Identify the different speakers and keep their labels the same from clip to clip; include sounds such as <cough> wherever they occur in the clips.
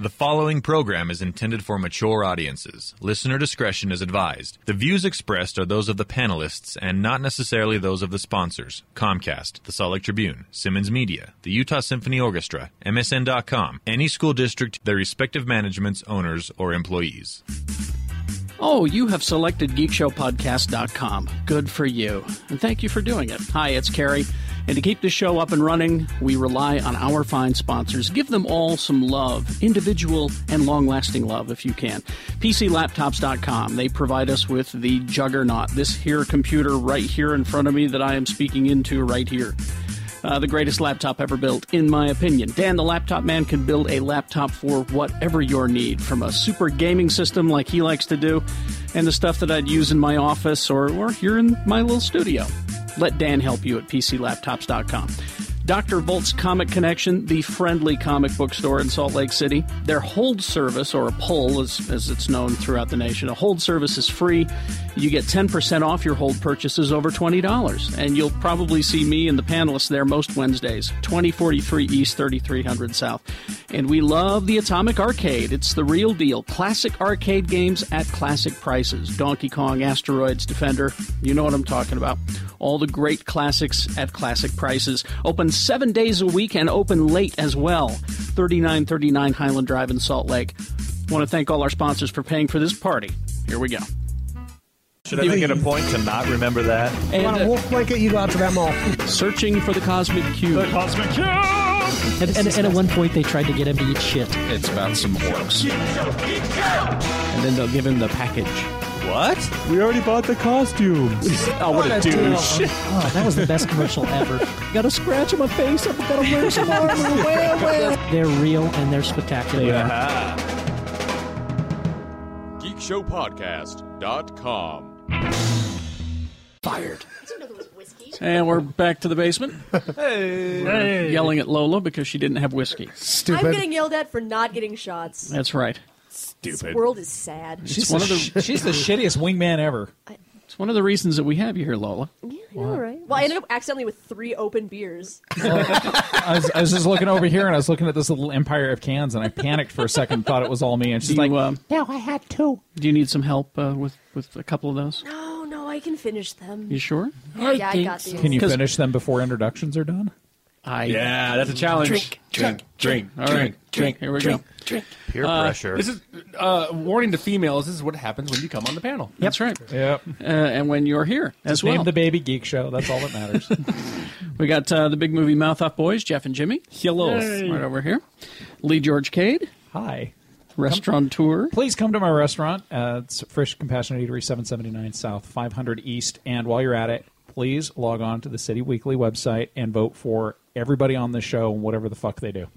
Speaker 1: The following program is intended for mature audiences. Listener discretion is advised. The views expressed are those of the panelists and not necessarily those of the sponsors Comcast, the Salt Lake Tribune, Simmons Media, the Utah Symphony Orchestra, MSN.com, any school district, their respective managements, owners, or employees.
Speaker 2: Oh, you have selected geekshowpodcast.com. Good for you. And thank you for doing it. Hi, it's Carrie. And to keep the show up and running, we rely on our fine sponsors. Give them all some love, individual and long lasting love if you can. PCLaptops.com. They provide us with the juggernaut, this here computer right here in front of me that I am speaking into right here. Uh, the greatest laptop ever built, in my opinion. Dan the Laptop Man can build a laptop for whatever your need, from a super gaming system like he likes to do, and the stuff that I'd use in my office or, or here in my little studio. Let Dan help you at PCLaptops.com. Dr. Volt's Comic Connection, the friendly comic book store in Salt Lake City. Their hold service, or a pull as, as it's known throughout the nation, a hold service is free. You get 10% off your hold purchases over $20. And you'll probably see me and the panelists there most Wednesdays, 2043 East, 3300 South. And we love the Atomic Arcade. It's the real deal. Classic arcade games at classic prices Donkey Kong, Asteroids, Defender. You know what I'm talking about. All the great classics at classic prices. Open seven days a week and open late as well. 3939 Highland Drive in Salt Lake. want to thank all our sponsors for paying for this party. Here we go.
Speaker 3: Should I make it a point to not remember that?
Speaker 2: And
Speaker 4: On a
Speaker 2: uh,
Speaker 4: wolf blanket, you go out to that mall.
Speaker 2: searching for the cosmic cube.
Speaker 3: Cosmic Cube!
Speaker 5: And, and, and at one point, they tried to get him to eat shit.
Speaker 6: It's about some orcs.
Speaker 2: And then they'll give him the package.
Speaker 3: What? We already bought the costumes. <laughs> oh, what a douche.
Speaker 5: Oh, that was the best commercial ever.
Speaker 2: Gotta scratch my face up. Gotta wear some
Speaker 5: They're real and they're spectacular.
Speaker 7: geekshowpodcast.com.
Speaker 2: <laughs> fired. And we're back to the basement. Hey. Yelling at Lola because she didn't have whiskey.
Speaker 4: Stupid.
Speaker 8: I'm getting yelled at for not getting shots.
Speaker 2: That's right.
Speaker 8: This world is sad.
Speaker 2: It's one, of the,
Speaker 6: She's the shittiest wingman ever.
Speaker 2: it's one of the reasons that we have you here, Lola.
Speaker 8: Yeah, I know, right? Well, I ended up accidentally with three open beers.
Speaker 6: I was, I was just looking over here and I was looking at this little empire of cans and I panicked for a second, thought it was all me. And
Speaker 2: Do
Speaker 6: she's
Speaker 2: you,
Speaker 6: like,
Speaker 2: uh,
Speaker 5: No, I had two.
Speaker 2: do you need some help uh, with, with a couple of those?
Speaker 8: No, Oh, no, I can finish them.
Speaker 2: You sure?
Speaker 8: yeah, I got these.
Speaker 6: Can you
Speaker 2: 'Cause-
Speaker 6: finish them before introductions are done?
Speaker 2: I
Speaker 3: Yeah, that's a challenge. Drink, drink, drink,
Speaker 2: All right. Here we go.
Speaker 3: Peer pressure.
Speaker 9: This is uh, warning to females. This is what happens when you come on the panel.
Speaker 2: That's right.
Speaker 6: Yep.
Speaker 2: Uh, and when you're here as well.
Speaker 6: Name the baby Geek Show. That's all that
Speaker 3: <laughs>
Speaker 6: matters.
Speaker 2: We got uh, the big movie Mouth Off Boys, Jeff and Jimmy.
Speaker 6: Hello.
Speaker 2: Right over here. Lee George Cade,
Speaker 6: Hi.
Speaker 2: restaurateur.
Speaker 6: Please come to my restaurant. Uh, it's Fresh Compassionate Eatery, 779 South, 500 East. And while you're at it, please log on to the City Weekly website and vote for everybody on the show and whatever the fuck they do.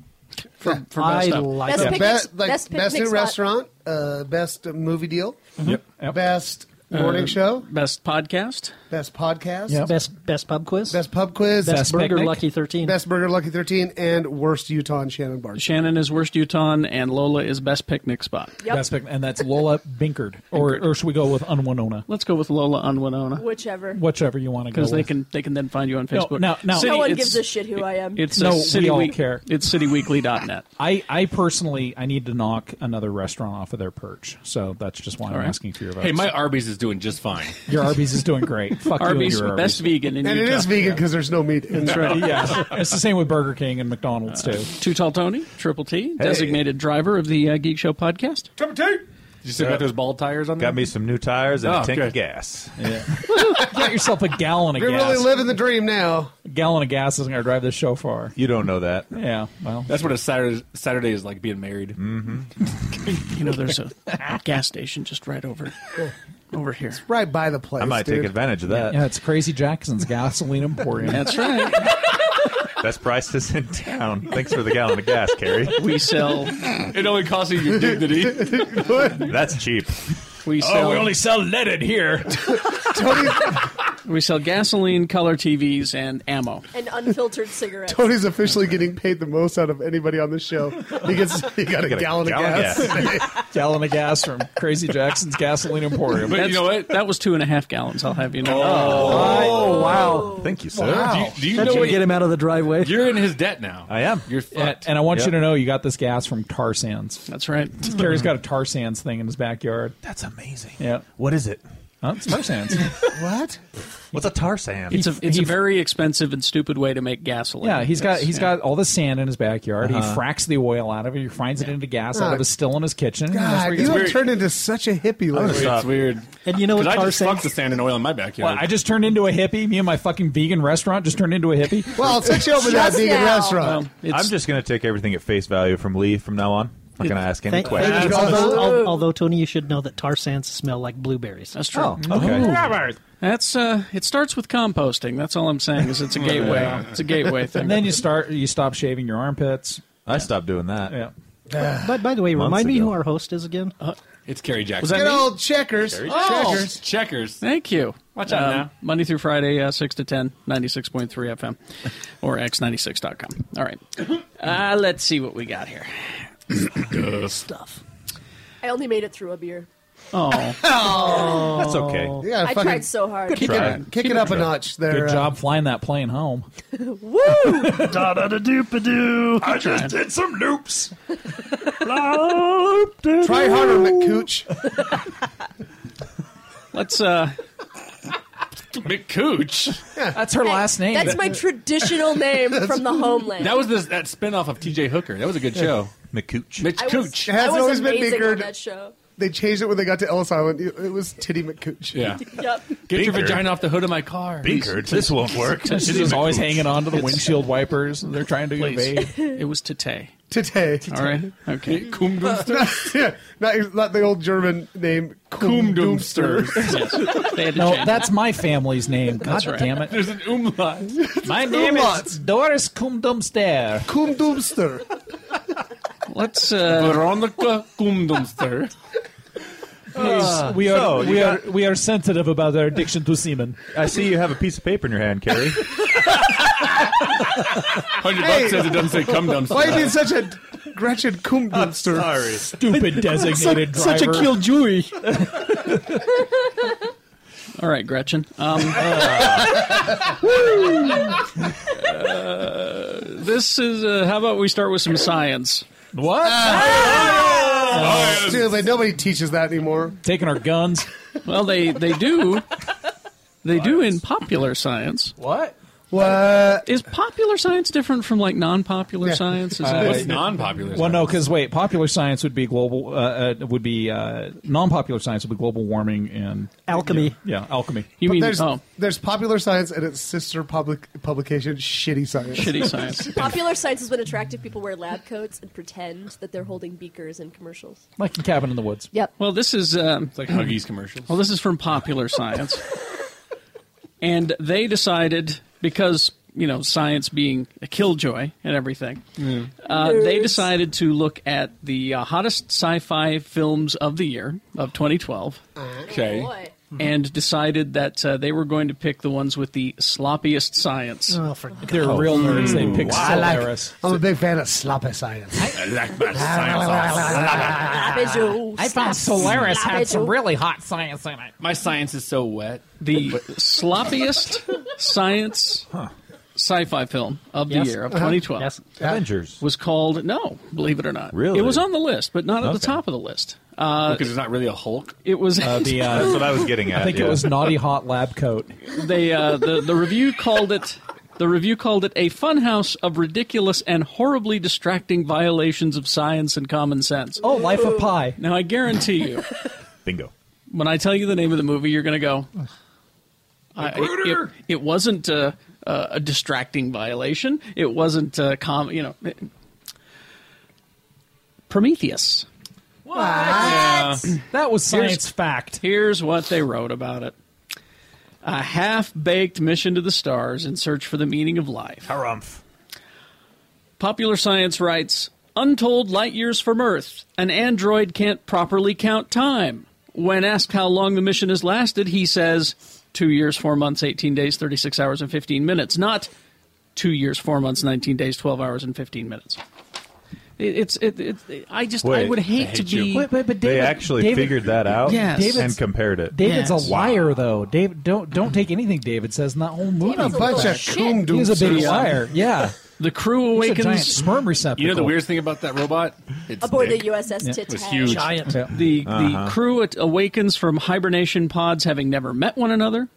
Speaker 2: For, for
Speaker 5: I
Speaker 2: best up.
Speaker 5: like
Speaker 8: Best
Speaker 5: that.
Speaker 8: picnic,
Speaker 4: Best, like, best,
Speaker 8: best picnic
Speaker 4: new
Speaker 8: spot.
Speaker 4: restaurant, uh, best movie deal,
Speaker 6: Yep. Yep.
Speaker 4: best morning show,
Speaker 2: Best podcast.
Speaker 4: best podcast,
Speaker 6: Yep.
Speaker 5: Best, best pub quiz.
Speaker 4: best pub quiz,
Speaker 6: Best
Speaker 5: Burger
Speaker 6: picnic.
Speaker 5: Lucky 13.
Speaker 4: best burger, Lucky Thirteen, and worst Utah and Shannon Bar.
Speaker 2: Shannon is worst Utah, and Lola is best picnic spot.
Speaker 8: Yep.
Speaker 6: Best pick- and that's Lola
Speaker 4: <laughs>
Speaker 6: Binkard, or or should we go with Unwinona?
Speaker 2: Let's go with Lola on Winona
Speaker 8: Whichever.
Speaker 6: Whichever you want to go.
Speaker 2: because they
Speaker 6: with.
Speaker 2: can they can then find you on
Speaker 6: No,
Speaker 2: Facebook.
Speaker 6: no, no.
Speaker 8: no one
Speaker 2: it's-
Speaker 8: gives a shit who I am.
Speaker 2: It's
Speaker 6: No,
Speaker 2: a
Speaker 6: we
Speaker 2: city
Speaker 6: all
Speaker 2: week-
Speaker 6: care.
Speaker 2: It's
Speaker 6: <laughs>
Speaker 2: cityweekly.net.
Speaker 6: I, I personally I need to knock another restaurant off of their perch, so that's just why I'm
Speaker 2: right.
Speaker 6: asking for your votes.
Speaker 9: Hey, my Arby's is doing just fine.
Speaker 6: <laughs> your Arby's is doing great. Fuck
Speaker 2: Arby's
Speaker 6: you and your
Speaker 2: best
Speaker 6: Arby's.
Speaker 2: vegan in
Speaker 4: And it
Speaker 2: Utah.
Speaker 4: is vegan because there's no meat. In
Speaker 6: <laughs>
Speaker 4: there.
Speaker 6: yeah, it's the same with Burger King and McDonald's too.
Speaker 9: Uh,
Speaker 2: Too Tall Tony, Triple T, designated driver of the uh, Geek Show podcast.
Speaker 9: You still got those ball tires on there?
Speaker 3: Got me some new tires and
Speaker 9: Oh,
Speaker 3: a tank of
Speaker 9: good.
Speaker 3: gas.
Speaker 6: Get yourself a gallon of
Speaker 4: You're
Speaker 6: gas.
Speaker 4: really living the dream now.
Speaker 6: a gallon of gas isn't going to drive this show far.
Speaker 3: You don't know that.
Speaker 6: Yeah, well,
Speaker 9: That's what a Saturday, Saturday is like being married.
Speaker 3: Mm.
Speaker 2: You know, there's a <laughs> gas station just right over over here.
Speaker 4: Right by the place.
Speaker 3: I might
Speaker 4: dude.
Speaker 3: take advantage of that.
Speaker 6: yeah, it's Crazy Jackson's Gasoline Emporium.
Speaker 2: That's right.
Speaker 3: Best prices in town. Thanks for the gallon of gas, Carrie.
Speaker 2: We sell.
Speaker 9: It only costs you
Speaker 3: <laughs>
Speaker 9: your dignity.
Speaker 3: That's cheap.
Speaker 9: Oh,
Speaker 2: We sell.
Speaker 6: sell leaded here.
Speaker 4: Tony,
Speaker 2: We sell gasoline, color TVs, and ammo.
Speaker 8: and unfiltered cigarettes.
Speaker 4: Tony's officially getting paid the most out of anybody on the show. He gets he got a gallon,
Speaker 3: gallon
Speaker 4: of gas.
Speaker 6: Gallon of gas from Crazy Jackson's Gasoline Emporium.
Speaker 9: But you know what?
Speaker 2: That was two and a half gallons, I'll have you know.
Speaker 6: oh, wow.
Speaker 3: Thank you, sir.
Speaker 9: Do you, do you know what?
Speaker 5: him out of the driveway.
Speaker 9: You're in his debt now.
Speaker 3: I am.
Speaker 9: You're
Speaker 6: And,
Speaker 9: fucked.
Speaker 6: and I want
Speaker 3: Yep.
Speaker 6: you to know you got this gas from tar sands.
Speaker 2: That's right.
Speaker 6: Carrie's got a tar sands thing in his backyard.
Speaker 3: That's amazing.
Speaker 6: Yeah.
Speaker 3: What is it?
Speaker 6: Huh? It's tar sands.
Speaker 4: what?
Speaker 3: What's a tar sand?
Speaker 2: It's a it's
Speaker 6: He-
Speaker 2: a very expensive and stupid way to make gasoline.
Speaker 6: <laughs> yeah, he's got
Speaker 2: It's-
Speaker 6: he's got all the sand in his backyard. He fracks the oil out of it. He finds it into gas out of a still in his kitchen. and that's where he
Speaker 4: God, Ah, you
Speaker 6: gets-
Speaker 4: have
Speaker 9: weird.
Speaker 4: turned into such a hippie
Speaker 9: It's
Speaker 4: lately.
Speaker 9: weird.
Speaker 5: And you know what
Speaker 9: Because I
Speaker 5: tar
Speaker 9: just
Speaker 5: sands?
Speaker 9: fucked the sand and oil in my backyard.
Speaker 6: Well, I just turned into a hippie. Me and my fucking vegan restaurant just turned into a hippie.
Speaker 4: Well, it's actually over that
Speaker 8: Just
Speaker 4: vegan
Speaker 8: now.
Speaker 4: restaurant.
Speaker 2: Well, it's-
Speaker 3: I'm just going to take everything at face value from Lee from now on. I'm not going to ask any
Speaker 5: Thank,
Speaker 3: questions.
Speaker 5: thank you.
Speaker 4: That's-
Speaker 5: Although, al- although Tony, you should know that tar sands smell like blueberries.
Speaker 2: that's
Speaker 6: Oh,
Speaker 2: true.
Speaker 3: okay.
Speaker 2: That's uh, it starts with composting. That's all I'm saying is it's a gateway. It's a gateway thing.
Speaker 6: <laughs> And then you start you stop shaving your armpits.
Speaker 3: I stopped doing that.
Speaker 6: Yeah.
Speaker 5: But by the way,
Speaker 3: Months
Speaker 5: remind me
Speaker 3: ago.
Speaker 5: who our host is again.
Speaker 9: it's Kerry Jackson.
Speaker 2: that
Speaker 4: Good
Speaker 2: me?
Speaker 4: old checkers.
Speaker 9: Oh,
Speaker 4: Checkers.
Speaker 9: checkers.
Speaker 2: Thank you. Um,
Speaker 9: Watch out now.
Speaker 2: Monday through Friday, uh, 6 to 10, 96.3 FM <laughs> or x96.com. All right. Uh, let's see what we got here.
Speaker 5: Stuff.
Speaker 8: I only made it through a beer.
Speaker 2: Oh,
Speaker 3: That's okay.
Speaker 4: You gotta
Speaker 8: I
Speaker 4: fucking
Speaker 8: tried so hard.
Speaker 2: keep
Speaker 3: try.
Speaker 2: it-
Speaker 4: kick
Speaker 2: keep
Speaker 4: it up a notch there.
Speaker 6: Good
Speaker 4: uh,
Speaker 6: job flying that plane home.
Speaker 5: Da da da
Speaker 6: <laughs>
Speaker 5: doop doo.
Speaker 3: I just did some loops.
Speaker 4: Try harder, McCooch.
Speaker 2: Let's uh
Speaker 9: McCooch.
Speaker 6: That's her last name.
Speaker 8: That's my
Speaker 4: <laughs>
Speaker 8: traditional name from the homeland.
Speaker 9: That was this, that spinoff of TJ Hooker. That was a good show.
Speaker 3: McCooch.
Speaker 9: Mitch
Speaker 8: I was,
Speaker 9: Cooch.
Speaker 4: It has
Speaker 8: I was
Speaker 4: always been
Speaker 8: amazing
Speaker 4: bigger.
Speaker 8: on that show.
Speaker 4: They changed it when they got to Ellis Island. It it was Titty McCooch.
Speaker 8: <laughs>
Speaker 9: Yeah.
Speaker 8: Yep.
Speaker 9: Get your
Speaker 3: Beaker.
Speaker 9: vagina off the hood of my car.
Speaker 3: Beaker, this won't work.
Speaker 6: She's just always hanging on to the windshield wipers. They're trying to evade.
Speaker 2: it was Tate.
Speaker 4: Today.
Speaker 2: All right.
Speaker 9: <laughs>
Speaker 2: Okay.
Speaker 9: Kumdumster.
Speaker 4: <laughs> yeah, not, not the old German name. Kumdumster.
Speaker 2: Yes. They had to
Speaker 6: No,
Speaker 2: change
Speaker 6: that's my family's name. God
Speaker 2: right.
Speaker 6: damn it.
Speaker 9: There's an umlaut.
Speaker 6: My name
Speaker 4: Umlauts.
Speaker 6: is Doris Kumdumster.
Speaker 4: Kumdumster.
Speaker 2: it. Let's uh
Speaker 9: Veronica Kumdumster.
Speaker 6: Please, we are
Speaker 3: so,
Speaker 6: we
Speaker 3: you
Speaker 6: are we are sensitive about our addiction to semen.
Speaker 3: I see you have a piece of paper in your hand, Carrie.
Speaker 9: Hundred bucks says it doesn't say
Speaker 6: <laughs>
Speaker 4: Why you
Speaker 9: Kumdumster.
Speaker 4: being such a Gretchen Kumdumster?
Speaker 6: Stupid <laughs> designated driver.
Speaker 4: killjoy.
Speaker 2: All right, Gretchen. Um <laughs> uh, This is uh, how about we start with some science?
Speaker 6: What?
Speaker 4: Seriously, nobody teaches that anymore.
Speaker 6: Taking our guns.
Speaker 2: Well, they they do. They do in popular science.
Speaker 6: What?
Speaker 4: What?
Speaker 2: Is popular science different from like non-popular
Speaker 4: Yeah. Uh,
Speaker 2: science? Is that-
Speaker 9: What's non-popular?
Speaker 6: Well, no, because wait, popular science would be global. Uh, uh, would be uh, non-popular science would be global warming and
Speaker 5: Alchemy.
Speaker 6: yeah, alchemy.
Speaker 2: you mean
Speaker 4: There's,
Speaker 2: oh,
Speaker 4: there's popular science and its sister public publication, shitty science.
Speaker 2: shitty science?
Speaker 8: Popular science is when attractive people wear lab coats and pretend that they're holding beakers in commercials.
Speaker 6: Like in cabin in the woods.
Speaker 8: Yep.
Speaker 2: Well, this is um,
Speaker 9: It's like Huggies commercials.
Speaker 2: well, this is from popular science, and they decided because you know science being a killjoy and everything, uh, they
Speaker 8: Nerds.
Speaker 2: decided to look at the uh, hottest sci-fi films of the year of 2012,
Speaker 9: Okay.
Speaker 8: Boy.
Speaker 4: Mm-hmm.
Speaker 2: and decided that uh, they were going to pick the ones with the sloppiest science.
Speaker 5: Oh, for God.
Speaker 6: They're real nerds. They pick
Speaker 4: I like-
Speaker 6: Solaris.
Speaker 4: I'm a big fan of sloppy science.
Speaker 9: I like my science.
Speaker 8: Lapidoos.
Speaker 6: Solaris
Speaker 8: had some
Speaker 6: really hot science in it.
Speaker 9: My science is so wet.
Speaker 2: the sloppiest science sci-fi film of the
Speaker 5: Yes. Uh-huh.
Speaker 2: year of 2012
Speaker 5: Yes.
Speaker 3: Avengers.
Speaker 2: was called no believe it or not
Speaker 3: Really?
Speaker 2: it was on the list but not at the
Speaker 3: Okay.
Speaker 2: top of the list uh,
Speaker 9: Because it's not really a Hulk.
Speaker 2: it was
Speaker 6: The uh,
Speaker 3: That's what I was getting at.
Speaker 6: I think it
Speaker 3: yeah.
Speaker 6: was naughty hot lab coat.
Speaker 2: <laughs> they uh, the, the review called it the review called it a funhouse of ridiculous and horribly distracting violations of science and common sense
Speaker 6: Oh, life of pie.
Speaker 2: now i guarantee you
Speaker 3: bingo.
Speaker 2: when i tell you the name of the movie you're going to go I, it, it, it wasn't uh, uh, a distracting violation. It wasn't uh, com. You know, it- Prometheus.
Speaker 9: Yeah.
Speaker 6: That was science
Speaker 2: Here's-
Speaker 6: fact.
Speaker 2: Here's what they wrote about it: a half-baked mission to the stars in search for the meaning of life.
Speaker 3: Harumph.
Speaker 2: Popular Science writes Untold light years from Earth. An android can't properly count time. When asked how long the mission has lasted, he says, two years, four months, 18 days, 36 hours, and 15 minutes, not two years, four months, 19 days, 12 hours, and 15 minutes. It, it's, it, it, I just, I
Speaker 3: Wait,
Speaker 2: would hate,
Speaker 9: I hate
Speaker 2: to
Speaker 9: you.
Speaker 2: be.
Speaker 9: Wait,
Speaker 5: but, but
Speaker 3: They
Speaker 5: David-
Speaker 3: actually
Speaker 5: David-
Speaker 3: figured that out
Speaker 2: Yes.
Speaker 3: and
Speaker 5: David's-
Speaker 3: compared it.
Speaker 5: David's
Speaker 2: Yes.
Speaker 5: a liar, though. Dave, don't don't take anything David says in that whole movie.
Speaker 8: David's a
Speaker 4: Bunch
Speaker 8: little
Speaker 4: of
Speaker 8: shit.
Speaker 4: coon
Speaker 5: He's a big
Speaker 4: doozers.
Speaker 5: liar. Yeah,
Speaker 2: The crew
Speaker 5: He's a giant
Speaker 2: awakens.
Speaker 5: sperm receptacle.
Speaker 9: You know the weirdest thing about that robot? It's
Speaker 8: Aboard
Speaker 9: big.
Speaker 8: the USS
Speaker 5: Yeah.
Speaker 8: Titanic.
Speaker 9: It was huge.
Speaker 5: giant.
Speaker 6: Yeah.
Speaker 2: The,
Speaker 5: Uh-huh.
Speaker 2: the crew at, awakens from hibernation pods having never met one another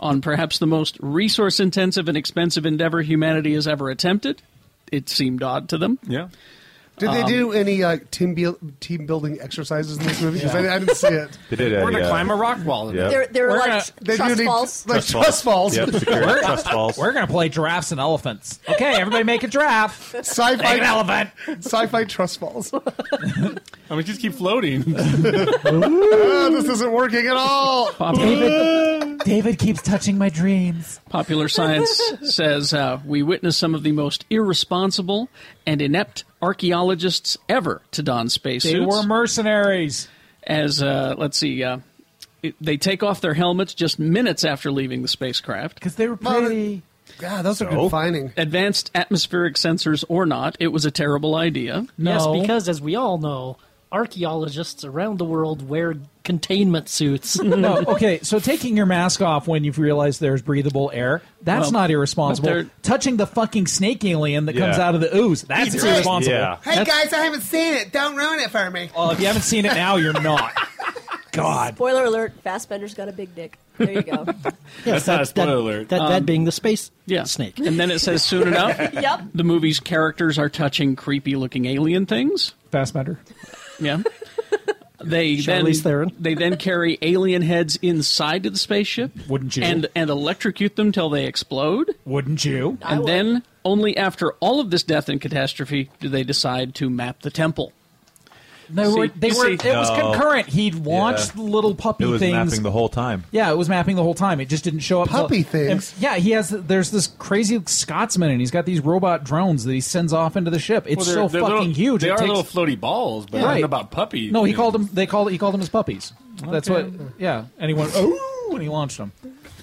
Speaker 2: on perhaps the most resource intensive and expensive endeavor humanity has ever attempted. It seemed odd to them.
Speaker 9: Yeah.
Speaker 4: Did
Speaker 3: Um,
Speaker 4: they do any uh, team buil- team building exercises in this movie? 'Cause I, I didn't see
Speaker 8: <laughs>
Speaker 4: it.
Speaker 3: They did a,
Speaker 9: We're gonna
Speaker 3: uh,
Speaker 9: climb a rock wall. in
Speaker 3: yeah.
Speaker 9: there.
Speaker 8: They're, they're
Speaker 5: We're
Speaker 8: like
Speaker 5: gonna-
Speaker 8: tr-
Speaker 4: They
Speaker 8: trust
Speaker 4: do need
Speaker 8: falls.
Speaker 4: like trust falls.
Speaker 3: Yep, secure it. trust falls.
Speaker 5: We're gonna play giraffes and elephants. Okay, everybody make a giraffe. Make an
Speaker 4: <laughs> Sci-fi,
Speaker 5: elephant.
Speaker 4: sci-fi trust falls. <laughs>
Speaker 9: I mean, just keep floating.
Speaker 4: Ah, this isn't working at all.
Speaker 3: <laughs>
Speaker 2: Popular,
Speaker 5: David keeps touching my dreams.
Speaker 2: popular
Speaker 5: <laughs>
Speaker 2: science says uh, we witness some of the most irresponsible and inept archaeologists ever to don spacesuits.
Speaker 5: They were mercenaries.
Speaker 2: as uh, let's see, uh, it, they take off their helmets just minutes after leaving the spacecraft.
Speaker 5: Because they were
Speaker 4: Well,
Speaker 5: pretty.
Speaker 4: God, those are good finding.
Speaker 2: Advanced atmospheric sensors or not, it was a terrible idea.
Speaker 5: No.
Speaker 7: Yes, because as we all know, archaeologists around the world wear containment <laughs> suits.
Speaker 6: no, okay. So taking your mask off when you've realized there's breathable air—that's
Speaker 2: Well,
Speaker 6: not irresponsible.
Speaker 2: they're-
Speaker 6: Touching the fucking snake alien that comes
Speaker 3: Yeah.
Speaker 6: out of the ooze—that's
Speaker 4: right.
Speaker 6: irresponsible.
Speaker 3: Yeah.
Speaker 4: Hey guys, I haven't seen it. Don't ruin it for me.
Speaker 6: Well, if you haven't seen it now, you're
Speaker 2: <laughs>
Speaker 6: not. God.
Speaker 8: Spoiler alert: Fastbender's got a big dick. There
Speaker 6: <laughs>
Speaker 8: you go.
Speaker 9: That's not a spoiler alert.
Speaker 7: That, that being the space
Speaker 2: Yeah.
Speaker 7: snake.
Speaker 2: And then it says soon enough,
Speaker 8: yep.
Speaker 2: the movie's characters are touching creepy looking alien things.
Speaker 6: Fastbender.
Speaker 2: Yeah. They then,
Speaker 7: Charlize Theron.
Speaker 2: they then carry alien heads inside of the spaceship.
Speaker 6: Wouldn't you?
Speaker 2: And, and electrocute them till they explode.
Speaker 6: Wouldn't you?
Speaker 8: I
Speaker 2: And
Speaker 8: would.
Speaker 2: then, only after all of this death and catastrophe, do they decide to map the temple.
Speaker 6: They
Speaker 2: See-
Speaker 6: were. They
Speaker 2: you
Speaker 6: were.
Speaker 2: see-
Speaker 6: It was
Speaker 3: No.
Speaker 6: concurrent. He'd launched the little puppy
Speaker 3: It was
Speaker 6: things.
Speaker 3: mapping the whole time.
Speaker 6: yeah, it was mapping the whole time. It just didn't show up. till-
Speaker 4: Puppy things?
Speaker 6: and- yeah, he has. There's this crazy Scotsman, and he's got these robot drones that he sends off into the ship. It's
Speaker 9: Well, they're-
Speaker 6: so
Speaker 9: they're
Speaker 6: fucking
Speaker 9: little,
Speaker 6: huge.
Speaker 9: They
Speaker 6: it
Speaker 9: are
Speaker 6: takes,
Speaker 9: little floaty balls,
Speaker 6: Yeah.
Speaker 9: but I don't
Speaker 6: Right.
Speaker 9: know about puppy.
Speaker 6: No, he
Speaker 9: things.
Speaker 6: called them. They called. He called them his puppies. That's what. Yeah. And he went. Oh, and he launched them.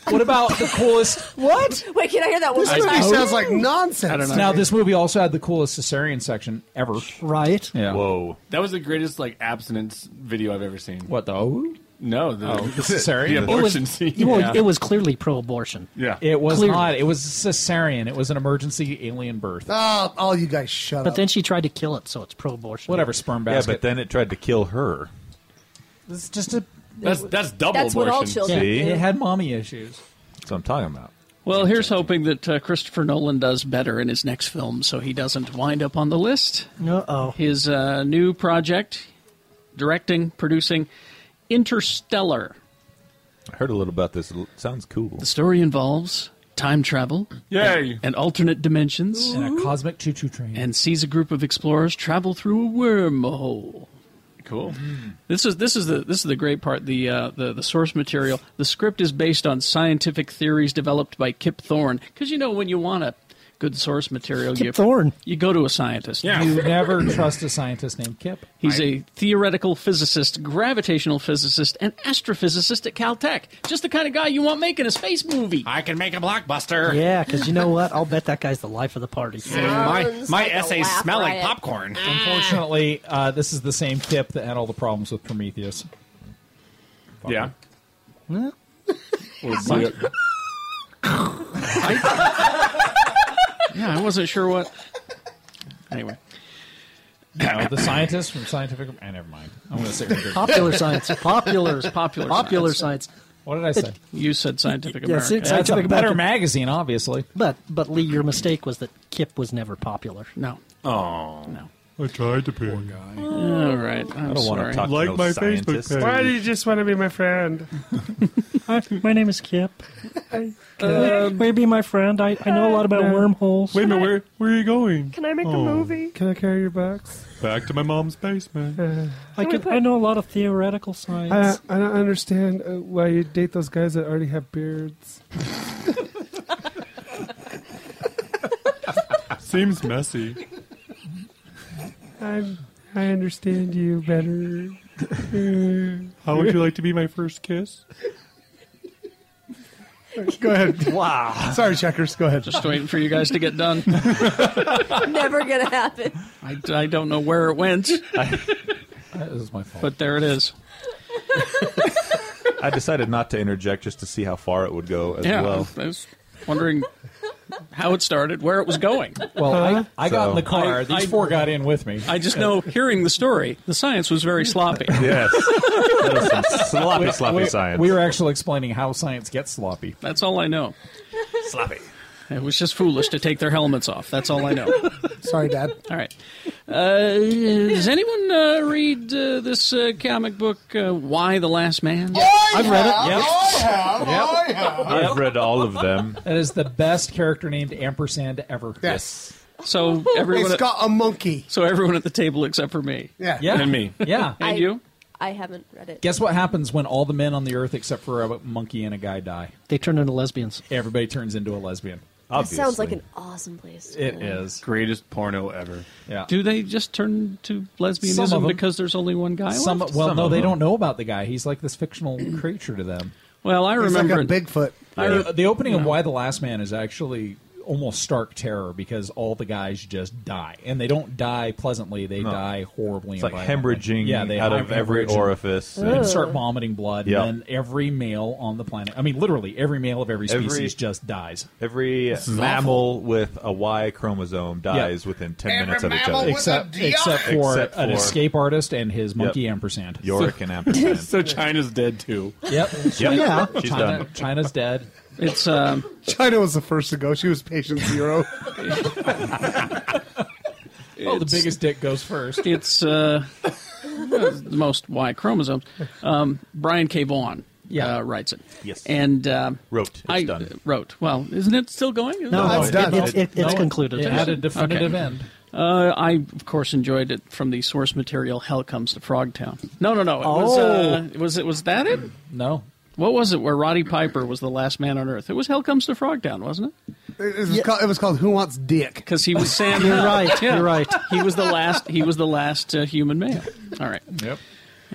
Speaker 6: What about the
Speaker 9: <laughs>
Speaker 6: coolest? what?
Speaker 8: Wait, can I hear that one
Speaker 4: This
Speaker 8: more
Speaker 4: movie
Speaker 8: time?
Speaker 4: sounds like nonsense.
Speaker 6: Now this movie also had the coolest cesarean section ever.
Speaker 7: Right?
Speaker 6: Yeah.
Speaker 3: Whoa.
Speaker 9: That was the greatest like abstinence video I've ever seen.
Speaker 6: What the? Oh?
Speaker 9: No, the, <laughs> the
Speaker 6: cesarean? It
Speaker 7: It was,
Speaker 6: <laughs>
Speaker 9: abortion scene.
Speaker 7: well,
Speaker 9: yeah.
Speaker 7: it was clearly pro-abortion.
Speaker 9: yeah.
Speaker 6: It was
Speaker 7: Clearly.
Speaker 6: not. It was cesarean. It was an emergency alien birth.
Speaker 4: Oh, all you guys shut
Speaker 7: But
Speaker 4: up.
Speaker 7: then she tried to kill it, so it's pro-abortion.
Speaker 6: Whatever sperm
Speaker 3: Yeah,
Speaker 6: basket.
Speaker 3: but then it tried to kill her.
Speaker 6: it's just a.
Speaker 9: that's that's double
Speaker 8: That's what
Speaker 9: abortion.
Speaker 8: all children
Speaker 3: See?
Speaker 6: It
Speaker 8: do.
Speaker 6: had mommy issues.
Speaker 3: That's what I'm talking about.
Speaker 2: Well, here's hoping that uh, Christopher Nolan does better in his next film so he doesn't wind up on the list.
Speaker 7: Uh-oh.
Speaker 2: His uh, new project, directing, producing Interstellar.
Speaker 3: I heard a little about this. It l- sounds cool.
Speaker 2: The story involves time travel
Speaker 9: Yay!
Speaker 2: and alternate dimensions
Speaker 6: And a cosmic choo choo train.
Speaker 2: and sees a group of explorers travel through a wormhole.
Speaker 9: Cool.
Speaker 2: This is this is the this is the great part. The uh, the the source material. The script is based on scientific theories developed by Kip Thorne. Because you know when you want a good source material,
Speaker 7: Kip
Speaker 2: you
Speaker 7: Thorne.
Speaker 2: you go to a scientist.
Speaker 9: Yeah.
Speaker 6: you never trust a scientist named Kip.
Speaker 2: He's a theoretical physicist, gravitational physicist, and astrophysicist at Caltech. Just the kind of guy you want making a space movie.
Speaker 9: I can make a blockbuster.
Speaker 7: Yeah, because you know what? I'll bet that guy's the life of the party.
Speaker 9: My
Speaker 8: Sounds
Speaker 9: my
Speaker 8: like a
Speaker 9: essays
Speaker 8: laugh
Speaker 9: smell like
Speaker 8: riot. Ah.
Speaker 9: popcorn.
Speaker 6: Unfortunately, uh, this is the same Kip that had all the problems with Prometheus.
Speaker 9: Yeah.
Speaker 7: Well,
Speaker 2: Yeah, I wasn't sure what. Anyway,
Speaker 6: No, the scientist from scientific. I never mind. I'm going to say.
Speaker 7: Popular science. Popular.
Speaker 2: Popular
Speaker 7: Popular science.
Speaker 6: What did I say?
Speaker 2: you said Scientific
Speaker 7: Yes,
Speaker 2: American.
Speaker 7: it's-
Speaker 6: That's a
Speaker 7: Scientific
Speaker 6: better
Speaker 7: American.
Speaker 6: magazine, obviously.
Speaker 7: But, but Lee, your mistake was that Kip was never popular.
Speaker 2: no.
Speaker 9: Oh.
Speaker 2: No.
Speaker 10: I tried to be.
Speaker 2: All right. I'm
Speaker 3: I don't want
Speaker 2: sorry.
Speaker 3: to talk
Speaker 10: Like
Speaker 3: to no
Speaker 10: my
Speaker 3: scientist.
Speaker 10: Facebook page.
Speaker 4: Why do you just want to be my friend?
Speaker 7: <laughs> my name is Kip. Um, Maybe my friend. I, I know a lot about wormholes.
Speaker 10: Wait a minute, where, where are you going?
Speaker 8: Can I make a
Speaker 6: Oh. <laughs>
Speaker 8: movie?
Speaker 4: Can I carry your box?
Speaker 10: Back to my mom's basement.
Speaker 7: I, can, I know a lot of theoretical science.
Speaker 5: Uh,
Speaker 4: I, I don't understand uh, why you date those guys that already have beards.
Speaker 10: <laughs> Seems messy.
Speaker 4: I'm, I understand you better.
Speaker 10: How would you like to be my first kiss?
Speaker 4: Go ahead.
Speaker 6: Wow.
Speaker 4: Sorry, checkers. Go ahead.
Speaker 2: Just waiting for you guys to get done.
Speaker 3: <laughs>
Speaker 8: Never gonna happen.
Speaker 2: I, I don't know where it went,
Speaker 6: That is my fault.
Speaker 2: but there it is.
Speaker 3: I decided not to interject just to see how far it would go as
Speaker 2: Yeah,
Speaker 3: well.
Speaker 2: I was wondering how it started, where it was going.
Speaker 6: well, I, I got in the
Speaker 3: So-
Speaker 6: car.
Speaker 2: I-
Speaker 6: These
Speaker 2: I-
Speaker 6: four got in with me.
Speaker 2: I just know, hearing the story, the science was very sloppy.
Speaker 6: <laughs>
Speaker 3: Yes. That was some sloppy, sloppy
Speaker 6: we,
Speaker 3: science.
Speaker 6: we were actually explaining how science gets sloppy.
Speaker 2: That's all I know.
Speaker 3: sloppy.
Speaker 2: It was just foolish to take their helmets off. That's all I know.
Speaker 4: <laughs> Sorry, Dad.
Speaker 3: <laughs>
Speaker 2: All right. Uh, does anyone uh, read uh, this uh, comic book, uh, Why the Last Man?
Speaker 6: I've read it. Yep.
Speaker 3: I've read all of them.
Speaker 6: That is the best character named ampersand ever.
Speaker 4: Yes.
Speaker 2: So everyone,
Speaker 4: <laughs> It's got a monkey.
Speaker 2: so everyone at the table except for me
Speaker 4: Yeah.
Speaker 6: Yeah.
Speaker 9: And me.
Speaker 6: Yeah.
Speaker 2: and
Speaker 8: I-
Speaker 2: you.
Speaker 8: I haven't read it.
Speaker 6: Guess what happens when all the men on the earth except for a monkey and a guy die?
Speaker 5: They turn into lesbians.
Speaker 6: Everybody turns into a lesbian.
Speaker 8: That sounds like
Speaker 3: Obviously.
Speaker 8: an awesome place. to
Speaker 6: It
Speaker 8: live.
Speaker 6: is.
Speaker 9: Greatest porno ever.
Speaker 6: Yeah.
Speaker 2: Do they just turn to
Speaker 6: Some of
Speaker 2: lesbianism
Speaker 6: 'em.
Speaker 2: because there's only one guy
Speaker 6: Some,
Speaker 2: left?
Speaker 6: well,
Speaker 3: Some
Speaker 6: no,
Speaker 3: of
Speaker 6: they
Speaker 3: them.
Speaker 6: don't know about the guy. He's like this fictional creature to them.
Speaker 2: Well, I
Speaker 4: It's like
Speaker 2: remember
Speaker 4: a Bigfoot.
Speaker 6: the, the opening of Why the Last Man is actually almost stark terror because all the guys just die, and they don't die pleasantly; they die horribly.
Speaker 3: It's
Speaker 6: and
Speaker 3: like
Speaker 6: violently.
Speaker 3: hemorrhaging
Speaker 6: yeah, they
Speaker 3: out of every
Speaker 6: hemorrhage and-
Speaker 3: orifice.
Speaker 6: And start vomiting blood,
Speaker 3: Yeah.
Speaker 6: and then every male on the planet. I mean, literally, every male of every
Speaker 3: Every-
Speaker 6: species just dies.
Speaker 3: Every mammal with a Y chromosome dies within 10 minutes of each other.
Speaker 6: Except, except, for
Speaker 3: Except
Speaker 6: an
Speaker 3: for-
Speaker 6: escape artist and his monkey
Speaker 3: Yep.
Speaker 6: ampersand.
Speaker 10: <laughs>
Speaker 3: Yorick and ampersand.
Speaker 9: So China's dead too.
Speaker 6: Yep.
Speaker 3: Yeah.
Speaker 6: China,
Speaker 3: She's done.
Speaker 6: China's dead.
Speaker 2: it's um,
Speaker 4: China was the first to go. She was patient zero.
Speaker 6: Oh, the biggest dick goes first.
Speaker 2: it's uh, <laughs> the most Y chromosomes. Um, Brian K. Vaughan.
Speaker 6: Yeah.
Speaker 2: uh, writes it.
Speaker 3: Yes.
Speaker 2: and um,
Speaker 3: Wrote. It's
Speaker 2: I
Speaker 3: done.
Speaker 2: uh, wrote. Well, isn't it still going?
Speaker 5: No,
Speaker 4: No,
Speaker 5: it's,
Speaker 4: it's done.
Speaker 5: it's, it- it's
Speaker 6: No,
Speaker 5: concluded.
Speaker 6: It <laughs> had a definitive
Speaker 2: Okay.
Speaker 6: end.
Speaker 2: Uh, I of course enjoyed it from the source material. Hell comes to Frogtown. No, no, no. It was,
Speaker 6: Oh.
Speaker 2: uh, was it was that it?
Speaker 6: No.
Speaker 2: What was it where Roddy Piper was the last man on Earth? It was Hell Comes to Frogtown, wasn't it?
Speaker 4: It was, called, it was called Who Wants Dick?
Speaker 2: Because he was Sam.
Speaker 5: You're right.
Speaker 2: Yeah.
Speaker 5: You're right.
Speaker 2: He was the last. He was the last uh, human male. All right.
Speaker 6: Yep.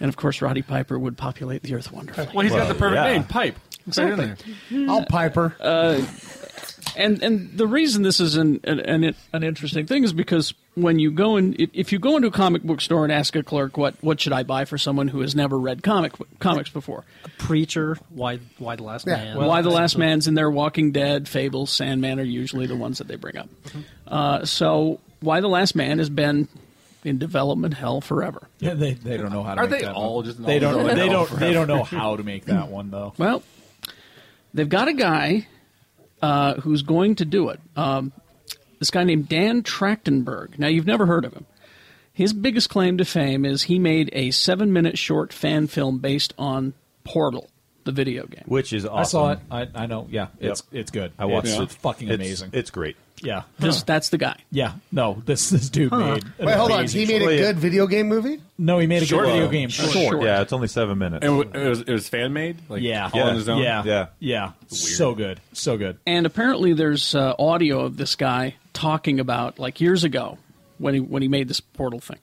Speaker 2: And of course, Roddy Piper would populate the Earth wonderfully.
Speaker 9: Well, he's got the perfect
Speaker 3: yeah.
Speaker 9: name, Pipe. Exactly. Right in there.
Speaker 4: I'll Piper.
Speaker 2: And and the reason this is an an, an, an interesting thing is because when you go in, if, if you go into a comic book store and ask a clerk what what should I buy for someone who has never read comic comics before,
Speaker 5: Preacher, why, why the last
Speaker 4: Yeah,
Speaker 5: man?
Speaker 2: Why the Last Man's in there, Walking Dead, Fables, Sandman are usually the ones that they bring up. Uh, so Why the Last Man has been in development hell forever.
Speaker 6: Yeah, they, they don't know how to.
Speaker 9: Are
Speaker 6: make
Speaker 9: they
Speaker 6: that
Speaker 9: all
Speaker 6: one.
Speaker 9: just an
Speaker 6: They don't.
Speaker 9: all-star
Speaker 6: They
Speaker 9: all
Speaker 6: don't. They don't
Speaker 4: <laughs>
Speaker 6: know how to make that one though.
Speaker 2: Well, they've got a guy uh, who's going to do it. Um, this guy named Dan Trachtenberg. Now, you've never heard of him. His biggest claim to fame is he made a seven minute short fan film based on Portal, the video game.
Speaker 3: Which is awesome.
Speaker 6: I saw it. I, I know. Yeah, it's
Speaker 3: Yep.
Speaker 6: it's good.
Speaker 3: I watched
Speaker 6: it's,
Speaker 3: it.
Speaker 6: It's fucking
Speaker 3: It's-
Speaker 6: amazing.
Speaker 3: It's great.
Speaker 6: yeah.
Speaker 2: This, That's the guy.
Speaker 6: Yeah. No, this this dude made. an
Speaker 4: Wait, hold on.
Speaker 6: amazing Oh,
Speaker 4: He made
Speaker 6: short-
Speaker 4: a
Speaker 3: yeah.
Speaker 4: good video game movie?
Speaker 6: No, he made a
Speaker 9: Short
Speaker 6: good video
Speaker 9: film.
Speaker 6: game.
Speaker 2: Short.
Speaker 6: Short.
Speaker 3: Yeah, it's only seven minutes.
Speaker 9: And it was, it was fan made. Like
Speaker 6: Yeah.
Speaker 9: All on his own.
Speaker 6: Yeah.
Speaker 3: Yeah.
Speaker 6: Yeah. Yeah. So good. So good.
Speaker 2: And apparently, there's uh, audio of this guy talking about like years ago when he when he made this portal thing,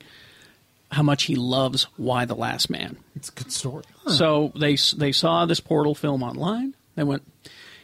Speaker 2: how much he loves Why the Last Man.
Speaker 6: It's a good story.
Speaker 2: So they s- they saw this portal film online. They went,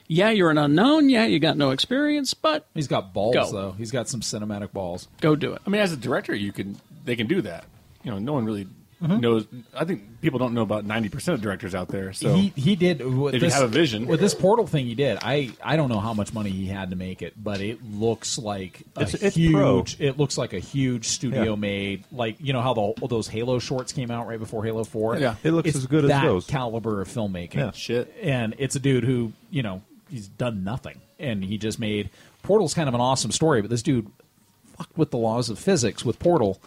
Speaker 2: "Yeah, you're an unknown. Yeah, you got no experience, but
Speaker 6: He's got balls
Speaker 2: Go.
Speaker 6: though. He's got some cinematic balls.
Speaker 2: go do it."
Speaker 9: I mean, as a director, you can they can do that. You know, no one really knows. I think people don't know about ninety percent of directors out there. So
Speaker 6: he he did. uh, With
Speaker 9: If you
Speaker 6: this,
Speaker 9: have a vision.
Speaker 6: with this portal thing, he did. I I don't know how much money he had to make it, but it looks like a
Speaker 3: It's- it's
Speaker 6: huge.
Speaker 3: pro.
Speaker 6: It looks like a huge studio
Speaker 3: Yeah.
Speaker 6: made. Like you know how the, all those Halo shorts came out right before Halo Four.
Speaker 9: Yeah.
Speaker 3: It looks
Speaker 6: It's
Speaker 3: as good as
Speaker 6: that
Speaker 3: those.
Speaker 6: Caliber of filmmaking.
Speaker 3: Yeah.
Speaker 9: Shit.
Speaker 6: And it's a dude who you know he's done nothing, and he just made Portal's kind of an awesome story, but this dude fucked with the laws of physics with Portal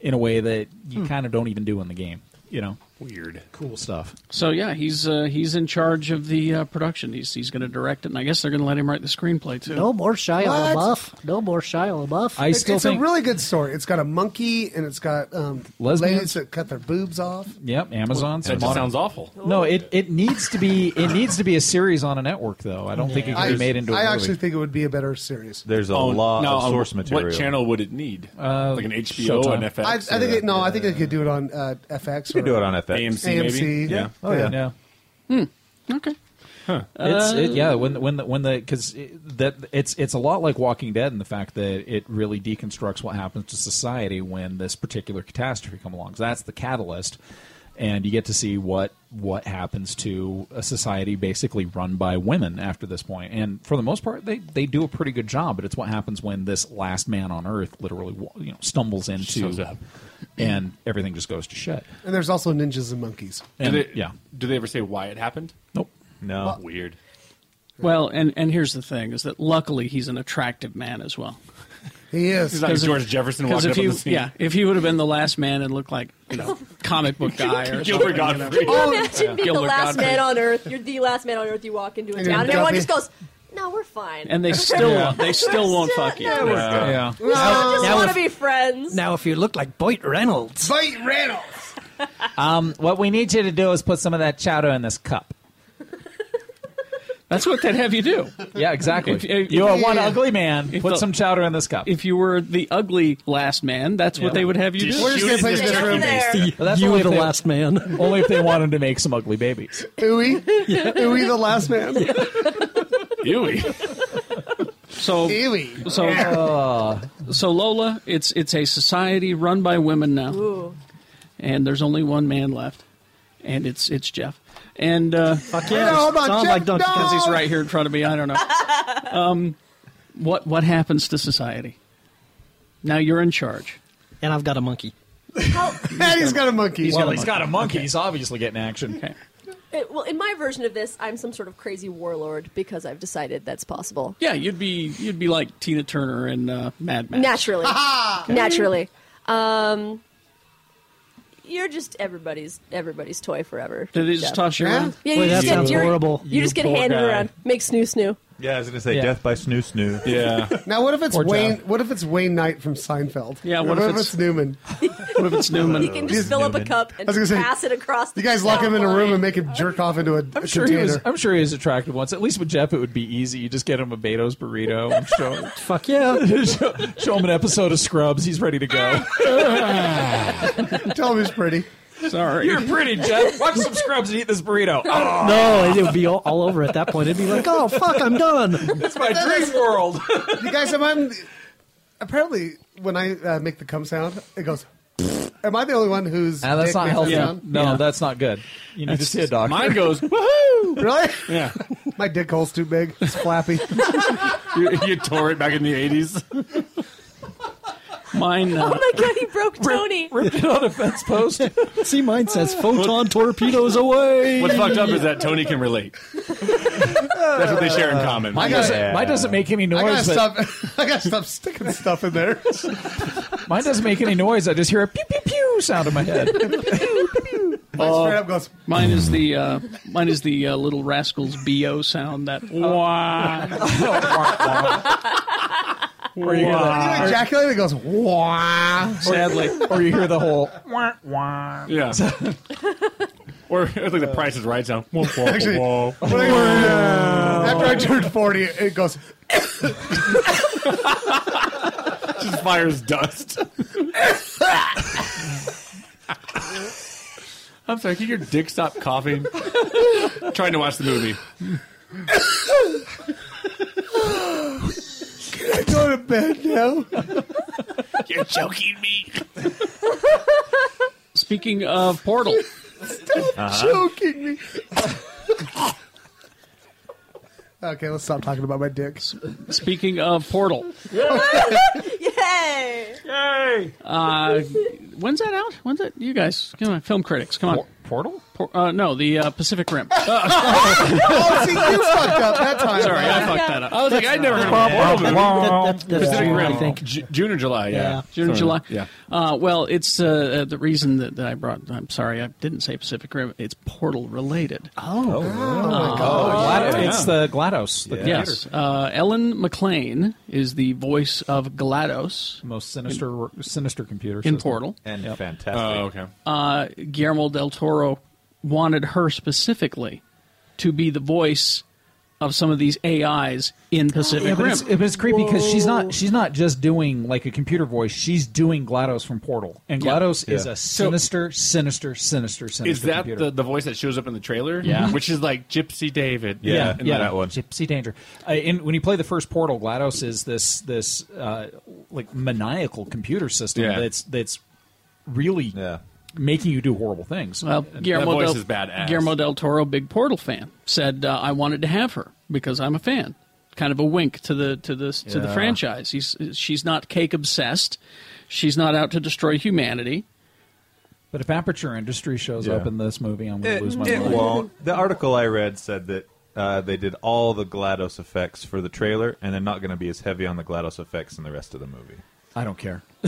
Speaker 6: in a way that you
Speaker 9: Hmm.
Speaker 6: kind of don't even do in the game. You know,
Speaker 9: weird.
Speaker 6: cool stuff.
Speaker 2: So yeah, he's uh, he's in charge of the uh, production. He's he's going to direct it, and I guess they're going to let him write the screenplay too.
Speaker 5: <laughs> No more Shia
Speaker 4: What?
Speaker 5: LaBeouf. No more Shia LaBeouf.
Speaker 6: I
Speaker 4: It-
Speaker 6: still
Speaker 4: it's
Speaker 6: think
Speaker 4: a really good story. It's got a monkey and it's got um,
Speaker 6: Lesbians?
Speaker 4: ladies that cut their boobs off.
Speaker 6: Yep, Amazon's
Speaker 9: That just
Speaker 6: modern-
Speaker 9: sounds awful.
Speaker 6: No, it, it needs to be it needs to be a series on a network though. I don't think it can
Speaker 4: I,
Speaker 6: be made into a
Speaker 4: I
Speaker 6: movie.
Speaker 4: actually think it would be a better series.
Speaker 3: There's a
Speaker 9: Oh,
Speaker 3: lot
Speaker 9: now,
Speaker 3: of
Speaker 9: um,
Speaker 3: source material.
Speaker 9: What channel would it need? Uh, like an HBO,
Speaker 6: Showtime.
Speaker 9: an uh, FX.
Speaker 4: I, I think it, no, I think they could do it on uh, FX.
Speaker 3: you could
Speaker 4: or
Speaker 3: do it on FX.
Speaker 9: AMC,
Speaker 4: AMC.
Speaker 9: maybe. Oh, Yeah.
Speaker 3: Oh, yeah.
Speaker 6: yeah.
Speaker 2: Hmm. Okay.
Speaker 6: It's it,
Speaker 2: Uh,
Speaker 6: yeah when when the, when the because that it's it's a lot like Walking Dead in the fact that it really deconstructs what happens to society when this particular catastrophe comes along. 'Cause that's the catalyst, and you get to see what what happens to a society basically run by women after this point. And for the most part, they they do a pretty good job. But it's what happens when this last man on Earth literally you know stumbles
Speaker 9: Shows
Speaker 6: into
Speaker 9: up.
Speaker 6: and everything just goes to shit.
Speaker 4: And there's also ninjas and monkeys.
Speaker 6: And,
Speaker 9: do they,
Speaker 6: yeah.
Speaker 9: Do they ever say why it happened?
Speaker 6: Nope.
Speaker 3: No.
Speaker 9: Weird.
Speaker 2: Well, and, and here's the thing is that luckily he's an attractive man as well.
Speaker 4: He
Speaker 9: It's
Speaker 4: is.
Speaker 9: not like
Speaker 2: 'Cause if-
Speaker 9: George Jefferson
Speaker 2: 'cause
Speaker 9: walking
Speaker 2: if
Speaker 9: up
Speaker 2: he,
Speaker 9: on the scene.
Speaker 2: Yeah, if he would have been the last man and looked like, you know, comic
Speaker 9: <laughs>
Speaker 2: book guy or something.
Speaker 9: Gilbert Godfrey.
Speaker 8: Can you imagine being
Speaker 2: Oh, Gilbert
Speaker 8: the last
Speaker 2: Godfrey.
Speaker 8: man on Earth? You're the last man on Earth. You walk into a
Speaker 4: And
Speaker 8: town, and
Speaker 4: then
Speaker 8: everyone
Speaker 4: Duffy-
Speaker 8: just goes, "No, we're fine.
Speaker 2: And they still won't, they still won't
Speaker 8: Still-
Speaker 2: fuck you.
Speaker 8: no, we're
Speaker 9: Yeah.
Speaker 6: Yeah.
Speaker 8: No, I just
Speaker 5: Now
Speaker 8: want
Speaker 5: if-
Speaker 8: to be friends."
Speaker 5: Now, if you look like Boyd Reynolds,
Speaker 4: Fight Reynolds.
Speaker 6: What we need you to do is put some of that chowder in this cup.
Speaker 2: That's what they'd have you do.
Speaker 6: Yeah, exactly.
Speaker 2: If- if-
Speaker 6: you are one ugly man. Put
Speaker 2: the-
Speaker 6: some chowder in this cup.
Speaker 2: If you were the ugly last man, that's
Speaker 6: Yeah.
Speaker 2: what they would have you
Speaker 4: We're
Speaker 2: do.
Speaker 4: just gonna play
Speaker 8: Get
Speaker 4: this
Speaker 8: in
Speaker 4: room.
Speaker 8: there.
Speaker 6: But that's
Speaker 5: you
Speaker 6: only
Speaker 5: were
Speaker 6: if
Speaker 5: the
Speaker 6: they-
Speaker 5: last man.
Speaker 6: <laughs> Only if they wanted to make some ugly babies.
Speaker 4: Ooey. Ooey the last man.
Speaker 9: Ewy.
Speaker 2: So,
Speaker 4: Ooey.
Speaker 2: so, so Lola, it's it's a society run by women now,
Speaker 8: Ooh.
Speaker 2: and there's only one man left, and it's it's Jeff, and uh,
Speaker 5: Fuck
Speaker 4: Wait,
Speaker 5: yeah.
Speaker 4: hold on,
Speaker 5: sounds
Speaker 4: Jeff,
Speaker 5: like Donkey
Speaker 4: no!
Speaker 5: Kong.
Speaker 2: because he's right here in front of me. I don't know. Um, what what happens to society? Now you're in charge.
Speaker 5: And I've got a monkey.
Speaker 8: How,
Speaker 4: And he's got a monkey.
Speaker 6: well, he's got a monkey. He's obviously getting action.
Speaker 2: Okay.
Speaker 8: it- well, in my version of this, I'm some sort of crazy warlord because I've decided that's possible.
Speaker 2: Yeah, you'd be you'd be like Tina Turner and uh, Mad Max.
Speaker 4: <laughs>
Speaker 8: Naturally. Naturally. Um, you're just everybody's everybody's toy forever.
Speaker 2: Did they just
Speaker 8: Jeff.
Speaker 2: toss you
Speaker 4: Yeah.
Speaker 2: around?
Speaker 8: Yeah,
Speaker 5: Boy,
Speaker 8: you
Speaker 5: that
Speaker 8: just get,
Speaker 5: sounds
Speaker 8: you're-
Speaker 5: horrible.
Speaker 8: You, just
Speaker 6: You
Speaker 8: get
Speaker 6: poor
Speaker 8: handed
Speaker 6: guy.
Speaker 8: around. Make snoo snoo.
Speaker 3: Yeah, I was gonna say
Speaker 6: Yeah.
Speaker 3: death by snoo snoo.
Speaker 9: Yeah.
Speaker 4: Now, what if it's
Speaker 6: Poor
Speaker 4: Wayne?
Speaker 6: Jeff.
Speaker 4: What if it's Wayne Knight from Seinfeld?
Speaker 2: Yeah,
Speaker 4: What, if, it's, Newman?
Speaker 2: What if it's Newman?
Speaker 8: You can just fill up a cup and
Speaker 4: I was gonna say,
Speaker 8: pass it across the
Speaker 4: You guys lock
Speaker 8: sound
Speaker 4: him in a room
Speaker 8: line.
Speaker 4: and make him jerk off into a
Speaker 6: I'm
Speaker 4: a
Speaker 6: sure he
Speaker 4: container.
Speaker 6: was. I'm sure he was attractive once. At least with Jeff, it would be easy. You just get him a Beto's burrito. And show,
Speaker 5: Fuck yeah.
Speaker 6: <laughs> show, show him an episode of Scrubs. He's ready to <laughs> go.
Speaker 4: <laughs> Tell him he's pretty.
Speaker 2: Sorry.
Speaker 6: You're pretty, Jeff. Watch some Scrubs and eat this burrito. Oh,
Speaker 5: No, it would be all, all over at that point. It'd be like, oh, fuck, I'm done.
Speaker 6: it's my dream world.
Speaker 4: You guys, am I? Apparently, when I uh, make the cum sound, it goes. <laughs> Am I the only one who's?
Speaker 6: Ah, that's
Speaker 4: dick
Speaker 6: not
Speaker 4: makes that
Speaker 6: healthy.
Speaker 4: sound?
Speaker 6: No,
Speaker 5: Yeah.
Speaker 6: that's not good. You need to see a doctor.
Speaker 9: <laughs> Mine goes, woohoo!
Speaker 4: Really?
Speaker 9: Yeah.
Speaker 4: <laughs> My dick hole's too big. It's flappy.
Speaker 9: <laughs> you, you tore it back in the 80s.
Speaker 2: Mine. Uh,
Speaker 8: <laughs> Oh my god, he broke Tony.
Speaker 6: ripped it on a fence <laughs> post.
Speaker 5: See, mine says photon torpedoes away.
Speaker 9: What's fucked up is that Tony can relate. That's what they share in common.
Speaker 6: Mine doesn't, mine doesn't make any
Speaker 4: I gotta
Speaker 6: noise. but
Speaker 4: stop. <laughs> I gotta stop sticking stuff in there. <laughs>
Speaker 6: Mine doesn't make any noise. I just hear a pew pew pew sound in my head.
Speaker 4: My straight up goes.
Speaker 2: Mine is the uh, mine is the uh, little rascals bo sound that oh, wah.
Speaker 6: or, you hear the,
Speaker 4: You ejaculate. It goes. <laughs> Wah.
Speaker 6: sadly, or you hear the whole. wah, wah.
Speaker 9: Yeah. <laughs> or it's like the price is right sound.
Speaker 4: Actually,
Speaker 9: Oh,
Speaker 4: when I- after I turned forty, it goes.
Speaker 9: just fires dust. I'm sorry, can your dick stop coughing? Trying to watch the movie.
Speaker 4: I go to bed now.
Speaker 9: You're choking me.
Speaker 2: Speaking of Portal,
Speaker 4: <laughs> Choking me. okay, let's stop talking about my dick.
Speaker 2: speaking of Portal,
Speaker 8: Yay!
Speaker 2: uh, when's that out? When's that? You guys, come on, film critics, come on.
Speaker 6: Portal?
Speaker 2: Por- uh, no, the uh, Pacific Rim.
Speaker 4: <laughs> Oh, see, you fucked up that time.
Speaker 2: Sorry, I fucked that up. I was like, I never heard of
Speaker 5: That- that- that's
Speaker 9: Pacific
Speaker 5: true, I
Speaker 9: Rim.
Speaker 5: think.
Speaker 9: Ju- June or July, yeah.
Speaker 5: Yeah,
Speaker 2: June and July.
Speaker 9: Yeah.
Speaker 2: Uh, well, it's uh, uh, the reason that, that I brought. I'm sorry, I didn't say Pacific Rim. It's Portal related.
Speaker 6: Ah, oh, Glad- It's the GLaDOS. The
Speaker 2: yes. Uh, Ellen McLean is the voice of GLaDOS
Speaker 6: Most sinister, sinister computer.
Speaker 2: in
Speaker 6: system.
Speaker 2: Portal.
Speaker 3: And
Speaker 6: Yep.
Speaker 3: fantastic.
Speaker 9: Oh, okay.
Speaker 2: Guillermo del Toro wanted her specifically to be the voice of some of these AIs in Pacific
Speaker 6: Yeah, but
Speaker 2: Rim.
Speaker 6: it's, but it's creepy because she's not she's not just doing like a computer voice. She's doing Glados from Portal, and
Speaker 2: Yeah.
Speaker 6: Glados is
Speaker 9: Yeah.
Speaker 6: a sinister, sinister, sinister, sinister.
Speaker 9: Is that
Speaker 6: computer.
Speaker 9: the, the voice that shows up in the trailer?
Speaker 6: Yeah.
Speaker 9: <laughs> Which is like Gypsy David.
Speaker 6: Yeah,
Speaker 9: in that one.
Speaker 6: Gypsy Danger. Uh, and when you play the first Portal, Glados is this this uh, like maniacal computer system
Speaker 9: Yeah.
Speaker 6: that's that's really making you do horrible things.
Speaker 2: Well,
Speaker 6: And
Speaker 2: Guillermo, del, Guillermo del Toro, big Portal fan, said uh, I wanted to have her because I'm a fan. Kind of a wink to the to the to the
Speaker 6: Yeah.
Speaker 2: franchise. He's, she's not cake obsessed. She's not out to destroy humanity.
Speaker 6: But if Aperture Industry shows
Speaker 3: Yeah.
Speaker 6: up in this movie, I'm going
Speaker 3: It,
Speaker 6: to lose my
Speaker 3: it
Speaker 6: mind.
Speaker 3: won't. The article I read said that uh, they did all the GLaDOS effects for the trailer, and they're not going to be as heavy on the GLaDOS effects in the rest of the movie.
Speaker 6: I don't care. <laughs>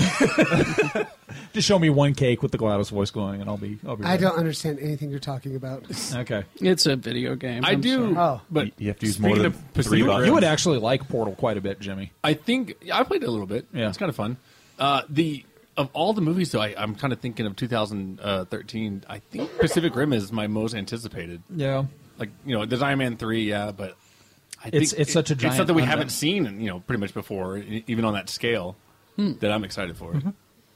Speaker 6: Just show me one cake with the Glados voice glowing, and I'll be. I'll be
Speaker 4: I
Speaker 6: ready.
Speaker 4: don't understand anything you're talking about. <laughs>
Speaker 6: Okay.
Speaker 2: It's a video game.
Speaker 9: I
Speaker 2: I'm
Speaker 9: do,
Speaker 2: sorry.
Speaker 4: Oh.
Speaker 9: but
Speaker 3: You have to use
Speaker 9: speaking
Speaker 3: more than
Speaker 9: of Pacific
Speaker 3: three
Speaker 9: Rim,
Speaker 3: buttons.
Speaker 6: You would actually like Portal quite a bit, Jimmy.
Speaker 9: I think yeah, I played it a little bit.
Speaker 6: Yeah.
Speaker 9: it's kind of fun. Uh, the of all the movies, though, I, I'm kind of thinking of 2013. I think Pacific Rim is my most anticipated.
Speaker 6: Yeah.
Speaker 9: like you know, there's Iron Man three, yeah, but I
Speaker 6: It's-
Speaker 9: think
Speaker 6: it's such a giant
Speaker 9: it's something we
Speaker 6: unknown.
Speaker 9: haven't seen, you know, pretty much before, e- even on that scale,
Speaker 6: Hmm.
Speaker 9: that I'm excited for.
Speaker 6: Mm-hmm.
Speaker 9: it.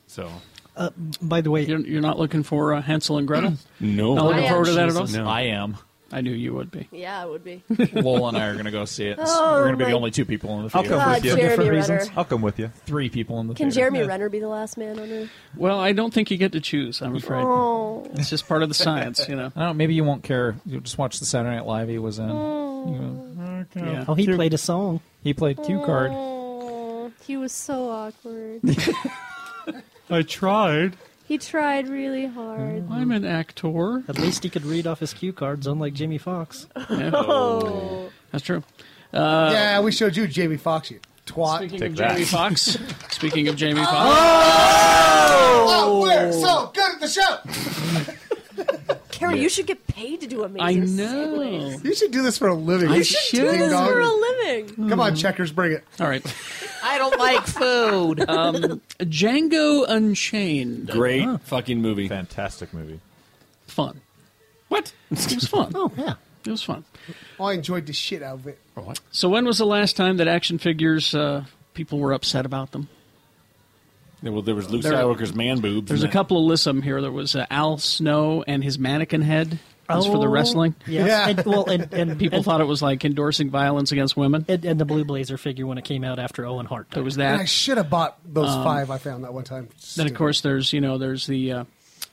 Speaker 9: So
Speaker 2: Uh,
Speaker 5: by the way,
Speaker 2: you're, you're not looking for uh, Hansel and
Speaker 9: <clears throat>
Speaker 2: Gretel.
Speaker 9: No.
Speaker 2: not
Speaker 9: I
Speaker 2: looking
Speaker 9: am.
Speaker 2: forward to that at all.
Speaker 9: Jesus, no. I
Speaker 6: am.
Speaker 2: I knew you would be.
Speaker 8: Yeah, it would be.
Speaker 6: Lowell and I are going to go see it.
Speaker 8: <laughs> Oh,
Speaker 6: We're going to be
Speaker 8: my
Speaker 6: the only two people in the
Speaker 8: I'll
Speaker 6: theater.
Speaker 8: come with God, you. Jeremy
Speaker 6: different
Speaker 8: Renner.
Speaker 6: reasons.
Speaker 3: I'll come with you.
Speaker 6: Three people in the
Speaker 8: Can
Speaker 6: theater.
Speaker 8: Jeremy Renner be the last man on Earth?
Speaker 2: Well, I don't think you get to choose. I'm afraid.
Speaker 8: Oh.
Speaker 2: It's just part of the science, you
Speaker 9: <laughs>
Speaker 2: know.
Speaker 6: I don't. know, Maybe you won't care. You'll just watch the Saturday Night Live he was in.
Speaker 2: Yeah.
Speaker 5: Oh, he played a song.
Speaker 6: He played cue card.
Speaker 8: Oh, he was so awkward.
Speaker 10: I tried.
Speaker 8: he tried really hard.
Speaker 2: I'm an actor.
Speaker 5: At least he could read off his cue cards, unlike Jimmy Fox.
Speaker 8: Oh.
Speaker 2: That's true.
Speaker 4: yeah, we showed you Jamie Foxx, you twat.
Speaker 2: Uh, Speaking of Jamie
Speaker 9: <laughs>
Speaker 2: Fox. Speaking of Jamie Fox.
Speaker 4: Oh, we're so good at the show.
Speaker 8: Carrie,
Speaker 2: Yeah.
Speaker 8: you should get paid to do amazing.
Speaker 2: I know.
Speaker 4: You should do this for a living.
Speaker 2: I
Speaker 4: You
Speaker 2: should.
Speaker 8: Do
Speaker 4: ding
Speaker 8: this
Speaker 4: dong.
Speaker 8: for a living.
Speaker 4: Come on, checkers, bring it.
Speaker 2: All right.
Speaker 8: I don't like food.
Speaker 2: Um, Django Unchained.
Speaker 9: great fucking movie,
Speaker 3: fantastic movie.
Speaker 2: Fun.
Speaker 9: What?
Speaker 2: It was fun.
Speaker 5: <laughs> Oh yeah.
Speaker 2: It was fun.
Speaker 4: Oh, I enjoyed the shit out of it.
Speaker 2: So when was the last time that action figures uh, people were upset about them?
Speaker 9: Yeah, well, there was Luke
Speaker 2: There-
Speaker 9: Skywalker's man boobs.
Speaker 2: There's a
Speaker 9: and that-
Speaker 2: couple of lists I'm here. There was uh, Al Snow and his mannequin head. That's for the
Speaker 5: Oh,
Speaker 2: wrestling.
Speaker 5: Yes.
Speaker 4: Yeah.
Speaker 5: And, well, and, and
Speaker 2: People <laughs>
Speaker 5: and,
Speaker 2: thought it was like endorsing violence against women.
Speaker 5: and, and the Blue Blazer figure when it came out after Owen Hart.
Speaker 2: There was
Speaker 4: And I
Speaker 2: that.
Speaker 4: should have bought those five I found that one time.
Speaker 2: Um, Then of course there's you know there's the uh,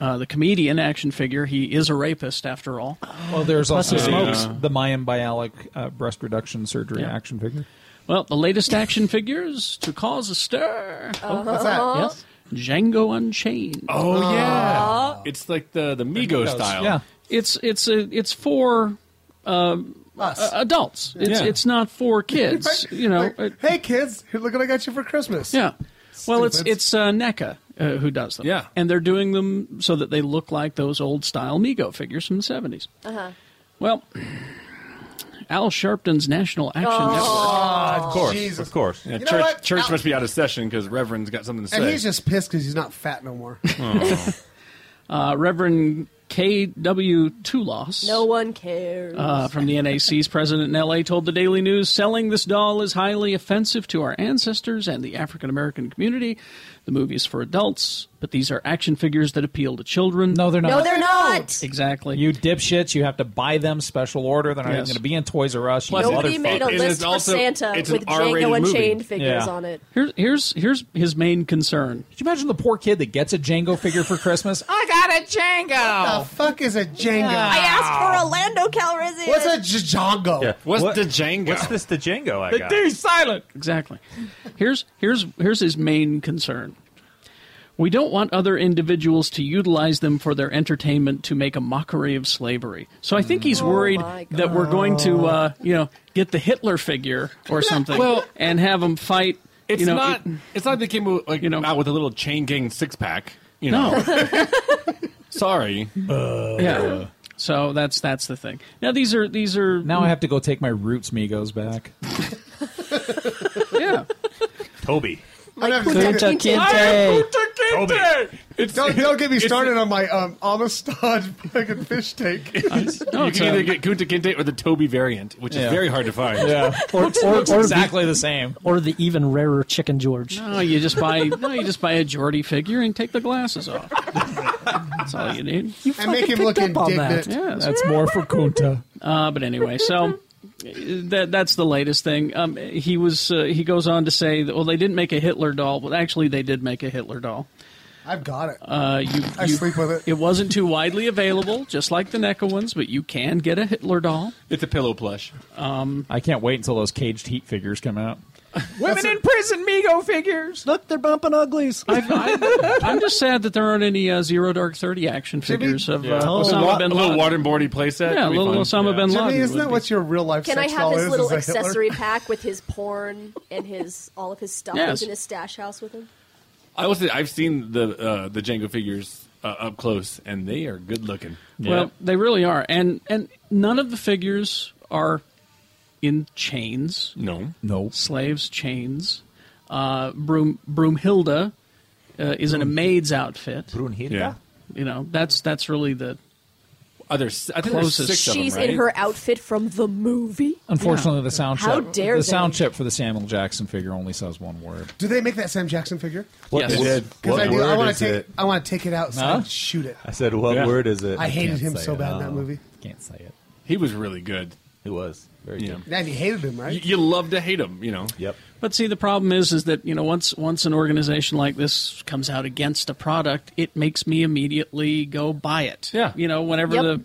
Speaker 2: uh, the comedian action figure. He is a rapist after all.
Speaker 6: Well, there's
Speaker 5: Plus
Speaker 6: also
Speaker 5: he
Speaker 9: smokes.
Speaker 6: the, the Mayan Bialik uh, breast reduction surgery
Speaker 2: Yeah.
Speaker 6: action figure.
Speaker 2: Well, the latest action figures to cause a stir.
Speaker 4: What's that?
Speaker 5: Yes.
Speaker 2: Django Unchained.
Speaker 9: Oh yeah, it's like the the Migos
Speaker 6: Migos,
Speaker 9: style.
Speaker 6: Yeah.
Speaker 2: It's it's a, it's for
Speaker 4: Us.
Speaker 2: uh, adults. It's
Speaker 9: Yeah.
Speaker 2: it's not
Speaker 9: <laughs>
Speaker 2: for kids. You know.
Speaker 4: Like, hey kids, here, look what I got you for Christmas.
Speaker 2: Yeah. Well, it's
Speaker 4: Stupid.
Speaker 2: it's uh, NECA uh, who does them.
Speaker 9: Yeah.
Speaker 2: And they're doing them so that they look like those old style Mego figures from the 70s.
Speaker 8: Uh-huh.
Speaker 2: Well, Al Sharpton's National Action
Speaker 8: Oh.
Speaker 3: of course,
Speaker 4: Jesus.
Speaker 3: of course.
Speaker 9: Yeah,
Speaker 4: You know
Speaker 9: church
Speaker 4: what?
Speaker 9: church
Speaker 4: Al-
Speaker 9: must be out of session because Reverend's got something to say.
Speaker 4: And he's just pissed because he's not fat no more.
Speaker 2: Network, uh, Reverend K.W. Toulos.
Speaker 8: No one cares.
Speaker 2: Uh, from the NAC's president in LA told the Daily News, selling this doll is highly offensive to our ancestors and the African American community. The movie is for adults, but these are action figures that appeal to children.
Speaker 6: No, they're not.
Speaker 8: no, they're not.
Speaker 2: exactly.
Speaker 6: You dipshits, you have to buy them special order. They're not
Speaker 2: Yes.
Speaker 6: even going to be in Toys R Us. you
Speaker 8: Nobody
Speaker 6: motherfucker.
Speaker 8: made a
Speaker 9: It is
Speaker 8: list for
Speaker 9: also-
Speaker 8: Santa
Speaker 9: it's
Speaker 8: with
Speaker 9: an R-rated
Speaker 8: Django Unchained
Speaker 9: movie.
Speaker 8: figures
Speaker 6: Yeah.
Speaker 8: on it.
Speaker 2: Here, here's here's his main concern.
Speaker 6: Could you imagine the poor kid that gets a Django figure for Christmas? <laughs> I got a Django.
Speaker 4: the fuck is a Django?
Speaker 8: I asked for Orlando
Speaker 4: Ah.
Speaker 8: Calrissian.
Speaker 4: What's a Django?
Speaker 9: What's
Speaker 3: What-
Speaker 9: the Django?
Speaker 3: What's this Django I got?
Speaker 6: silent.
Speaker 2: Exactly. Here's here's here's his main concern. We don't want other individuals to utilize them for their entertainment to make a mockery of slavery. So I think
Speaker 9: Oh
Speaker 2: he's worried
Speaker 8: my God.
Speaker 2: that we're going to, uh, you know, get the Hitler figure or something,
Speaker 9: Well-
Speaker 2: and have them fight.
Speaker 9: It's
Speaker 2: you know, e-,
Speaker 9: not.
Speaker 2: it-
Speaker 9: it's not they came with, like
Speaker 2: You know-
Speaker 9: out with a little chain gang six pack. You know.
Speaker 2: no, <laughs>
Speaker 9: Sorry. Oh,
Speaker 2: yeah. So that's that's the thing. Now these are these are
Speaker 6: Now I have to go take my Roots Migos back.
Speaker 2: yeah.
Speaker 3: Toby.
Speaker 4: I
Speaker 8: Like
Speaker 9: <laughs>
Speaker 4: never did it.
Speaker 8: Kunta Kinte.
Speaker 5: Kinte.
Speaker 4: Kobe. don't,
Speaker 9: <laughs>
Speaker 4: don't get me started on my um, Amistad fucking fish tank. <laughs>
Speaker 9: you can either get Kunta Kinte or the Toby variant, which
Speaker 6: Yeah.
Speaker 9: is very hard to
Speaker 6: <laughs>
Speaker 9: find.
Speaker 6: Yeah. Or-
Speaker 9: Looks-
Speaker 6: or-
Speaker 9: looks
Speaker 6: or the-
Speaker 9: exactly
Speaker 6: the same.
Speaker 5: Or the even rarer Chicken George.
Speaker 2: No, you just buy no, you just buy a Geordie figure and take the glasses off. That's all you need.
Speaker 4: You And make fucking him look picked up on indignant.
Speaker 2: <laughs>
Speaker 4: that.
Speaker 2: Yeah,
Speaker 6: That's more for Kunta.
Speaker 2: Uh, but anyway, so uh, that that's the latest thing. Um, he was uh, he goes on to say that well they didn't make a Hitler doll, but actually they did make a Hitler doll.
Speaker 4: I've got it.
Speaker 2: Uh, you,
Speaker 4: I
Speaker 2: you-
Speaker 4: sleep with it.
Speaker 2: It wasn't too widely available, just like the NECA ones, but you can get a Hitler doll.
Speaker 9: It's a pillow plush.
Speaker 2: Um,
Speaker 6: I can't wait until those caged heat figures come out.
Speaker 5: Women in prison, Mego figures. Look, they're bumping uglies.
Speaker 2: I'm just sad that there aren't any uh, Zero Dark Thirty action figures of uh,
Speaker 9: Yeah.
Speaker 2: Osama
Speaker 9: a, lot-
Speaker 2: bin
Speaker 9: a little
Speaker 2: Laden.
Speaker 9: waterboardy playset.
Speaker 2: Yeah,
Speaker 9: would be
Speaker 2: little
Speaker 9: fun.
Speaker 2: Osama bin Laden.
Speaker 4: Jimmy, isn't
Speaker 2: would
Speaker 4: that
Speaker 2: be-
Speaker 4: what your real life
Speaker 8: Can I
Speaker 4: sex
Speaker 8: have
Speaker 4: doll
Speaker 8: his
Speaker 4: is,
Speaker 8: little
Speaker 4: is a Hitler?
Speaker 8: accessory pack with his porn and his all of his stuff
Speaker 9: Yes.
Speaker 8: that's in his stash house with him?
Speaker 9: I will say I've seen the uh, the Django figures uh, up close, and they are good looking.
Speaker 2: Well, they really are, and and none of the figures are in chains.
Speaker 9: No,
Speaker 6: no
Speaker 2: slaves chains. Uh, Broom Broomhilda uh, is in a maid's outfit. Broomhilda,
Speaker 9: Yeah.
Speaker 2: you know that's that's really the
Speaker 9: other I think there's
Speaker 2: closest.
Speaker 9: six of
Speaker 8: She's in her outfit from the movie.
Speaker 6: Unfortunately, the sound
Speaker 8: How
Speaker 6: chip,
Speaker 8: dare
Speaker 6: the sound
Speaker 8: they.
Speaker 6: chip for the Samuel Jackson figure only says one word.
Speaker 4: Do they make that Sam Jackson figure?
Speaker 6: What Yes. is-
Speaker 4: Because
Speaker 6: what
Speaker 4: I do. I
Speaker 6: word
Speaker 4: want
Speaker 6: is
Speaker 4: to take.
Speaker 6: it?
Speaker 4: I want to take it out so
Speaker 6: Huh?
Speaker 4: I can shoot it.
Speaker 3: I said, what
Speaker 9: Yeah.
Speaker 3: word is it?
Speaker 4: I hated
Speaker 3: Can't
Speaker 4: him
Speaker 3: say
Speaker 4: so
Speaker 3: it.
Speaker 4: bad in that movie.
Speaker 6: Can't say it.
Speaker 9: He was really good.
Speaker 3: He was very
Speaker 9: good.
Speaker 4: And you hated him, right?
Speaker 9: You, you love to hate him, you know.
Speaker 3: Yep.
Speaker 2: But see, the problem is, is that you know, once once an organization like this comes out against a product, it makes me immediately go buy it. Yeah. You know, whenever
Speaker 8: Yep.
Speaker 2: the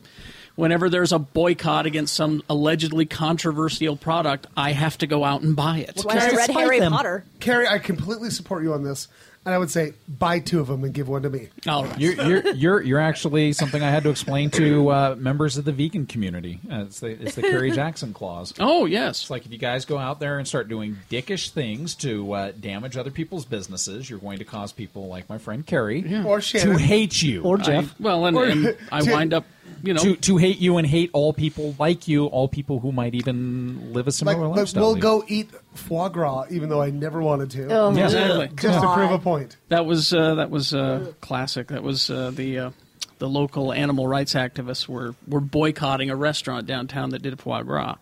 Speaker 2: whenever there's a boycott against some allegedly controversial product, I have to go out and buy it.
Speaker 8: Well, I read Harry Potter.
Speaker 4: Carrie, I completely support you on this, and I would say buy two of them and give one to me.
Speaker 2: All
Speaker 6: You're, you're, you're, you're actually something I had to explain to uh, members of the vegan community. Uh, it's, the, it's the
Speaker 4: <laughs>
Speaker 6: Kerry Jackson clause.
Speaker 2: Oh, yes. It's
Speaker 6: like if you guys go out there and start doing dickish things to uh, damage other people's businesses, you're going to cause people like my friend Kerry
Speaker 4: Or
Speaker 6: to
Speaker 4: Shannon.
Speaker 6: hate you. Uh,
Speaker 4: Or Jeff.
Speaker 2: I, well, and,
Speaker 4: Or-
Speaker 2: and I wind up, you know,
Speaker 6: <laughs> to, to hate you and hate all people like you, all people who might even live a
Speaker 4: Like,
Speaker 6: similar
Speaker 4: like
Speaker 6: lifestyle.
Speaker 4: we'll go eat foie gras, even though I never wanted to.
Speaker 2: Oh, Yeah. exactly.
Speaker 4: Just to
Speaker 2: God.
Speaker 4: prove a point.
Speaker 2: That was uh, that was uh, classic. That was uh, the uh, the local animal rights activists were were boycotting a restaurant downtown that did foie gras,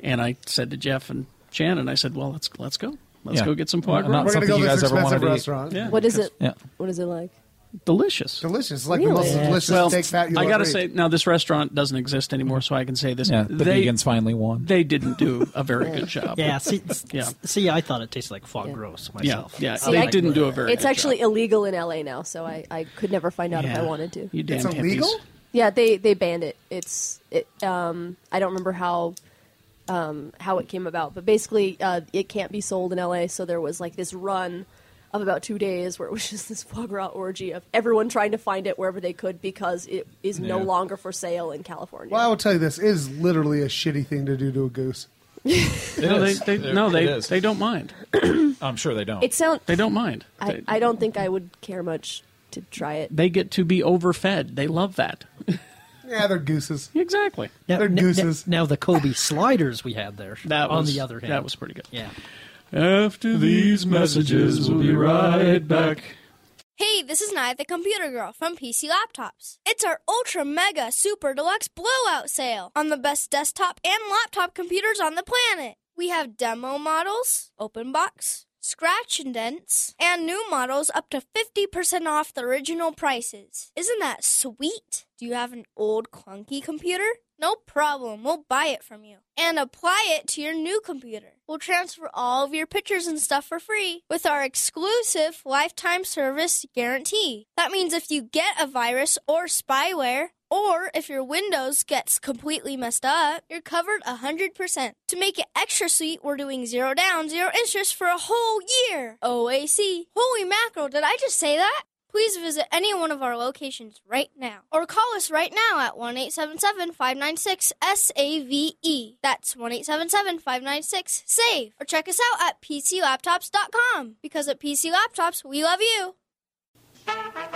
Speaker 2: and I said to Jeff and Shannon, I said, "Well, let's let's go, let's
Speaker 6: Yeah.
Speaker 2: go get some foie
Speaker 6: Not
Speaker 2: gras.
Speaker 6: something We're gonna go you to this guys ever wanted
Speaker 4: expensive to eat. restaurant.
Speaker 2: Yeah.
Speaker 8: What is it?
Speaker 6: Yeah.
Speaker 8: What is it like?
Speaker 2: Delicious.
Speaker 4: Delicious. It's like the most
Speaker 8: Really?
Speaker 4: delicious
Speaker 2: Well,
Speaker 4: steak fat you'll
Speaker 2: I gotta
Speaker 4: ever eat.
Speaker 2: say, now this restaurant doesn't exist anymore, so I can say this.
Speaker 6: Yeah, the
Speaker 2: they,
Speaker 6: vegans finally won.
Speaker 2: They didn't do a very good job.
Speaker 5: Yeah, see,
Speaker 2: yeah,
Speaker 5: see, I thought it tasted like foie gras myself.
Speaker 2: yeah.
Speaker 8: See,
Speaker 2: they
Speaker 8: I-
Speaker 2: didn't do a very.
Speaker 8: It's
Speaker 2: good
Speaker 8: actually illegal in LA now, so I, I could never find out if
Speaker 2: Yeah.
Speaker 8: I wanted to.
Speaker 2: You damn
Speaker 4: It's
Speaker 2: hippies.
Speaker 4: illegal?
Speaker 8: Yeah, they they banned it. It's it. Um, I don't remember how um, how it came about, but basically, uh, it can't be sold in LA. So there was like this run of about two days where it was <laughs> just this foie gras orgy of everyone trying to find it wherever they could because it is no
Speaker 4: Yeah.
Speaker 8: longer for sale in California.
Speaker 4: Well, I will tell you this: it is literally a shitty thing to do to a goose.
Speaker 2: No, they, they, no, they, they don't mind.
Speaker 6: I'm sure they don't.
Speaker 8: It sound-
Speaker 2: They don't mind.
Speaker 8: I, I don't think I would care much to try it.
Speaker 2: they get to be overfed. They love that.
Speaker 4: Yeah, they're gooses.
Speaker 2: Exactly.
Speaker 5: Now,
Speaker 2: They're
Speaker 5: n- n-
Speaker 2: gooses.
Speaker 5: now the Kobe sliders we had there.
Speaker 2: That
Speaker 5: on
Speaker 2: was-
Speaker 5: the other hand,
Speaker 2: that was pretty good.
Speaker 5: Yeah.
Speaker 2: After these messages, we'll be right back.
Speaker 11: Hey, this is Nye the Computer Girl from PC Laptops. It's our ultra mega super deluxe blowout sale on the best desktop and laptop computers on the planet. We have demo models, open box, scratch indents, and new models up to 50% off the original prices. Isn't that sweet? Do you have an old clunky computer? No problem, we'll buy it from you and apply it to your new computer. We'll transfer all of your pictures and stuff for free with our exclusive lifetime service guarantee. That means if you get a virus or spyware, or if your Windows gets completely messed up, you're covered 100%. To make it extra sweet, we're doing zero down, zero interest for a whole year. OAC. Holy mackerel, did I just say that? Please visit any one of our locations right now. Or call us right now at 1 877 596 SAVE. That's 1 877 596 SAVE. Or check us out at PCLaptops.com. Because at PC Laptops, we love you.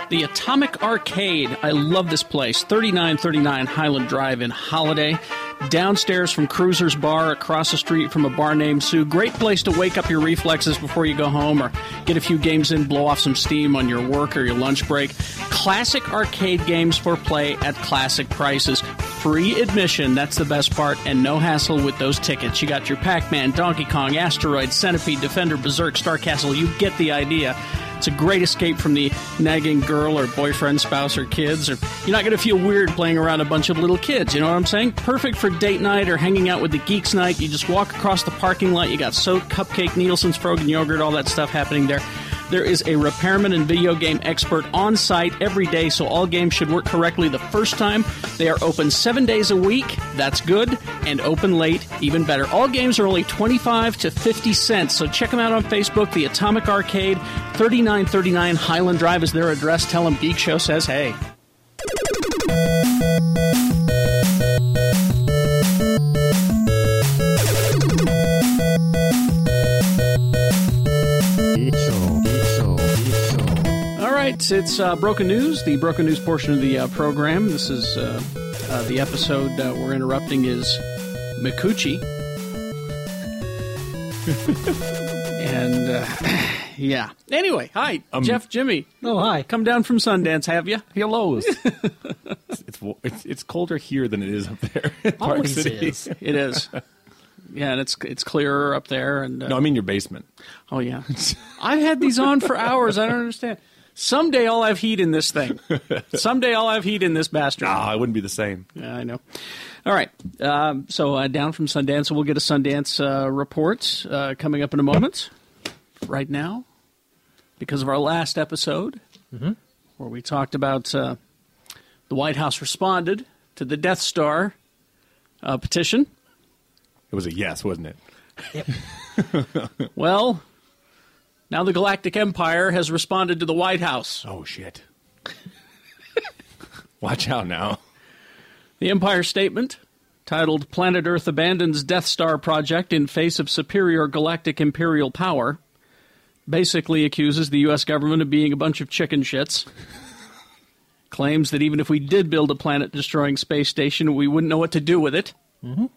Speaker 2: The Atomic Arcade. I love this place. 3939 Highland Drive in Holiday. downstairs from Cruiser's Bar, across the street from a bar named Sue. Great place to wake up your reflexes before you go home or get a few games in, blow off some steam on your work or your lunch break. Classic arcade games for play at classic prices. Free admission, that's the best part, and no hassle with those tickets. You got your Pac Man, Donkey Kong, Asteroid, Centipede, Defender, Berserk, Star Castle. You get the idea. It's a great escape from the nagging girl or boyfriend, spouse, or kids. Or you're not going to feel weird playing around a bunch of little kids. You know what I'm saying? Perfect for date night or hanging out with the geeks night. You just walk across the parking lot. You got soap, cupcake, Nielsen's frozen yogurt, all that stuff happening there. There is a repairman and video game expert on site every day, so all games should work correctly the first time. They are open seven days a week. That's good. And open late, even better. All games are only 25 to 50 cents, so check them out on Facebook. The Atomic Arcade, 3939 Highland Drive is their address. Tell them Geek Show says hey. All right, it's uh, Broken News, the Broken News portion of the uh, program. This is uh, uh, the episode uh, we're interrupting is Mikuchi. and uh, <clears throat> yeah. Anyway, hi, Jeff, Jimmy. Oh, hi. Come down from Sundance, have you? <laughs> Hello.
Speaker 9: It's wa- it's, it's colder here than it is up there. <laughs>
Speaker 2: Always is. It is. Yeah, and it's it's clearer up there. And uh,
Speaker 9: no, I mean your basement.
Speaker 2: Oh yeah, I've had these on for hours. I don't understand. Someday I'll have heat in this thing. Someday I'll have heat in this bastard. Ah,
Speaker 9: it wouldn't be the same.
Speaker 2: Yeah, I know. All right. Um, so uh, down from Sundance, we'll get a Sundance uh, report uh, coming up in a moment. Right now, because of our last episode,
Speaker 5: Mhm.
Speaker 2: where we talked about uh, the White House responded to the Death Star uh, petition.
Speaker 9: It was a yes, wasn't it?
Speaker 2: Well, now the Galactic Empire has responded to the White House.
Speaker 9: Oh, shit. <laughs> Watch out now. <laughs>
Speaker 2: The Empire statement, titled Planet Earth Abandons Death Star Project in Face of Superior Galactic Imperial Power, basically accuses the U.S. government of being a bunch of chicken shits. Claims that even if we did build a planet destroying space station, we wouldn't know what to do with it.
Speaker 5: Mhm.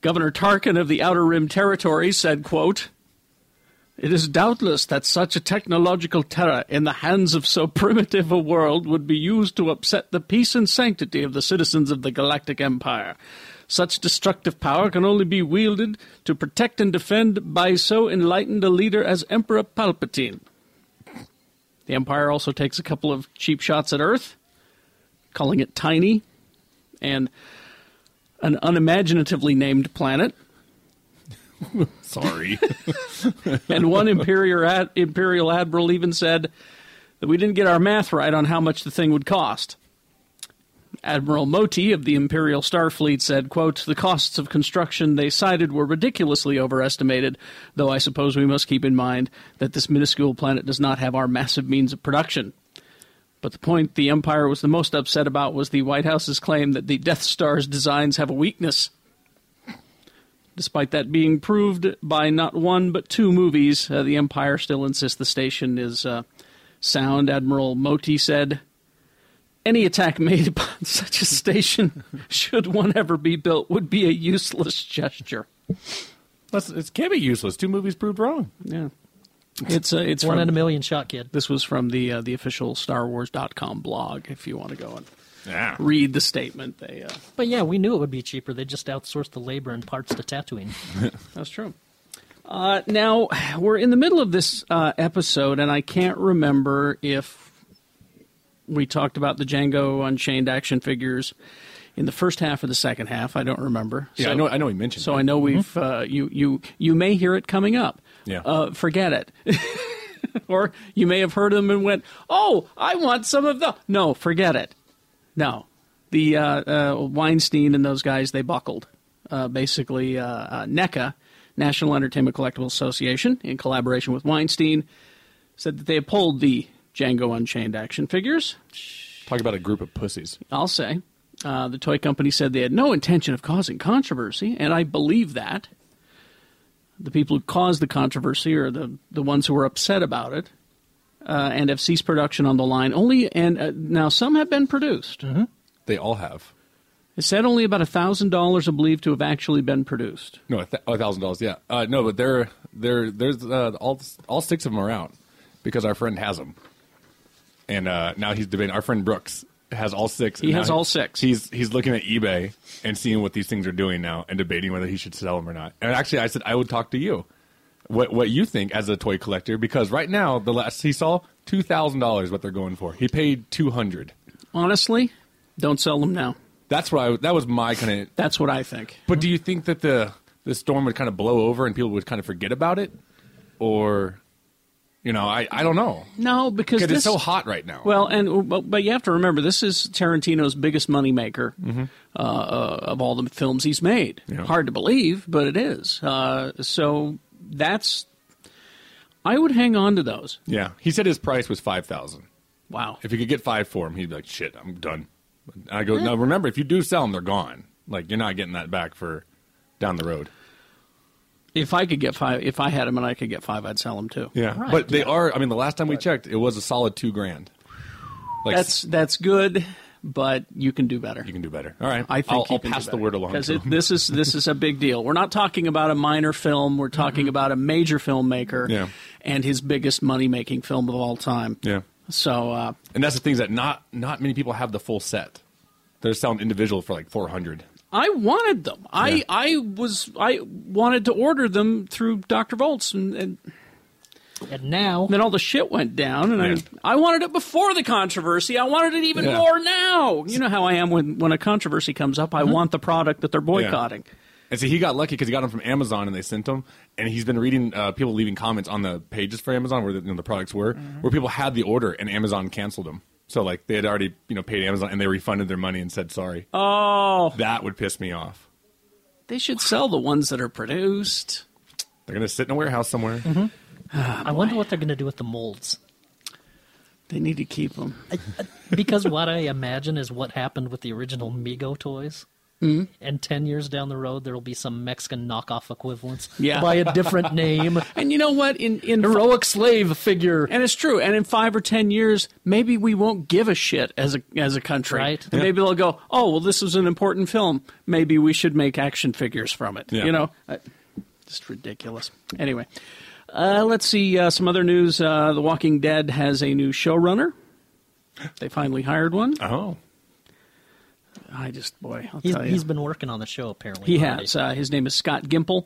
Speaker 2: Governor Tarkin of the Outer Rim Territory said, quote, It is doubtless that such a technological terror in the hands of so primitive a world would be used to upset the peace and sanctity of the citizens of the Galactic Empire. Such destructive power can only be wielded to protect and defend by so enlightened a leader as Emperor Palpatine. The Empire also takes a couple of cheap shots at Earth, calling it tiny and an unimaginatively named planet.
Speaker 9: <laughs> Sorry.
Speaker 2: and one imperial ad- imperial admiral even said that we didn't get our math right on how much the thing would cost. Admiral Moti of the Imperial Starfleet said, quote, "The costs of construction they cited were ridiculously overestimated, though I suppose we must keep in mind that this minuscule planet does not have our massive means of production." But the point the Empire was the most upset about was the White House's claim that the Death Star's designs have a weakness despite that being proved by not one but two movies, uh, the Empire still insists the station is uh, sound. Admiral Moti said, "Any attack made <laughs> upon such a station, <laughs> should one ever be built, would be a useless gesture."
Speaker 9: That's, it can't be useless. Two movies proved wrong.
Speaker 2: Yeah, it's uh, it's
Speaker 5: One
Speaker 2: from,
Speaker 5: in a million shot kid.
Speaker 2: This was from the uh, the official StarWars.com blog. If you want to go and
Speaker 9: Yeah.
Speaker 2: read the statement, they uh,
Speaker 5: But yeah, we knew it would be cheaper. They just outsourced the labor and parts to Tatooine.
Speaker 2: That's true. Uh, now we're in the middle of this uh, episode, and I can't remember if we talked about the Django Unchained action figures in the first half or the second half. I don't remember.
Speaker 9: Yeah, I know- I know he mentioned
Speaker 2: So
Speaker 9: that.
Speaker 2: I know we've uh, you you you may hear it coming up.
Speaker 9: Yeah.
Speaker 2: Uh, forget it. <laughs> or you may have heard them and went, "Oh, I want some of the." No, forget it. No, the uh, uh, Weinstein and those guys they buckled. Uh, basically, uh, uh, NECA, National Entertainment Collectibles Association, in collaboration with Weinstein, said that they had pulled the Django Unchained action figures.
Speaker 9: Talk about a group of pussies.
Speaker 2: I'll say. Uh, the toy company said they had no intention of causing controversy, and I believe that. The people who caused the controversy are the, the ones who were upset about it uh, and have ceased production on the line only, and uh, now some have been produced.
Speaker 9: They all have.
Speaker 2: It said only about $1,000 are believed to have actually been produced.
Speaker 9: No, a thou- oh, thousand dollars. Yeah, uh, no, but they're they're there's uh, all all six of them are out because our friend has them, and uh, now he's debating. Our friend Brooks has all six.
Speaker 2: He
Speaker 9: and
Speaker 2: has
Speaker 9: now
Speaker 2: all six.
Speaker 9: He's he's looking at eBay and seeing what these things are doing now and debating whether he should sell them or not. And actually, I said I would talk to you, what what you think as a toy collector because right now the last he saw two thousand dollars what they're going for. He paid two hundred.
Speaker 2: Honestly, don't sell them now.
Speaker 9: That's what I. That was my kind of.
Speaker 2: That's what I think.
Speaker 9: But do you think that the the storm would kind of blow over and people would kind of forget about it, or, you know, I I don't know
Speaker 2: No, because
Speaker 9: it's
Speaker 2: this,
Speaker 9: so hot right now.
Speaker 2: Well, and uh, but, but you have to remember this is Tarantino's biggest moneymaker
Speaker 9: Mm-hmm.
Speaker 2: uh, uh, of all the films he's made. Hard to believe, but it is. Uh, so that's I would hang on to those.
Speaker 9: Yeah, he said his price was five thousand.
Speaker 2: Wow.
Speaker 9: If he could get five for him, he'd be like, "Shit, I'm done." I go now. Remember, if you do sell them, they're gone. Like you're not getting that back for down the road.
Speaker 2: If I could get five, if I had them and I could get five, I'd sell them too.
Speaker 9: Yeah, but they are. I mean, the last time we checked, it was a solid two grand. Like,
Speaker 2: that's that's good, but you can do better. You
Speaker 9: can do better. All right,
Speaker 2: I think
Speaker 9: I'll-
Speaker 2: you
Speaker 9: I'll
Speaker 2: can
Speaker 9: pass
Speaker 2: do
Speaker 9: the
Speaker 2: better.
Speaker 9: word along
Speaker 2: 'Cause
Speaker 9: to
Speaker 2: it-
Speaker 9: him.
Speaker 2: this is this is a big deal. We're not talking about a minor film. We're talking about a major filmmaker
Speaker 9: Mm-hmm. Yeah.
Speaker 2: and his biggest money making film of all time.
Speaker 9: Yeah.
Speaker 2: So uh,
Speaker 9: And that's the thing is that not not many people have the full set. They're selling individual for like four hundred.
Speaker 2: I wanted them. I
Speaker 9: Yeah.
Speaker 2: I was I wanted to order them through Dr. Volts and. and
Speaker 5: and now,
Speaker 2: then all the shit went down, and
Speaker 9: Yeah.
Speaker 2: I, I wanted it before the controversy. I wanted it even
Speaker 9: Yeah.
Speaker 2: more now. You know how I am when, when a controversy comes up. I
Speaker 9: Mm-hmm.
Speaker 2: want the product that they're boycotting.
Speaker 9: And see, he got lucky because he got them from Amazon and they sent them. And he's been reading uh, people leaving comments on the pages for Amazon where the, you know, the products were,
Speaker 2: Mm-hmm.
Speaker 9: where people had the order and Amazon canceled them. So like they had already you know paid Amazon and they refunded their money and said sorry.
Speaker 2: Oh,
Speaker 9: that would piss me off.
Speaker 2: They should sell the ones that are produced.
Speaker 9: They're gonna sit in a warehouse somewhere.
Speaker 2: Mm-hmm.
Speaker 5: I wonder what they're going to do with the molds.
Speaker 2: They need to keep them.
Speaker 5: because what I imagine is what happened with the original Mego toys.
Speaker 2: Mhm.
Speaker 5: And 10 years down the road, there will be some Mexican knockoff equivalents
Speaker 2: Yeah.
Speaker 5: by a different name.
Speaker 2: And you know what? In in
Speaker 5: heroic slave figure.
Speaker 2: <laughs> And it's true. And in five or ten years, maybe we won't give a shit as a as a country. Right. And maybe they'll go, oh well, this was an important film. Maybe we should make action figures from it.
Speaker 5: Yeah.
Speaker 2: You know, I- just ridiculous. Anyway, uh, let's see uh, some other news. Uh, the Walking Dead has a new showrunner. They finally hired one.
Speaker 9: Oh.
Speaker 2: I just boy, I'll
Speaker 5: He's,
Speaker 2: tell you.
Speaker 5: he's been working on the show apparently.
Speaker 2: He
Speaker 5: already.
Speaker 2: has. Uh, his name is Scott Gimple.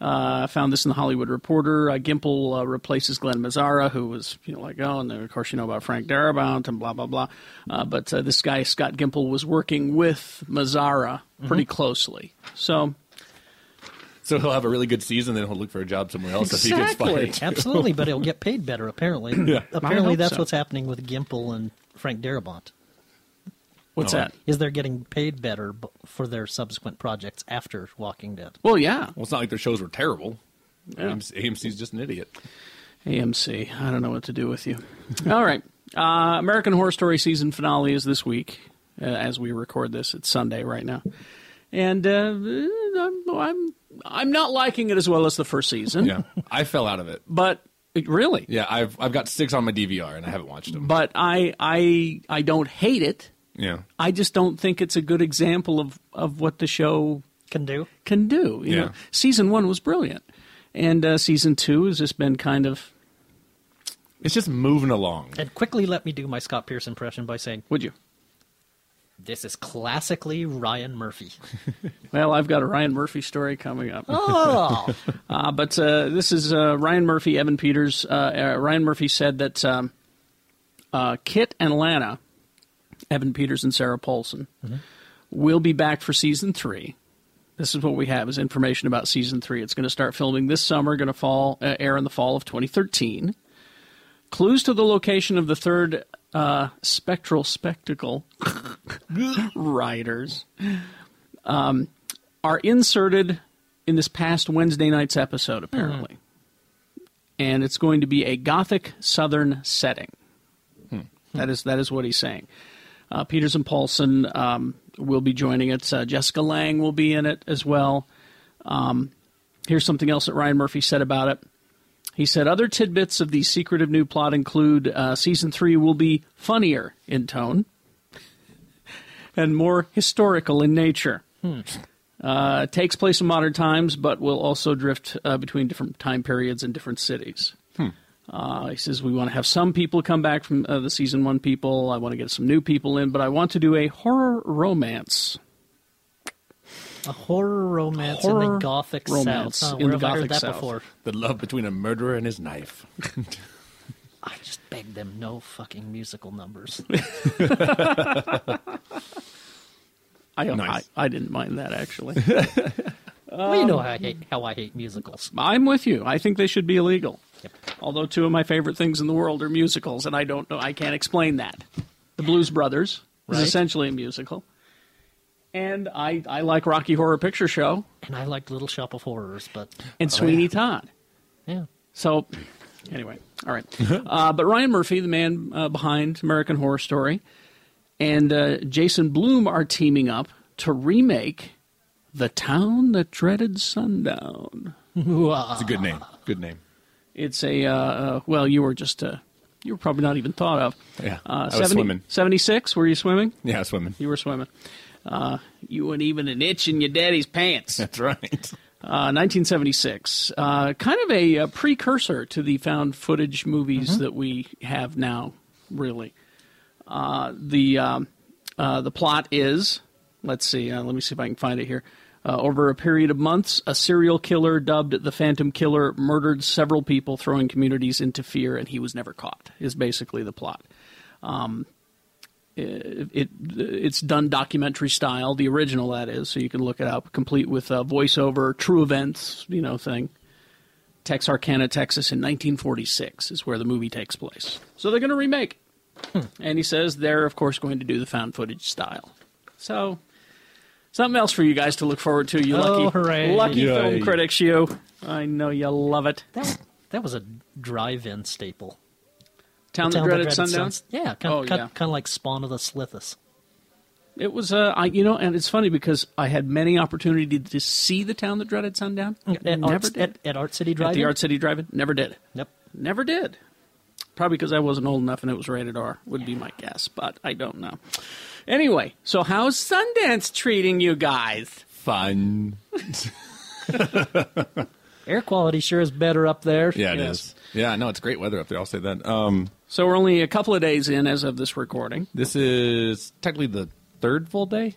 Speaker 2: Uh, I found this in the Hollywood Reporter. Uh, Gimple uh, replaces Glenn Mazzara, who was you know like oh, and then of course you know about Frank Darabont and blah blah blah. Uh, but uh, this guy Scott Gimple was working with Mazzara pretty closely. So
Speaker 9: So he'll have a really good season, then he'll look for a job somewhere else if he gets
Speaker 5: Exactly.
Speaker 9: fired.
Speaker 5: Absolutely, but it'll get paid better apparently.
Speaker 9: Yeah. I
Speaker 5: Apparently
Speaker 9: hope
Speaker 5: that's
Speaker 9: so.
Speaker 5: what's happening with Gimple and Frank Darabont.
Speaker 2: What's Oh. that?
Speaker 5: Is they're getting paid better b- for their subsequent projects after Walking Dead.
Speaker 2: well, yeah.
Speaker 9: Well, it's not like their shows were terrible.
Speaker 2: Yeah.
Speaker 9: AMC's just an idiot.
Speaker 2: <laughs> AMC. I don't know what to do with you. All right. Uh, American Horror Story season finale is this week uh, as we record this. It's Sunday right now. And uh, I'm, I'm, I'm not liking it as well as the first season.
Speaker 9: Yeah, I fell out of it.
Speaker 2: But it- really?
Speaker 9: Yeah, I've I've got six on my DVR and I haven't watched them.
Speaker 2: But I, I, I don't hate it.
Speaker 9: Yeah.
Speaker 2: I just don't think it's a good example of, of what the show
Speaker 5: can do.
Speaker 2: Can do. You
Speaker 9: Yeah.
Speaker 2: know, season one was brilliant, and uh, season two has just been kind of.
Speaker 9: It's just moving along.
Speaker 5: And quickly let me do my Scott Pierce impression by saying,
Speaker 2: "Would you?"
Speaker 5: This is classically Ryan Murphy.
Speaker 2: Well, I've got a Ryan Murphy story coming up.
Speaker 5: Oh.
Speaker 2: uh, but uh, this is uh, Ryan Murphy, Evan Peters. Uh, uh, Ryan Murphy said that um, uh, Kit and Lana, Evan Peters and Sarah Paulson, will be back for season three. This is what we have is information about season three. It's going to start filming this summer, going to fall uh, air in the fall of 2013. Clues to the location of the third uh, spectral spectacle <laughs> riders um, are inserted in this past Wednesday night's episode, apparently. And it's going to be a gothic southern setting. That is that is what he's saying. Uh, Peters and Paulson um, will be joining it. Uh, Jessica Lang will be in it as well. Um, here's something else that Ryan Murphy said about it. He said other tidbits of the secretive new plot include uh, season three will be funnier in tone <laughs> and more historical in nature. Uh, takes place in modern times, but will also drift uh, between different time periods and different cities.
Speaker 12: Hmm.
Speaker 2: Uh, he says, We want to have some people come back from uh, the season one people. I want to get some new people in, but I want to do a horror romance.
Speaker 5: <laughs> A horror romance in the
Speaker 2: Horror
Speaker 5: Gothic
Speaker 2: romance
Speaker 5: South. Huh,
Speaker 2: in the
Speaker 5: where have I
Speaker 2: Gothic
Speaker 5: heard that
Speaker 2: South.
Speaker 5: before?
Speaker 9: The love between a murderer and his knife.
Speaker 5: I just begged them no fucking
Speaker 2: <laughs>
Speaker 5: musical numbers.
Speaker 2: I, don't I, I didn't mind that, actually. <laughs>
Speaker 5: well, you know
Speaker 2: Um,
Speaker 5: how I hate, how I hate musicals.
Speaker 2: I'm with you. I think they should be illegal. Although two of my favorite things in the world are musicals, and I don't know, I can't explain that. The Blues Brothers
Speaker 5: Right.
Speaker 2: is essentially a musical, and I, I like Rocky Horror Picture Show
Speaker 5: And I liked Little Shop of Horrors, but
Speaker 2: and Sweeney Todd.
Speaker 5: Yeah.
Speaker 2: So, anyway, all right. uh, but Ryan Murphy, the man uh, behind American Horror Story, and uh, Jason Bloom are teaming up to remake The Town That Dreaded Sundown.
Speaker 5: it's
Speaker 9: a good name. Good name.
Speaker 2: It's a, uh, uh, well, you were just, uh, you were probably not even thought of.
Speaker 9: Yeah,
Speaker 2: Uh,
Speaker 9: I was
Speaker 2: 70
Speaker 9: swimming.
Speaker 2: 76, were you swimming?
Speaker 9: Yeah, I was swimming.
Speaker 2: You were swimming. Uh, you weren't even an itch in your daddy's pants. That's
Speaker 9: right.
Speaker 2: Uh, 1976, uh, kind of a, uh precursor to the found footage movies
Speaker 5: Mhm.
Speaker 2: that we have now. Really, uh, the um, uh, the plot is let's see, uh, let me see if I can find it here. Uh, over a period of months, a serial killer dubbed the Phantom Killer murdered several people, throwing communities into fear, and he was never caught. Is basically the plot. Um, it, it it's done documentary style, the original that is, so you can look it up, complete with uh, voiceover, true events, you know, thing. Texarkana, Texas, in 1946 is where the movie takes place. So they're going to remake. it. And he says they're, of course, going to do the found footage style. So something else for you guys to look forward to. You
Speaker 5: Oh,
Speaker 2: lucky,
Speaker 5: hooray.
Speaker 2: lucky
Speaker 5: Yay.
Speaker 2: film critics, you. I know you love it.
Speaker 5: That was a drive-in staple.
Speaker 2: Town
Speaker 5: The
Speaker 2: that dreaded sundown.
Speaker 5: Suns- Yeah, kind,
Speaker 2: Oh,
Speaker 5: kind,
Speaker 2: yeah.
Speaker 5: kind of like Spawn of the Slithus.
Speaker 2: It was, uh, I, you know, and it's funny because I had many opportunity to see the town that dreaded sundown.
Speaker 5: uh, At
Speaker 2: Never
Speaker 5: Arts-
Speaker 2: did.
Speaker 5: at- at Art City
Speaker 2: At the
Speaker 5: Drive-In?
Speaker 2: Art City Drive-In, never did.
Speaker 5: Nope.
Speaker 2: Never did. Probably because I wasn't old enough and it was rated R would be my guess, but I don't know. Anyway, so how's Sundance treating you guys?
Speaker 9: Fun.
Speaker 5: Air quality sure is better up there.
Speaker 9: Yeah, it is. Yeah, no, it's great weather up there. I'll say that. Um,
Speaker 2: so we're only a couple of days in as of this recording.
Speaker 9: This is technically the third full day,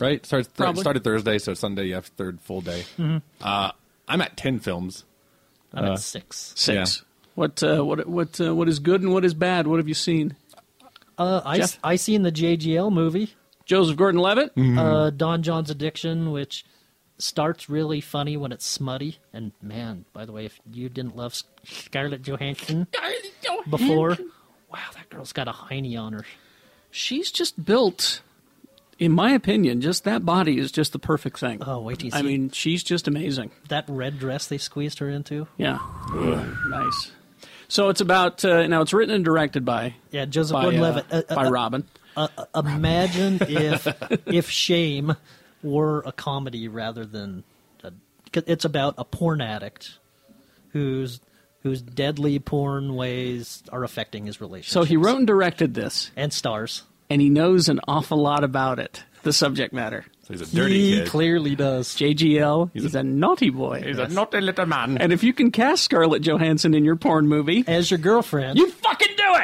Speaker 9: right? Starts th-
Speaker 2: Probably.
Speaker 9: started Thursday, so Sunday you have third full day.
Speaker 2: Mhm.
Speaker 9: Uh, I'm at ten films.
Speaker 5: I'm
Speaker 9: Uh,
Speaker 5: at six.
Speaker 2: Six. What uh, what what uh, what is good and what is bad? What have you seen?
Speaker 5: Uh, I,
Speaker 2: Jeff?
Speaker 5: I seen the JGL movie.
Speaker 2: Joseph Gordon-Levitt.
Speaker 5: Uh, Don John's Addiction, which starts really funny when it's smutty. And man, by the way, if you didn't love Scarlett Johansson before, wow, that girl's got a hiney on her.
Speaker 2: She's just built, in my opinion, just that body is just the perfect thing.
Speaker 5: Oh, wait till you
Speaker 2: I
Speaker 5: see-
Speaker 2: mean, she's just amazing.
Speaker 5: That red dress they squeezed her into.
Speaker 2: Yeah. Nice. So it's about uh, now. It's written and directed by
Speaker 5: yeah Joseph
Speaker 2: by,
Speaker 5: Gordon-Levitt.
Speaker 2: uh,
Speaker 5: Uh, uh,
Speaker 2: by
Speaker 5: uh,
Speaker 2: Robin.
Speaker 5: Uh, uh,
Speaker 2: <laughs>
Speaker 5: imagine if if Shame were a comedy rather than a, 'cause it's about a porn addict whose whose deadly porn ways are affecting his relationship.
Speaker 2: So he wrote and directed this,
Speaker 5: and stars,
Speaker 2: and he knows an awful lot about it, the subject matter.
Speaker 9: So he's
Speaker 5: a dirty He kid. clearly does.
Speaker 2: JGL, he's, a, naughty boy.
Speaker 9: He's a naughty little man.
Speaker 2: and if you can cast Scarlett Johansson in your porn movie
Speaker 5: as your girlfriend,
Speaker 2: you fucking do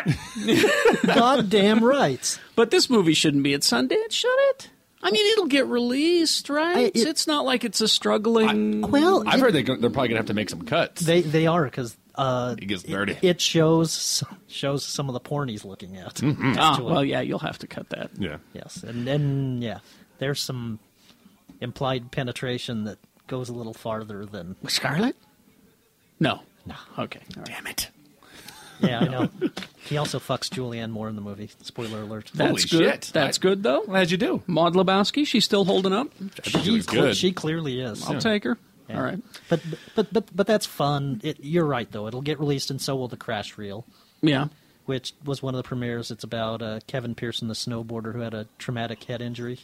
Speaker 2: it.
Speaker 5: <laughs> Goddamn right.
Speaker 2: But this movie shouldn't be at Sundance, should it? I mean, it'll get released, right? it's not like it's a struggling.
Speaker 5: well,
Speaker 9: I've heard they go- they're probably gonna have to make some cuts.
Speaker 5: They they are because uh,
Speaker 9: It gets dirty.
Speaker 5: It shows shows some of the porn he's looking at.
Speaker 9: Mhm.
Speaker 2: Ah,
Speaker 5: actually.
Speaker 2: well, yeah, you'll have to cut that.
Speaker 9: Yeah.
Speaker 5: Yes, and then yeah, there's some implied penetration that goes a little farther than
Speaker 2: Scarlet. No. No. Okay. Damn it.
Speaker 5: Yeah, I <laughs> know. he also fucks Julianne Moore in the movie. Spoiler alert.
Speaker 2: That's good. That's good, though.
Speaker 9: Glad you do.
Speaker 2: Maud Lebowski, she's still holding up.
Speaker 5: She, cle- she clearly is.
Speaker 2: I'll take her.
Speaker 5: Yeah.
Speaker 2: All right.
Speaker 5: But but but but that's fun. It, you're right though. It'll get released, and so will the Crash Reel.
Speaker 2: Yeah.
Speaker 5: Which was one of the premieres. It's about uh, Kevin Pearson, the snowboarder who had a traumatic head injury.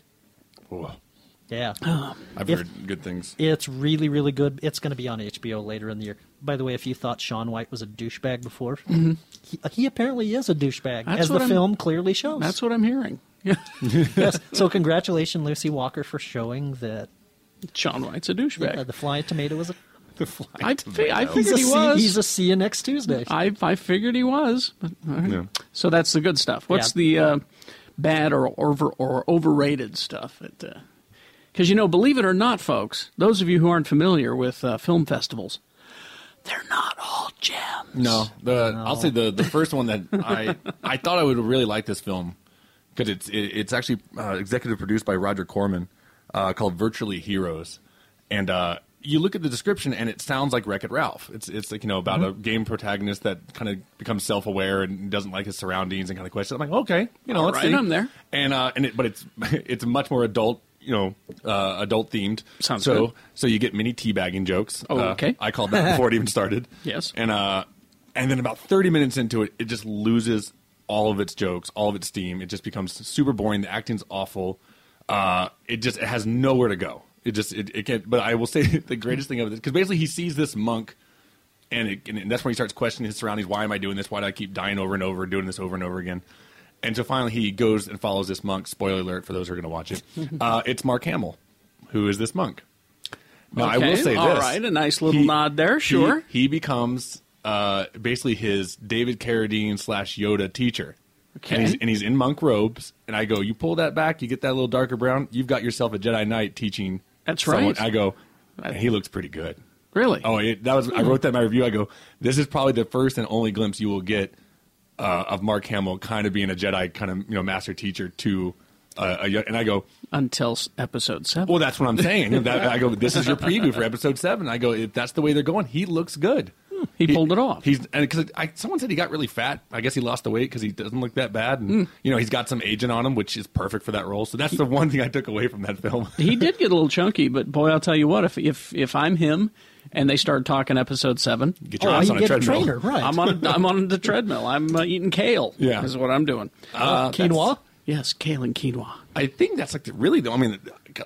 Speaker 5: Yeah.
Speaker 2: Oh.
Speaker 9: I've
Speaker 5: If-
Speaker 9: heard good things.
Speaker 5: It's really, really good. It's going to be on HBO later in the year. By the way, if you thought Sean White was a douchebag before,
Speaker 2: Mhm.
Speaker 5: he, he apparently is a douchebag,
Speaker 2: That's
Speaker 5: as the
Speaker 2: what I'm-
Speaker 5: film clearly shows.
Speaker 2: That's what I'm hearing. <laughs>
Speaker 5: yes. So congratulations, Lucy Walker, for showing that uh,
Speaker 2: John White's a douchebag.
Speaker 5: <laughs> the flying tomato was a
Speaker 9: the flying
Speaker 2: I, fi- I
Speaker 5: He's
Speaker 2: figured
Speaker 5: a
Speaker 2: he
Speaker 5: see-
Speaker 2: was.
Speaker 5: he's a see you next Tuesday.
Speaker 2: I, I figured he was. But, all right.
Speaker 9: Yeah.
Speaker 2: So that's the good stuff. What's
Speaker 5: Yeah.
Speaker 2: the uh, bad or over or overrated stuff? Because you know, believe it or not, folks, those of you who aren't familiar with uh, film festivals, they're not all gems.
Speaker 9: No, the I'll say the the first one that I I thought I would really like this film because it's it, it's actually uh, executive produced by Roger Corman uh, called Virtually Heroes, and uh, you look at the description and it sounds like Wreck It Ralph. It's it's like you know about
Speaker 2: Mm-hmm.
Speaker 9: a game protagonist that kind of becomes self aware and doesn't like his surroundings and kind of questions. I'm like, okay, you know,
Speaker 2: All
Speaker 9: let's
Speaker 2: right,
Speaker 9: see.
Speaker 2: I'm there.
Speaker 9: and uh, and it, but it's <laughs> it's much more adult. You know, uh, adult themed.
Speaker 2: Sounds
Speaker 9: so,
Speaker 2: good.
Speaker 9: So you get many teabagging jokes.
Speaker 2: Oh,
Speaker 9: Uh,
Speaker 2: okay.
Speaker 9: I called that before it even started.
Speaker 2: Yes.
Speaker 9: And uh, and then about thirty minutes into it, it just loses all of its jokes, all of its steam. It just becomes super boring. The acting's awful. Uh, it just it has nowhere to go. It just it, it can't. But I will say <laughs> the greatest thing of it because basically he sees this monk. And, it, and that's when he starts questioning his surroundings. Why am I doing this? Why do I keep dying over and over, doing this over and over again? And so finally, he goes and follows this monk. Spoiler alert for those who are going
Speaker 2: <laughs>
Speaker 9: to watch it. Uh, it's Mark Hamill, who is this monk. Now I
Speaker 2: Okay,
Speaker 9: will say this.
Speaker 2: all right, a nice little nod there,
Speaker 9: he-
Speaker 2: sure.
Speaker 9: He, becomes uh, basically his David Carradine slash Yoda teacher.
Speaker 2: Okay.
Speaker 9: And he's, and he's in monk robes, and I go, you pull that back, you get that little darker brown, you've got yourself a Jedi Knight teaching.
Speaker 2: That's right.
Speaker 9: I go, "Man, he looks pretty good.
Speaker 2: Really?
Speaker 9: Oh, it, that was I wrote that in my review. I go, this is probably the first and only glimpse you will get uh, of Mark Hamill kind of being a Jedi, kind of you know master teacher to uh, a young. And I go,
Speaker 2: Until s- episode seven.
Speaker 9: well, that's what I'm saying. That- I go, this is your preview for episode seven. I go, if that's the way they're going, he looks good.
Speaker 2: he pulled it off.
Speaker 9: He's and because I someone said he got really fat. I guess he lost the weight because he doesn't look that bad. And
Speaker 2: Mm.
Speaker 9: you know he's got some agent on him, which is perfect for that role. So that's the one thing I took away from that film.
Speaker 2: he did get a little chunky, but boy, I'll tell you what, if if if I'm him and they start talking episode seven,
Speaker 9: Get your
Speaker 5: Oh,
Speaker 9: ass
Speaker 5: you
Speaker 9: on a
Speaker 5: get a
Speaker 9: treadmill.
Speaker 5: trainer, right?
Speaker 2: I'm on I'm on the treadmill. I'm uh, eating kale.
Speaker 9: Yeah.
Speaker 2: is what I'm doing.
Speaker 9: Uh,
Speaker 5: Quinoa.
Speaker 2: Yes, kale and quinoa.
Speaker 9: I think that's like the, really though. I mean,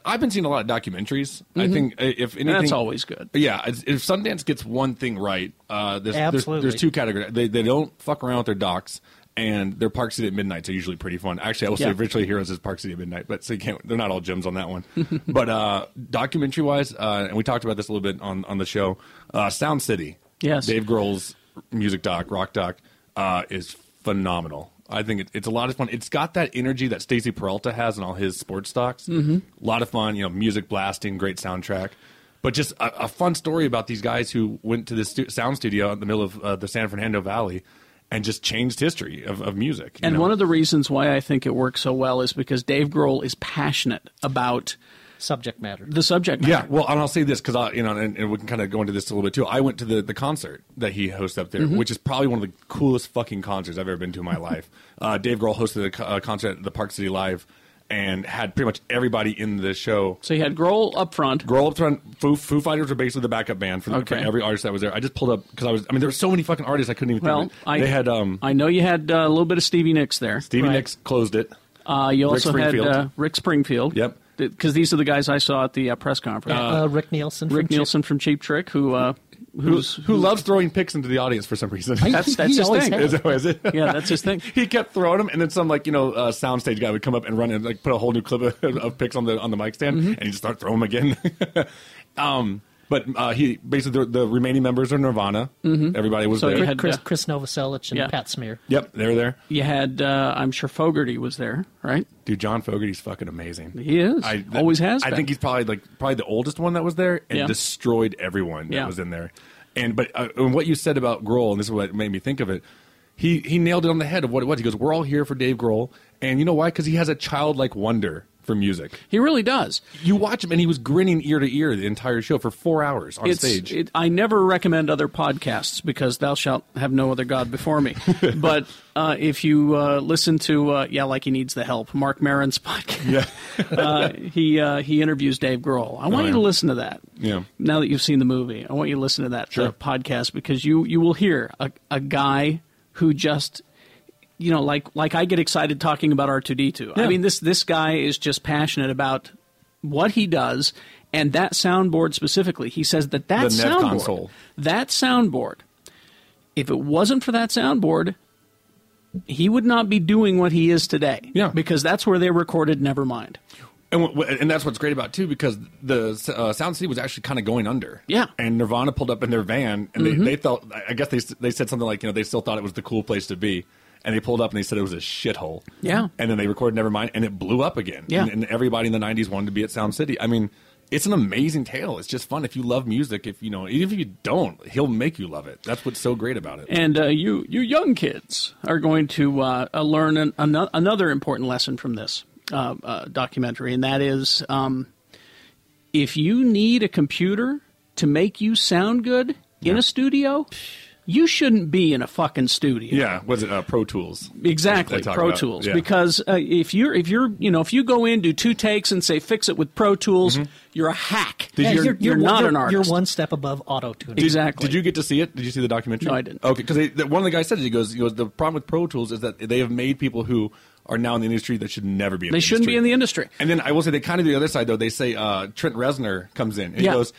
Speaker 9: I've been seeing a lot of documentaries. I think uh, if anything,
Speaker 2: Mm-hmm. That's always good.
Speaker 9: Yeah, it's- if Sundance gets one thing right, uh, there's, there's
Speaker 5: Absolutely.
Speaker 9: there's two categories. They they don't fuck around with their docs. And their Park City at Midnights are usually pretty fun. Actually, I will
Speaker 2: Yeah.
Speaker 9: say Virtually Heroes is Park City at Midnight, but so you can't. They're not all gems on that one. <laughs> but uh, documentary wise, uh, and we talked about this a little bit on on the show. Uh, Sound City,
Speaker 2: Yes.
Speaker 9: Dave Grohl's music doc, rock doc, uh, is phenomenal. I think it, it's a lot of fun. It's got that energy that Stacy Peralta has in all his sports docs. Mm-hmm. A lot of fun, you know, music blasting, great soundtrack, but just a, a fun story about these guys who went to this stu- sound studio in the middle of uh, the San Fernando Valley and just changed history of, of music.
Speaker 2: And one of the reasons why I think it works so well is because Dave Grohl is passionate about
Speaker 5: Subject matter.
Speaker 2: the subject matter.
Speaker 9: yeah, well, and I'll say this because I, you know, and, and we can kind of go into this a little bit too. I went to the, the concert that he hosts up
Speaker 2: Mm-hmm.
Speaker 9: there, which is probably one of the coolest fucking concerts I've ever been to in my
Speaker 2: <laughs>
Speaker 9: life. Uh, Dave Grohl hosted a co- uh, concert at the Park City Live and had pretty much everybody in the show.
Speaker 2: So you had Grohl up front.
Speaker 9: Grohl up front, Foo, Foo Fighters were basically the backup band for, the, for
Speaker 2: Okay.
Speaker 9: every artist that was there. I just pulled up because I was, I mean, there were so many fucking artists I couldn't even.
Speaker 2: well,
Speaker 9: think of it.
Speaker 2: I
Speaker 9: they had um,
Speaker 2: I know you had uh, a little bit of Stevie Nicks there.
Speaker 9: Stevie
Speaker 5: Right.
Speaker 9: Nicks closed it.
Speaker 2: Uh, you
Speaker 9: Rick
Speaker 2: also had
Speaker 9: Springfield.
Speaker 2: uh, Rick Springfield.
Speaker 9: Yep.
Speaker 2: Because these are the guys I saw at the uh, press conference.
Speaker 5: Uh, Rick Nielsen. from
Speaker 2: Rick
Speaker 5: Chi-
Speaker 2: Nielsen from Cheap Trick, who uh, who's
Speaker 9: Who loves throwing picks into the audience for some reason?
Speaker 2: that's that's
Speaker 5: He
Speaker 2: his
Speaker 5: always
Speaker 2: thing.
Speaker 5: has.
Speaker 9: <laughs> Is that- is it?
Speaker 2: Yeah, that's his
Speaker 9: <laughs>
Speaker 2: thing.
Speaker 9: he kept throwing them, and then some like you know uh, soundstage guy would come up and run and like put a whole new clip of, of picks on the on the mic stand,
Speaker 2: Mm-hmm.
Speaker 9: and he just start throwing them again. <laughs> um, but uh, he basically the, the remaining members are Nirvana. Everybody
Speaker 2: Mm-hmm.
Speaker 9: was
Speaker 2: So
Speaker 9: there.
Speaker 2: you had-
Speaker 5: Chris,
Speaker 2: Yeah.
Speaker 5: Chris Novoselic and
Speaker 2: Yeah.
Speaker 5: Pat Smear.
Speaker 9: yep, they were there.
Speaker 2: You had, uh, I'm sure Fogarty was there, right?
Speaker 9: Dude, John Fogerty's fucking amazing.
Speaker 2: He is. Always has
Speaker 9: I
Speaker 2: been.
Speaker 9: think he's probably like probably the oldest one that was there and
Speaker 2: Yeah.
Speaker 9: destroyed everyone that
Speaker 2: Yeah.
Speaker 9: was in there. And but uh, and what you said about Grohl, and this is what made me think of it. He he nailed it on the head of what it was. He goes, "We're all here for Dave Grohl," and you know why? Because he has a childlike wonder for music.
Speaker 2: He really does.
Speaker 9: You watch him, and he was grinning ear to ear the entire show for four hours on
Speaker 2: It's,
Speaker 9: stage.
Speaker 2: it, I never recommend other podcasts because thou shalt have no other God before
Speaker 9: <laughs>
Speaker 2: me. but uh, if you uh, listen to, uh, yeah, like he needs the help, Mark Marin's <laughs> podcast, uh, he, uh, he interviews Dave Grohl. I want
Speaker 9: Oh,
Speaker 2: you to
Speaker 9: yeah.
Speaker 2: listen to that.
Speaker 9: Yeah.
Speaker 2: Now that you've seen the movie, I want you to listen to that
Speaker 9: Sure.
Speaker 2: uh, podcast because you, you will hear a, a guy who just you know, like like I get excited talking about R two D two. I mean, this this guy is just passionate about what he does, and that soundboard specifically. He says that that
Speaker 9: The Nev
Speaker 2: soundboard,
Speaker 9: console.
Speaker 2: that soundboard, if it wasn't for that soundboard, he would not be doing what he is today. Yeah. Because that's where they recorded Nevermind.
Speaker 9: And, wh- wh- and that's what's great about it, too, because the uh, Sound City was actually kind of going under.
Speaker 2: Yeah.
Speaker 9: And Nirvana pulled up in their van, and
Speaker 2: Mhm.
Speaker 9: they, they thought, I- I guess they s- they said something like, you know, they still thought it was the cool place to be, and they pulled up and they said it was a shithole.
Speaker 2: Yeah.
Speaker 9: And then they recorded Nevermind, and it blew up again.
Speaker 2: Yeah.
Speaker 9: And, and everybody in the '90s wanted to be at Sound City. I mean, it's an amazing tale. It's just fun if you love music. If you know, even if you don't, he'll make you love it. That's what's so great about it.
Speaker 2: And uh, you, you young kids are going to uh, uh, learn an, ano- another important lesson from this uh, uh, documentary, and that is um, if you need a computer to make you sound good in a studio, you shouldn't be in a fucking studio.
Speaker 9: Yeah. Was it uh, Pro Tools?
Speaker 2: Exactly,
Speaker 9: They talk
Speaker 2: Pro
Speaker 9: about-
Speaker 2: Tools.
Speaker 9: yeah.
Speaker 2: Because uh, if you're if you're you know if you go in do two takes and say fix it with Pro Tools,
Speaker 9: Mm-hmm.
Speaker 2: you're a hack. you're, you're not an artist.
Speaker 5: You're one step above auto tuning.
Speaker 9: Did- Did you get to see it? Did you see the documentary?
Speaker 5: No, I didn't.
Speaker 9: Okay, because one of the guys said it, he goes, he goes, the problem with Pro Tools is that they have made people who are now in the industry that should never be. in
Speaker 2: They
Speaker 9: the
Speaker 2: shouldn't
Speaker 9: industry.
Speaker 2: be in the industry.
Speaker 9: And then I will say they kind of do the other side though. They say uh, Trent Reznor comes in and
Speaker 2: Yeah.
Speaker 9: he goes,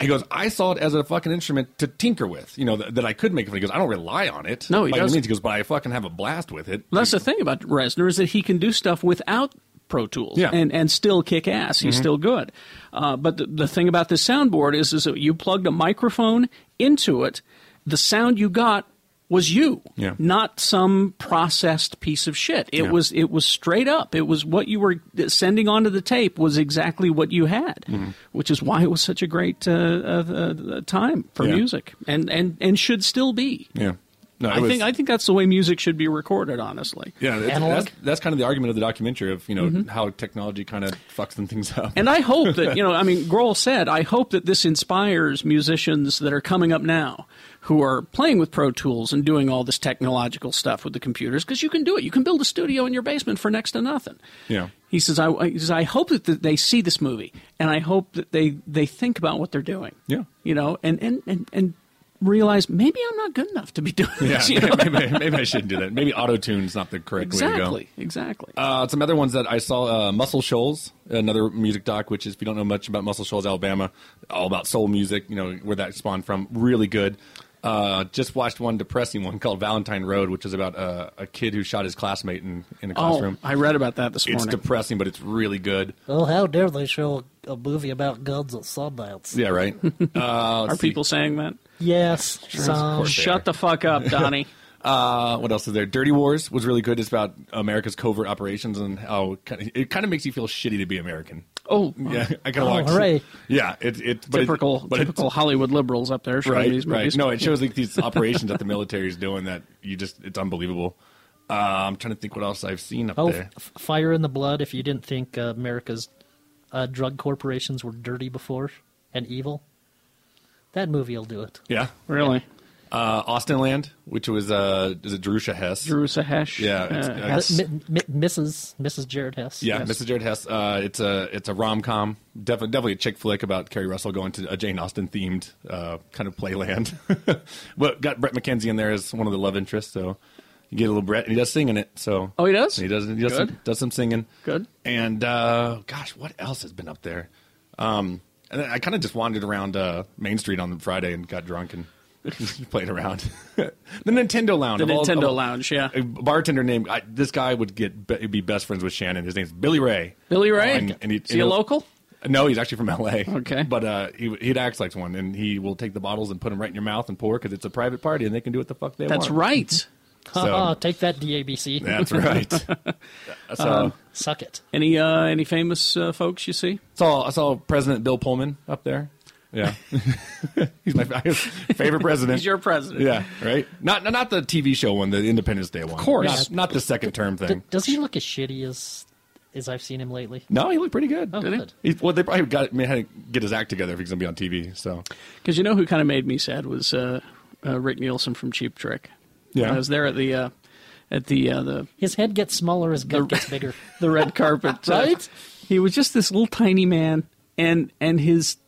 Speaker 9: he goes, I saw it as a fucking instrument to tinker with, you know, that, that I could make. It. He goes, I don't rely on it.
Speaker 2: No, he
Speaker 9: by any
Speaker 2: doesn't.
Speaker 9: means. He goes, but I fucking have a blast with it.
Speaker 2: That's the thing about Reznor is that he can do stuff without Pro Tools
Speaker 9: Yeah.
Speaker 2: and and still kick ass. He's
Speaker 9: Mhm.
Speaker 2: still good. Uh, but the, the thing about this soundboard is is that you plugged a microphone into it, the sound you got was you,
Speaker 9: Yeah.
Speaker 2: not some processed piece of shit. It
Speaker 9: Yeah.
Speaker 2: was it was straight up. It was what you were sending onto the tape was exactly what you had,
Speaker 9: Mm-hmm.
Speaker 2: which is why it was such a great uh, uh, uh, time for
Speaker 9: Yeah.
Speaker 2: music and, and and should still be.
Speaker 9: Yeah. No, it
Speaker 2: I
Speaker 9: was-
Speaker 2: think I think that's the way music should be recorded. Honestly,
Speaker 9: Yeah, that's, that's, that's kind of the argument of the documentary of you know
Speaker 2: Mhm.
Speaker 9: how technology kind of fucks them things up.
Speaker 2: And I hope that, you know, I mean, Grohl said, I hope that this inspires musicians that are coming up now who are playing with Pro Tools and doing all this technological stuff with the computers because you can do it. You can build a studio in your basement for next to nothing.
Speaker 9: yeah.
Speaker 2: He says, I, he says, I hope that th- they see this movie and I hope that they, they think about what they're doing.
Speaker 9: Yeah.
Speaker 2: You know, and, and, and, and realize maybe I'm not good enough to be doing
Speaker 9: <laughs> Yeah,
Speaker 2: this. <laughs> You know?
Speaker 9: maybe, maybe I shouldn't do that. Maybe auto tune's not the correct way to
Speaker 2: exactly.
Speaker 9: go.
Speaker 2: Exactly.
Speaker 9: Uh, some other ones that I saw uh, Muscle Shoals, another music doc, which is, if you don't know much about Muscle Shoals, Alabama, all about soul music, you know, where that spawned from. Really good. Uh, just watched one depressing one <laughs> called Valentine Road, which is about uh, a kid who shot his classmate in, in a
Speaker 2: Oh,
Speaker 9: classroom.
Speaker 2: I read about that this
Speaker 9: it's
Speaker 2: morning.
Speaker 9: depressing, but it's really good.
Speaker 5: Well, how dare they show a movie about guns at sundown?
Speaker 2: <laughs>
Speaker 9: Yeah, right? Uh, Are
Speaker 2: people saying that?
Speaker 5: Yes, some.
Speaker 2: Shut the fuck up,
Speaker 9: <laughs>
Speaker 2: Donnie.
Speaker 9: Uh, what else is there? Dirty Wars was really good. It's about America's covert operations and how it kind of, it kind of makes you feel shitty to be American.
Speaker 2: Oh,
Speaker 9: yeah, I kind of
Speaker 2: Oh,
Speaker 9: watched.
Speaker 2: hooray.
Speaker 9: Yeah, it, it but it-
Speaker 2: typical
Speaker 9: but it-
Speaker 2: typical Hollywood liberals up there showing
Speaker 9: right,
Speaker 2: these
Speaker 9: right.
Speaker 2: movies.
Speaker 9: No, it shows
Speaker 2: <laughs>
Speaker 9: like these operations that the military is doing that you just it's unbelievable. Uh, I'm trying to think what else I've seen up
Speaker 5: Oh,
Speaker 9: there.
Speaker 5: f- Fire in the Blood, if you didn't think uh, America's uh, drug corporations were dirty before and evil, that movie will do it.
Speaker 9: Yeah,
Speaker 2: really.
Speaker 9: Uh, Austin Land, which was uh, is it Jerusha Hess?
Speaker 2: Jerusha Hess.
Speaker 9: Yeah, it's- it's-
Speaker 5: M- m- Mrs. Mrs. Jared Hess.
Speaker 9: Yeah, Mrs. Jared Hess. Uh, it's a it's a rom com, definitely definitely a chick flick about Carrie Russell going to a Jane Austen themed uh, kind of playland. <laughs> but got Brett McKenzie in there as one of the love interests, so you get a little Brett, and he does sing in it. So
Speaker 2: Oh, he does?
Speaker 9: He does. He does, Some,
Speaker 2: Good.
Speaker 9: does some singing.
Speaker 2: Good.
Speaker 9: And uh, gosh, what else has been up there? Um, and then I kind of just wandered around uh, Main Street on Friday and got drunk and <laughs> played around. <laughs> the Nintendo Lounge.
Speaker 2: The
Speaker 9: of all-
Speaker 2: Nintendo
Speaker 9: of all-
Speaker 2: Lounge, yeah.
Speaker 9: a bartender named I, this guy would get be, be best friends with Shannon. His name's Billy Ray.
Speaker 2: Billy Ray?
Speaker 9: Oh, and, and he,
Speaker 2: Is he a
Speaker 9: and
Speaker 2: local?
Speaker 9: No, he's actually from L.A.
Speaker 2: Okay.
Speaker 9: but uh, he he'd act like one, and he will take the bottles and put them right in your mouth and pour because it's a private party and they can do what the fuck they
Speaker 5: That's
Speaker 9: want.
Speaker 2: right.
Speaker 5: Haha, take that, DABC.
Speaker 9: That's right.
Speaker 2: <laughs>
Speaker 5: <laughs>
Speaker 9: So-
Speaker 2: Um,
Speaker 5: suck it.
Speaker 2: Any uh, any famous uh, folks you see?
Speaker 9: Saw I saw President Bill Pullman up there. Yeah, <laughs> he's my fa- <laughs> favorite president.
Speaker 2: He's your president.
Speaker 9: Yeah, right. Not not- not the TV show one, the Independence Day one. Of
Speaker 5: course.
Speaker 9: not, not the second term
Speaker 5: D-
Speaker 9: thing.
Speaker 5: does he look as shitty as as I've seen him lately?
Speaker 9: No, he looked pretty good.
Speaker 5: Oh, good.
Speaker 9: He, well, they probably got may had to get his act together if he's going to be on TV. So
Speaker 2: Because you know who kind of made me sad was uh, uh, Rick Nielsen from Cheap Trick.
Speaker 9: Yeah.
Speaker 2: When I was there at the uh, at the uh, the
Speaker 5: His head gets smaller, his gut gets
Speaker 2: <laughs>
Speaker 5: bigger.
Speaker 2: the red carpet.
Speaker 9: <laughs>
Speaker 2: uh,
Speaker 5: Right?
Speaker 2: he was just this little tiny man, and and his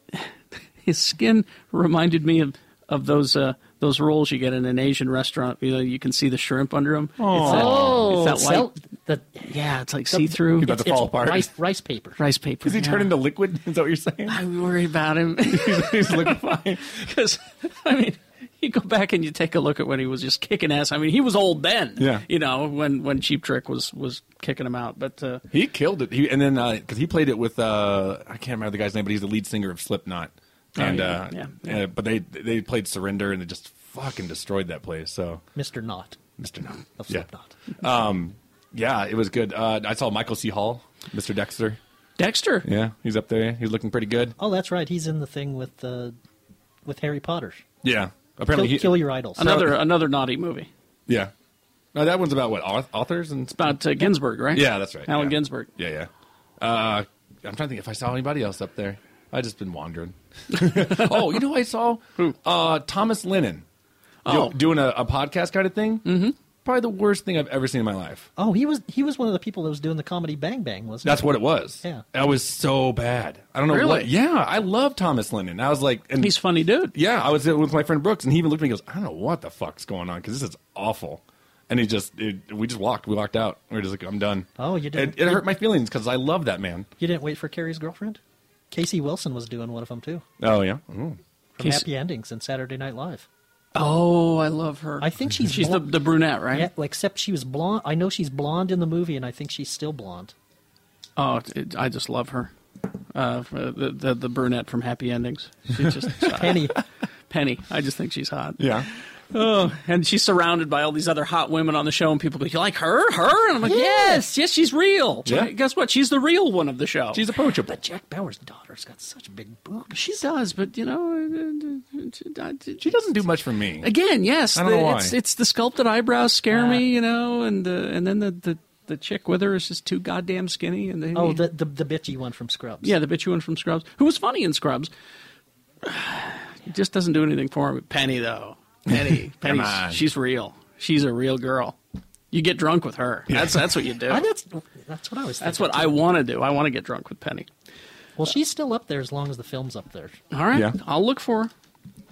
Speaker 2: his skin reminded me of of those uh, those rolls you get in an Asian restaurant. You know, you can see the shrimp under them.
Speaker 5: Oh.
Speaker 2: it's that
Speaker 5: Sel-
Speaker 2: white. yeah, it's like see through.
Speaker 9: He's about to fall apart.
Speaker 5: Rice, rice paper.
Speaker 2: Rice paper.
Speaker 9: Does he turn
Speaker 2: yeah. <laughs>
Speaker 9: into <laughs> liquid? Is that what you're saying?
Speaker 2: I'm worried about him.
Speaker 9: he's, he's liquefying.
Speaker 2: Because I mean, you go back and you take a look at when he was just kicking ass. I mean, he was old then.
Speaker 9: Yeah.
Speaker 2: You know, when when Cheap Trick was was kicking him out, but uh,
Speaker 9: He killed it. He, and then because he played it with uh, I can't remember the guy's name, but he's the lead singer of Slipknot.
Speaker 2: Oh,
Speaker 9: And
Speaker 2: yeah,
Speaker 9: uh,
Speaker 2: yeah,
Speaker 9: uh, but they they played Surrender and they just fucking destroyed that place. So
Speaker 5: Mr. Knot.
Speaker 9: Mr. Knot
Speaker 5: Of
Speaker 9: yeah.
Speaker 5: Slipknot.
Speaker 9: Um, yeah, it was good. Uh, I saw Michael C. Hall, Mr. Dexter.
Speaker 2: Dexter.
Speaker 9: Yeah, he's up there. He's looking pretty good.
Speaker 5: Oh, that's right. He's in the thing with uh, with Harry Potter.
Speaker 9: Yeah, apparently
Speaker 5: kill,
Speaker 9: he,
Speaker 5: kill your idols.
Speaker 2: another another naughty movie.
Speaker 9: Yeah, no, that one's about what auth- authors and
Speaker 2: About uh, Ginsburg, right?
Speaker 9: Yeah, that's right.
Speaker 2: Allen
Speaker 9: yeah.
Speaker 2: Ginsberg.
Speaker 9: Yeah, yeah. Uh, I'm trying to think if I saw anybody else up there. I just been wandering. <laughs> oh, you know who I saw who? Uh, Thomas Lennon.
Speaker 2: Oh.
Speaker 9: Do- doing a, a podcast kind of thing. Mm-hmm. Probably the worst thing I've ever seen in my life.
Speaker 5: Oh, he was he was one of the people that was doing the comedy Bang Bang, wasn't
Speaker 9: That's
Speaker 5: he?
Speaker 9: what it was.
Speaker 5: Yeah.
Speaker 9: that was so bad. I don't know
Speaker 2: Really?
Speaker 9: what. Yeah, I love Thomas Lennon. I was like, and
Speaker 2: He's a funny dude.
Speaker 9: Hmm. yeah, I was with my friend Brooks, and he even looked at me and goes, I don't know what the fuck's going on because this is awful. And he just, it, we just walked. We walked out. We were just like, I'm done.
Speaker 5: Oh, you didn't-
Speaker 9: It, it hurt my feelings because I love that man.
Speaker 5: You didn't wait for Carrie's girlfriend? Casey Wilson was doing one of them too.
Speaker 9: Oh, yeah. Mm.
Speaker 5: From
Speaker 2: Casey-
Speaker 5: Happy Endings and Saturday Night Live.
Speaker 2: Oh, I love her.
Speaker 5: I think she's
Speaker 2: she's the,
Speaker 5: blonde.
Speaker 2: the brunette, right?
Speaker 5: Yeah, like, except she was blonde. I know she's blonde in the movie, and I think she's still
Speaker 9: <laughs>
Speaker 5: blonde.
Speaker 2: Oh, it, it- I just love her. Uh, the, the the brunette from Happy Endings. She's
Speaker 9: <laughs>
Speaker 2: just
Speaker 5: Penny,
Speaker 2: Penny. I just think she's hot.
Speaker 9: Yeah.
Speaker 2: Oh, and she's surrounded by all these other hot women on the show, and people go, "You like her? Her?" And I'm like, "Yes, yes, she's real."
Speaker 9: Yeah.
Speaker 2: Guess what? She's the real one of the show.
Speaker 9: She's approachable.
Speaker 5: that Jack Bauer's daughter's got such big boobs.
Speaker 2: she does, but you know, uh, uh, uh, uh,
Speaker 9: She doesn't do much for me.
Speaker 2: Again, yes,
Speaker 9: I don't know
Speaker 2: the-
Speaker 9: why.
Speaker 2: it's it's the sculpted eyebrows scare me,
Speaker 5: Yeah.
Speaker 2: you know, and uh, and then the, the the chick with her is just too goddamn skinny, and they
Speaker 5: Oh, the, the the bitchy one from Scrubs.
Speaker 2: Yeah, the bitch you won from Scrubs, who was funny in Scrubs, <sighs> just doesn't do anything for me. Penny though,
Speaker 9: <laughs>
Speaker 2: Penny, Penny,
Speaker 9: on.
Speaker 2: she's real. She's a real girl. You get drunk with her. That's that's
Speaker 5: <laughs>
Speaker 2: what you do.
Speaker 5: Ah, that's that's what I was.
Speaker 2: That's
Speaker 5: thinking,
Speaker 2: what I
Speaker 5: too.
Speaker 2: want to do. I want to get drunk with Penny.
Speaker 5: Well, she's still up there as long as the film's up
Speaker 9: <laughs>
Speaker 5: there.
Speaker 2: All right,
Speaker 9: Yeah.
Speaker 2: I'll look for. her.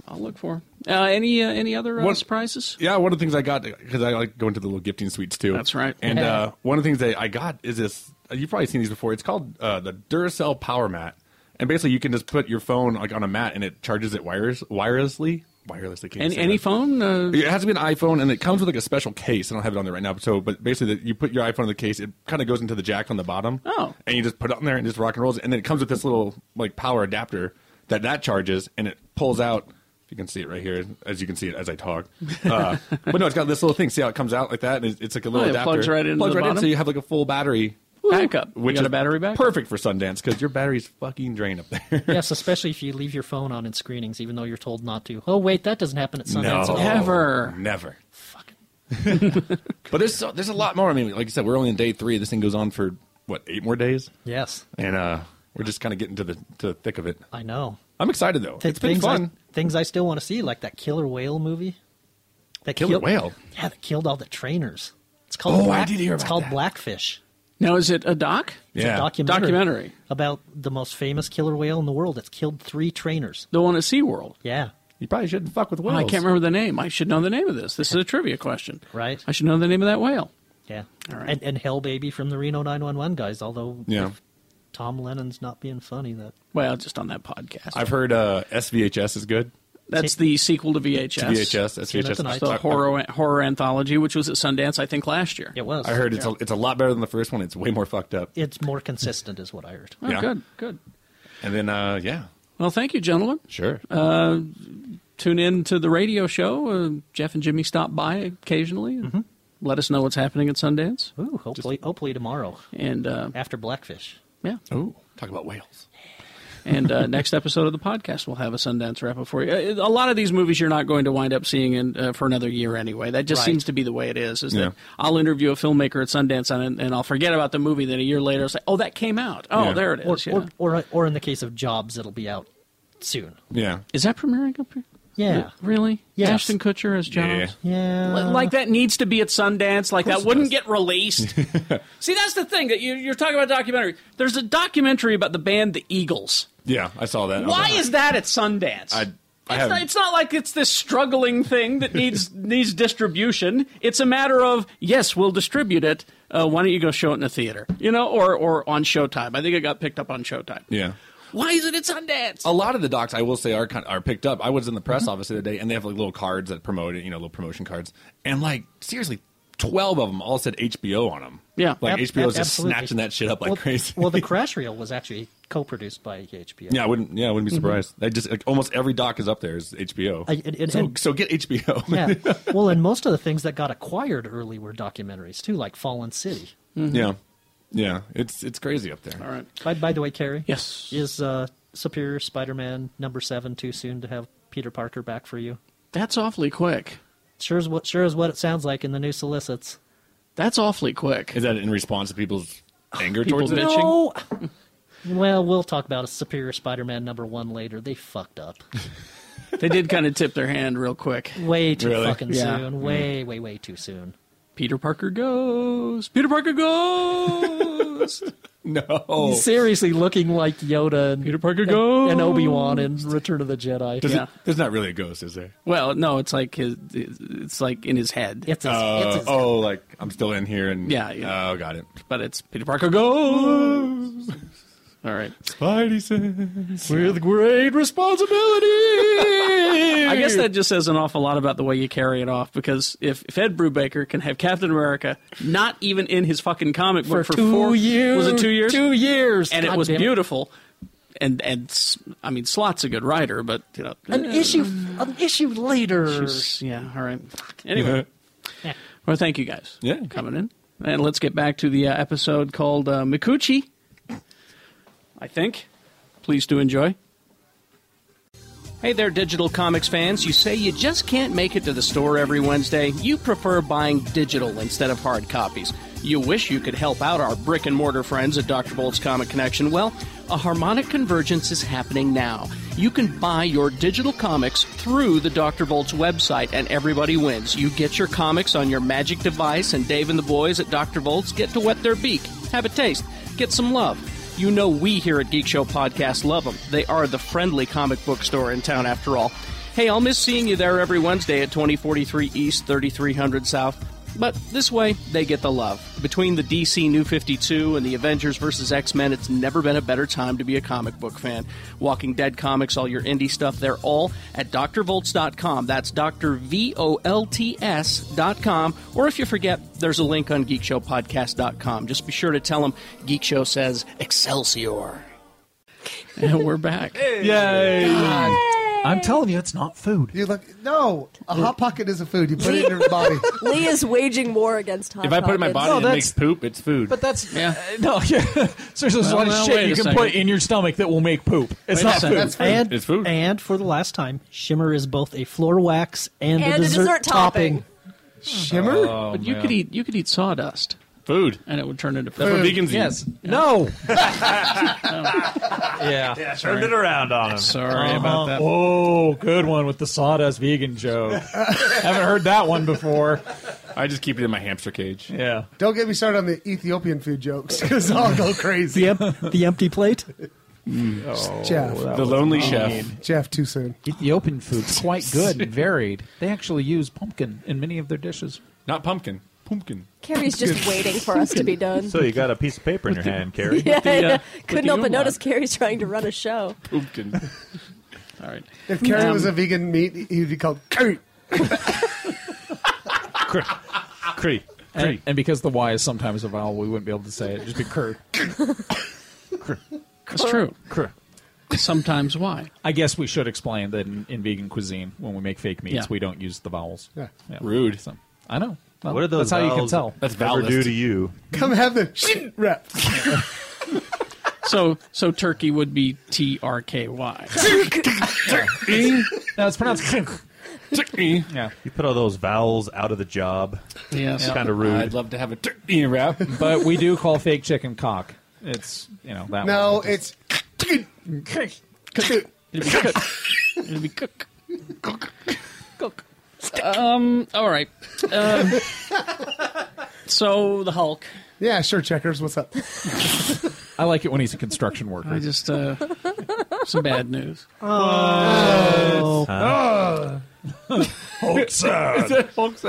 Speaker 2: I'll look for. her. Uh, any uh, any other uh,
Speaker 9: What-
Speaker 2: surprises?
Speaker 9: Yeah, one of the things I got because I like going to the little gifting suites too.
Speaker 2: That's right.
Speaker 9: And uh, one of the things that I got is this. You've probably seen these before. It's called uh, the Duracell Power Mat, and basically you can just put your phone like on a mat and it charges it wires wirelessly. Wirelessly. Can't
Speaker 2: Any
Speaker 9: say
Speaker 2: any
Speaker 9: that.
Speaker 2: phone? Uh,
Speaker 9: It has to be an iPhone, and it comes with like a special case. I don't have it on there right now. So, but basically, that you put your iPhone in the case. It kind of goes into the jack on the bottom.
Speaker 2: Oh.
Speaker 9: and you just put it on there and just rock and rolls. it. And then it comes with this little like power adapter that that charges, and it pulls out. If you can see it right here, as you can see it as I talk.
Speaker 2: <laughs>
Speaker 9: Uh, but no, it's got this little thing. See how it comes out like that? And it's, it's like a little
Speaker 2: Oh, it
Speaker 9: adapter.
Speaker 2: plugs right into
Speaker 9: Plugs
Speaker 2: the
Speaker 9: right in,
Speaker 2: bottom?
Speaker 9: so you have like a full battery.
Speaker 2: Backup. You got a
Speaker 9: is
Speaker 2: battery backup?
Speaker 9: Perfect for Sundance because your battery's fucking drained up there.
Speaker 5: yes, especially if you leave your phone on in screenings, even though you're told not to. Oh wait, that doesn't happen at Sundance. at all.
Speaker 2: Never.
Speaker 9: Never. Fucking. but there's so, there's a lot more. I mean, like you said, we're only on day three. This thing goes on for what eight more days,
Speaker 5: Yes,
Speaker 9: and uh, we're just kind of getting to the to the thick of it.
Speaker 5: I know.
Speaker 9: I'm excited though.
Speaker 5: Th-
Speaker 9: it's been
Speaker 5: things
Speaker 9: fun.
Speaker 5: I, things I still want to see, like that killer whale movie. That
Speaker 9: Killer Whale?
Speaker 5: Yeah, that killed all the trainers. It's called.
Speaker 9: Oh, I
Speaker 5: Black,
Speaker 9: did hear
Speaker 5: It's
Speaker 9: about
Speaker 5: called
Speaker 9: that.
Speaker 5: Blackfish.
Speaker 2: now is it a doc?
Speaker 5: It's
Speaker 9: Yeah.
Speaker 5: a documentary,
Speaker 2: Documentary.
Speaker 5: about the most famous killer whale in the world. It's killed three trainers.
Speaker 2: The one at SeaWorld.
Speaker 5: Yeah,
Speaker 9: you probably shouldn't fuck with whales.
Speaker 2: Oh, I can't remember the name. I should know the name of this. This is a trivia question.
Speaker 5: Right.
Speaker 2: I should know the name of that whale.
Speaker 5: yeah.
Speaker 2: All right.
Speaker 5: And and Hell Baby from the Reno 911 guys. Although
Speaker 9: Yeah,
Speaker 5: if Tom Lennon's not being funny. That
Speaker 2: Well, just on that podcast.
Speaker 9: I've heard uh, SVHS is good.
Speaker 2: That's the sequel to
Speaker 9: To
Speaker 2: VHS.
Speaker 9: VHS,
Speaker 5: Seen it
Speaker 9: SVHS.
Speaker 5: tonight.
Speaker 2: The
Speaker 9: I- I-
Speaker 2: horror horror anthology, which was at Sundance, I think, last year.
Speaker 5: it was.
Speaker 9: I heard it's a, it's a lot better than the first one. It's way more fucked up.
Speaker 5: it's more consistent, is what I heard.
Speaker 2: Oh,
Speaker 9: Yeah.
Speaker 2: Good, good.
Speaker 9: And then uh, yeah,
Speaker 2: Well, thank you, gentlemen.
Speaker 9: sure.
Speaker 2: Uh, Tune in to the radio show. Uh, Jeff and Jimmy stop by occasionally. and
Speaker 9: Mm-hmm.
Speaker 2: Let us know what's happening at Sundance.
Speaker 5: Ooh, hopefully, hopefully tomorrow
Speaker 2: And uh,
Speaker 5: after Blackfish.
Speaker 2: yeah,
Speaker 9: oh, talk about whales.
Speaker 2: and uh, next episode of the podcast will have a Sundance wrap up for you. Uh, A lot of these movies you're not going to wind up seeing in, uh, for another year anyway. That just
Speaker 5: Right.
Speaker 2: seems to be the way it is. Is
Speaker 9: Yeah.
Speaker 2: that I'll interview a filmmaker at Sundance on it, and I'll forget about the movie. Then a year later, I'll say, "Oh, that came out. Oh,
Speaker 9: Yeah.
Speaker 2: there it
Speaker 5: Or,
Speaker 2: is." yeah.
Speaker 5: or, or, or in the case of Jobs, it'll be out soon.
Speaker 9: Yeah,
Speaker 2: is that premiering up here?
Speaker 5: Yeah.
Speaker 2: Really?
Speaker 5: Yes.
Speaker 2: Ashton Kutcher as Jobs.
Speaker 9: Yeah.
Speaker 5: Yeah.
Speaker 2: Li- Like that needs to be at Sundance. Like that wouldn't get released. See, that's the thing that you, you're talking about documentary. There's a documentary about the band The Eagles.
Speaker 9: yeah. I saw that. I was
Speaker 2: Why
Speaker 9: like,
Speaker 2: is that at Sundance?
Speaker 9: I- I
Speaker 2: it's, not,
Speaker 9: haven't-
Speaker 2: it's not like it's this struggling thing that needs <laughs> needs distribution. It's a matter of yes, we'll distribute it. Uh, why don't you go show it in the theater? You know, or or on Showtime. I think it got picked up on Showtime.
Speaker 9: Yeah.
Speaker 2: Why isn't it Sundance?
Speaker 9: A lot of the docs, I will say, are kind are picked up. I was in the press office the other day, and they have like little cards that promote it, you know, little promotion cards, and like seriously, twelve of them all said HBO on them.
Speaker 5: Yeah.
Speaker 9: like
Speaker 5: Ab-
Speaker 9: HBO is
Speaker 5: ab-
Speaker 9: just
Speaker 5: absolutely.
Speaker 9: snatching that shit up like
Speaker 5: well,
Speaker 9: crazy. <laughs>
Speaker 5: well, the Crash Reel was actually co-produced by HBO.
Speaker 9: Yeah, I wouldn't. Yeah, I wouldn't be
Speaker 5: Mhm.
Speaker 9: surprised. I just like, almost every doc is up there is HBO.
Speaker 5: I- and- and-
Speaker 9: so,
Speaker 5: and-
Speaker 9: so get HBO. <laughs>
Speaker 5: yeah. Well, and most of the things that got acquired early were documentaries too, like Fallen City.
Speaker 9: yeah, yeah. It's it's crazy up there. All
Speaker 2: right.
Speaker 5: By, by the way, Carrie.
Speaker 2: Yes.
Speaker 5: Is uh, Superior Spider-Man number seven too soon to have Peter Parker back for you?
Speaker 2: That's awfully quick.
Speaker 5: Sure is what sure is what it sounds like in the new solicits.
Speaker 2: That's awfully quick.
Speaker 9: Is that in response to people's anger
Speaker 5: Oh, People
Speaker 9: towards it?
Speaker 5: No. <laughs> well, we'll talk about a Superior Spider-Man number one later. They fucked up
Speaker 2: They did kind of tip their hand real quick.
Speaker 5: way too
Speaker 2: Really?
Speaker 5: fucking
Speaker 2: Yeah. Mm.
Speaker 5: soon. Way, way, way too soon.
Speaker 2: Peter Parker goes. Peter Parker
Speaker 9: <laughs>
Speaker 2: goes.
Speaker 9: no.
Speaker 5: He's seriously looking like Yoda and Peter Parker and,
Speaker 2: Oh. goes.
Speaker 5: and Obi Wan in Return of the Jedi.
Speaker 9: Does it- there's not really a ghost, is there?
Speaker 2: Well, no, it's like his. It's like in his head.
Speaker 5: It's his,
Speaker 9: Uh, oh, like I'm still in here and
Speaker 2: Yeah, yeah.
Speaker 9: Oh, got it. <laughs>
Speaker 2: but it's Peter Parker goes. All right.
Speaker 9: Spidey sense
Speaker 2: with
Speaker 9: great responsibility.
Speaker 2: I guess that just says an awful lot about the way you carry it off. Because if, if Ed Brubaker can have Captain America not even in his fucking comic book for,
Speaker 5: two
Speaker 2: four
Speaker 5: years.
Speaker 2: was it two years?
Speaker 5: Two years,
Speaker 2: and it
Speaker 5: God
Speaker 2: was
Speaker 5: damn
Speaker 2: beautiful. And and s- I mean, Slot's a good writer, but you know,
Speaker 5: An issue, an issue later.
Speaker 2: She's- yeah, <laughs> all right. Anyway, well, thank you guys. Yeah, coming in, and let's get back to the uh, episode called uh, Mikuchi. I think. Please do enjoy. Hey there, digital comics fans. You say you just can't make it to the store every Wednesday. You prefer buying digital instead of hard copies. You wish you could help out our brick and mortar friends at Dr. Bolt's Comic Connection. Well, a harmonic convergence is happening now. You can buy your digital comics through the Dr. Bolt's website, and everybody wins. You get your comics on your magic device, and Dave and the boys at Dr. Bolt's get to wet their beak, have a taste, get some love. You know we here at Geek Show Podcast love them. They are the friendly comic book store in town after all. Hey, I'll miss seeing you there every Wednesday at 2043 East, 3300 South. But this way, they get the love. Between the DC New 52 and the Avengers vs. X Men, it's never been a better time to be a comic book fan. Walking Dead comics, all your indie stuff, they're all at drvolts.com. That's drvolts.com. Or if you forget, there's a link on geekshowpodcast.com. Just be sure to tell them Geek Show says Excelsior. And we're back.
Speaker 6: Ah. I'm telling you, it's not food.
Speaker 4: You look no. A hot pocket is a food. You put it
Speaker 2: <laughs>
Speaker 4: in your body.
Speaker 8: Lee is waging war against hot
Speaker 9: If I put it in my
Speaker 8: Pockets.
Speaker 9: body and it makes poop, it's food.
Speaker 6: But that's <laughs> uh,
Speaker 2: yeah.
Speaker 6: no, yeah. Seriously, there's
Speaker 2: Well,
Speaker 6: a lot of
Speaker 2: now, wait
Speaker 6: shit
Speaker 2: a
Speaker 6: you can
Speaker 2: second.
Speaker 6: put in your stomach that will make poop.
Speaker 2: Wait
Speaker 6: It's
Speaker 2: a
Speaker 6: not
Speaker 2: second.
Speaker 6: food.
Speaker 2: That's
Speaker 5: And
Speaker 9: It's food.
Speaker 5: And for the last time, shimmer is both a floor wax and,
Speaker 8: Oh, And
Speaker 5: a
Speaker 8: a
Speaker 5: dessert,
Speaker 8: dessert topping.
Speaker 4: Shimmer.
Speaker 2: but you could eat you could eat sawdust
Speaker 9: Food.
Speaker 2: and it would turn into
Speaker 9: That's what
Speaker 2: food.
Speaker 9: vegans
Speaker 6: Yes.
Speaker 9: eat.
Speaker 5: <laughs> Oh.
Speaker 6: No.
Speaker 10: Yeah, turned it around on
Speaker 6: <laughs>
Speaker 10: him.
Speaker 2: Sorry about that.
Speaker 6: Oh, good one with the sawdust vegan <laughs> joke. Haven't heard that one before.
Speaker 9: I just keep it in my hamster cage.
Speaker 6: Yeah.
Speaker 4: Don't get me started on the Ethiopian food jokes because I'll go crazy.
Speaker 5: The, em- the empty plate.
Speaker 4: Jeff,
Speaker 6: Oh,
Speaker 9: The lonely chef.
Speaker 4: Jeff, too soon.
Speaker 6: Ethiopian food's quite good and varied. They actually use pumpkin in many of their dishes.
Speaker 9: Not pumpkin. Pumpkin.
Speaker 8: Carrie's just waiting for us to be done.
Speaker 3: <laughs> So you got a piece of paper in your hand,
Speaker 8: <laughs>
Speaker 3: Carrie.
Speaker 8: yeah,
Speaker 2: the, uh,
Speaker 8: yeah.
Speaker 2: with
Speaker 8: couldn't
Speaker 2: the
Speaker 8: help but
Speaker 2: umlaut.
Speaker 8: notice Carrie's trying to run a show.
Speaker 9: Pumpkin.
Speaker 2: All right.
Speaker 4: If Carrie
Speaker 2: Um,
Speaker 4: was a vegan meat, he'd be called Carrie.
Speaker 3: Cree.
Speaker 6: And, and because the Y is sometimes a vowel, we wouldn't be able to say it. It'd just
Speaker 2: <laughs>
Speaker 6: be cur.
Speaker 2: That's true.
Speaker 6: cur.
Speaker 2: Sometimes why?
Speaker 6: I guess we should explain that in, in vegan cuisine, when we make fake meats,
Speaker 2: Yeah.
Speaker 6: we don't use the vowels.
Speaker 4: Yeah.
Speaker 9: Rude.
Speaker 6: So, I know. Well,
Speaker 3: What are those?
Speaker 6: That's how you can
Speaker 3: vowels
Speaker 6: tell.
Speaker 9: That's
Speaker 3: ever
Speaker 9: valid.
Speaker 3: do to you?
Speaker 4: Come have the shin wrap.
Speaker 2: So so turkey would be T R K Y.
Speaker 6: <laughs> No, it's pronounced.
Speaker 2: <laughs>
Speaker 6: <laughs> kunk.
Speaker 9: Turkey.
Speaker 6: yeah.
Speaker 3: You put all those vowels out of the job.
Speaker 2: Yes.
Speaker 3: It's kind of rude.
Speaker 9: I'd love to have a turkey wrap.
Speaker 6: But we do call fake chicken cock. It's you know that.
Speaker 4: No,
Speaker 6: one.
Speaker 4: it's
Speaker 2: It'd be cook. It'd be cook. Cook. Um. All right. Um, <laughs> so the Hulk.
Speaker 4: <laughs> yeah, sure. Checkers, what's up?
Speaker 6: I like it when he's a construction worker.
Speaker 2: I just uh, some bad news.
Speaker 9: Is that Hulk?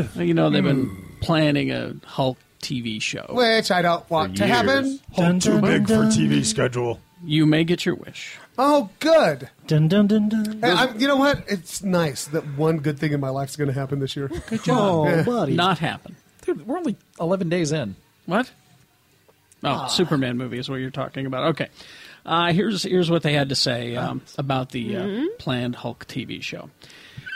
Speaker 2: Hmm. You know they've been planning a Hulk TV show.
Speaker 4: Which I don't want to happen.
Speaker 10: Home too big for TV schedule.
Speaker 2: You may get your wish.
Speaker 4: Oh, good.
Speaker 5: Dun dun dun dun.
Speaker 4: Hey, I'm, you know what? It's nice that one good thing in my life's going to happen this
Speaker 5: <laughs>
Speaker 4: year. Good
Speaker 5: job. Oh, buddy.
Speaker 2: Not happen.
Speaker 6: Dude, we're only 11 days in.
Speaker 2: What? Oh, Superman movie is what you're talking about. Okay. Uh, here's here's what they had to say um, about the uh, planned Hulk TV show.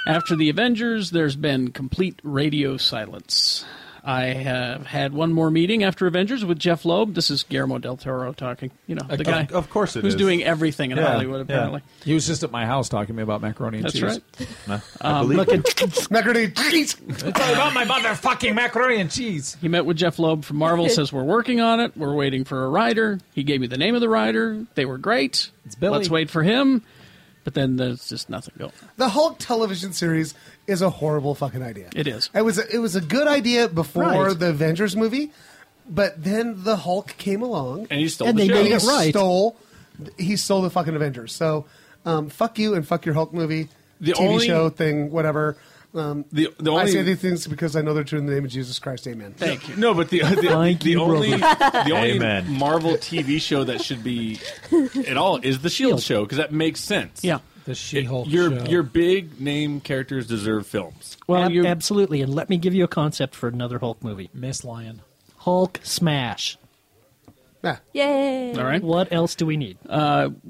Speaker 2: After the Avengers, there's been complete radio silence. I have had one more meeting after Avengers with Jeff Loeb. This is Guillermo del Toro talking. You know the
Speaker 3: Of-
Speaker 2: guy,
Speaker 3: of course it
Speaker 2: who's
Speaker 3: is.
Speaker 2: doing everything in
Speaker 3: Yeah,
Speaker 2: Hollywood.
Speaker 3: yeah.
Speaker 2: Apparently,
Speaker 6: He was just at my house talking to me about macaroni and
Speaker 2: That's
Speaker 6: cheese.
Speaker 2: right.
Speaker 3: I
Speaker 2: Um,
Speaker 3: believe
Speaker 2: look
Speaker 3: you.
Speaker 2: at
Speaker 4: Macaroni and cheese.
Speaker 6: about my motherfucking macaroni and cheese.
Speaker 2: He met with Jeff Loeb from Marvel, says, We're working on it. We're waiting for a writer. He gave me the name of the writer. They were great. It's
Speaker 6: Billy.
Speaker 2: Let's wait for him. But then there's just nothing going on.
Speaker 4: The Hulk television series is a horrible fucking idea.
Speaker 2: It is.
Speaker 4: It was a, it was a good idea before
Speaker 5: Right.
Speaker 4: the Avengers movie, but then the Hulk came along
Speaker 9: And you stole
Speaker 5: And
Speaker 9: the
Speaker 5: they
Speaker 9: show.
Speaker 5: made
Speaker 4: he
Speaker 5: it right.
Speaker 4: stole he stole the fucking Avengers. So um, fuck you and fuck your Hulk movie,
Speaker 9: The
Speaker 4: TV
Speaker 9: only-
Speaker 4: show thing, whatever. Um,
Speaker 9: The- the
Speaker 4: I
Speaker 9: only-
Speaker 4: say these things because I know they're true in the name of Jesus Christ. Amen.
Speaker 2: Thank you.
Speaker 9: No, but the the, the,
Speaker 5: Thank you,
Speaker 9: only the only
Speaker 3: Amen.
Speaker 9: Marvel TV show that should be at all is the Shield show because that makes sense.
Speaker 2: Yeah.
Speaker 6: The She-Hulk
Speaker 9: your
Speaker 6: show.
Speaker 9: your big name characters deserve films.
Speaker 2: Well,
Speaker 5: Ab-
Speaker 2: you,
Speaker 5: absolutely. And let me give you a concept for another Hulk movie.
Speaker 6: Miss Lion.
Speaker 5: Hulk smash.
Speaker 4: Yeah.
Speaker 8: Yay!
Speaker 2: all right.
Speaker 5: What else do we need?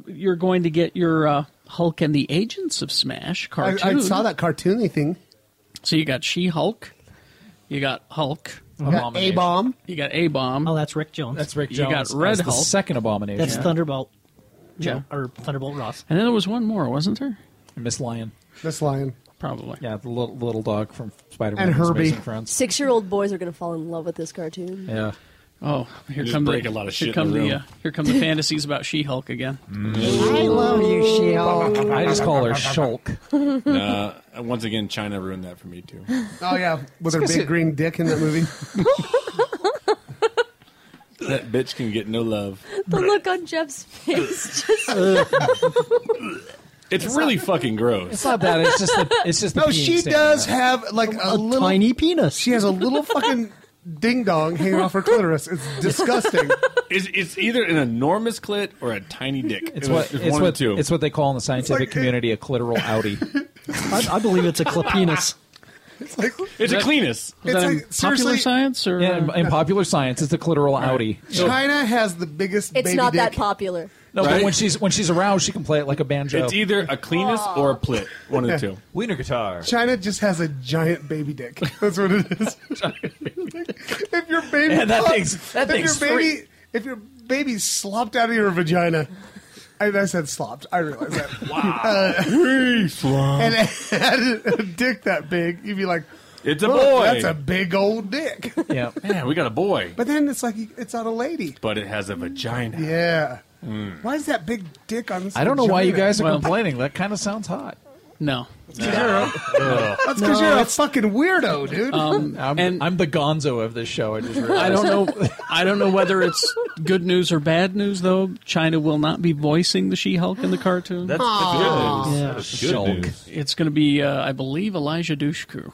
Speaker 2: You're going to get your uh, Hulk and the Agents of Smash
Speaker 4: I,
Speaker 2: cartoon.
Speaker 4: I saw that cartoony thing.
Speaker 2: So you got She Hulk. You got Hulk.
Speaker 4: A
Speaker 6: Abomination.
Speaker 4: bomb.
Speaker 2: You got A Bomb.
Speaker 5: oh, that's Rick Jones.
Speaker 6: That's Rick
Speaker 2: You
Speaker 6: Jones.
Speaker 2: got Red
Speaker 6: as the
Speaker 2: Hulk.
Speaker 6: second abomination.
Speaker 5: That's Thunderbolt.
Speaker 2: Yeah.
Speaker 5: Or Thunderbolt Ross.
Speaker 2: And then there was one more, wasn't there?
Speaker 6: Miss Lion.
Speaker 4: This lion.
Speaker 2: Probably.
Speaker 6: Yeah, the little, little dog from Spider-Man
Speaker 4: And Herbie.
Speaker 6: Amazing Friends.
Speaker 8: Six-year-old boys are going to fall in love with this cartoon.
Speaker 6: Yeah.
Speaker 2: Oh, here
Speaker 9: Just
Speaker 2: come
Speaker 9: break
Speaker 2: the Mm.
Speaker 9: a lot of
Speaker 2: here
Speaker 9: shit in
Speaker 2: come
Speaker 9: the room.
Speaker 2: uh, here come the <laughs> fantasies about She Hulk again.
Speaker 5: I love you, She-Hulk.
Speaker 6: I just call her Shulk.
Speaker 9: Uh, once again, China ruined that for me too.
Speaker 4: Oh yeah, with her big green dick in that movie.
Speaker 9: that bitch can get no love.
Speaker 8: The look on
Speaker 4: <laughs>
Speaker 8: Jeff's face. Just
Speaker 9: It's, really fucking gross.
Speaker 6: It's not that. It's just the. It's just the.
Speaker 4: No,
Speaker 6: peeing
Speaker 4: she
Speaker 6: standing
Speaker 4: does
Speaker 6: there.
Speaker 4: have like a,
Speaker 5: A
Speaker 4: little.
Speaker 5: tiny
Speaker 4: <laughs>
Speaker 5: penis.
Speaker 4: She has a little fucking <laughs> ding dong hanging off her clitoris. <laughs> It's disgusting.
Speaker 9: It's, it's either an enormous clit or a tiny dick.
Speaker 6: It's what
Speaker 9: There's
Speaker 6: it's
Speaker 9: one
Speaker 6: what
Speaker 9: of two.
Speaker 6: it's what they call in the scientific community a clitoral outie.
Speaker 5: I, I believe it's a clepenis.
Speaker 4: It's like
Speaker 9: It's a cleanest.
Speaker 2: Was
Speaker 4: It's
Speaker 2: that in
Speaker 4: like,
Speaker 2: popular
Speaker 4: seriously-
Speaker 2: science or uh,
Speaker 6: Yeah, in, in popular science, it's the clitoral outie.
Speaker 4: China has the biggest.
Speaker 8: it's
Speaker 4: baby
Speaker 8: not
Speaker 4: dick.
Speaker 8: that popular.
Speaker 6: No, but
Speaker 9: Right?
Speaker 6: when she's when she's aroused, she can play it like a banjo.
Speaker 9: It's either a cleanest or a plit. One of the two.
Speaker 3: Wiener guitar.
Speaker 4: China just has a giant baby dick. <laughs> That's what
Speaker 6: <laughs>
Speaker 4: it is. if your baby,
Speaker 6: And that
Speaker 4: popped-
Speaker 6: thing's- that
Speaker 4: if
Speaker 6: thing's
Speaker 4: your baby, if your baby slopped out of your vagina. I, I said slopped. I realize
Speaker 6: <laughs>
Speaker 4: that. <laughs> wow. and <laughs> it had a dick that big, you'd be like,
Speaker 9: It's a
Speaker 4: "Look,
Speaker 9: boy.
Speaker 4: That's a big old dick."
Speaker 6: yeah.
Speaker 9: Man, we got a boy.
Speaker 4: But then it's like it's not a lady.
Speaker 9: But it has a vagina.
Speaker 4: Yeah.
Speaker 6: Hmm.
Speaker 4: Why is that big dick on? This
Speaker 6: I don't know why you
Speaker 4: vagina?
Speaker 6: guys are
Speaker 2: Well-
Speaker 6: complaining. That kind of sounds
Speaker 9: <laughs>
Speaker 6: hot.
Speaker 2: no?
Speaker 4: That's because you're a fucking weirdo, dude.
Speaker 6: I'm,
Speaker 2: And-
Speaker 6: I'm the Gonzo of this show. <laughs> I just realized.
Speaker 2: I don't know. I don't know whether it's good news or bad news, though. China will not be voicing the She-Hulk in the cartoon.
Speaker 3: That's the good news.
Speaker 5: Yeah.
Speaker 3: That's good
Speaker 6: Shulk.
Speaker 3: news.
Speaker 2: it's going to be, uh, I believe, Elijah Dushku.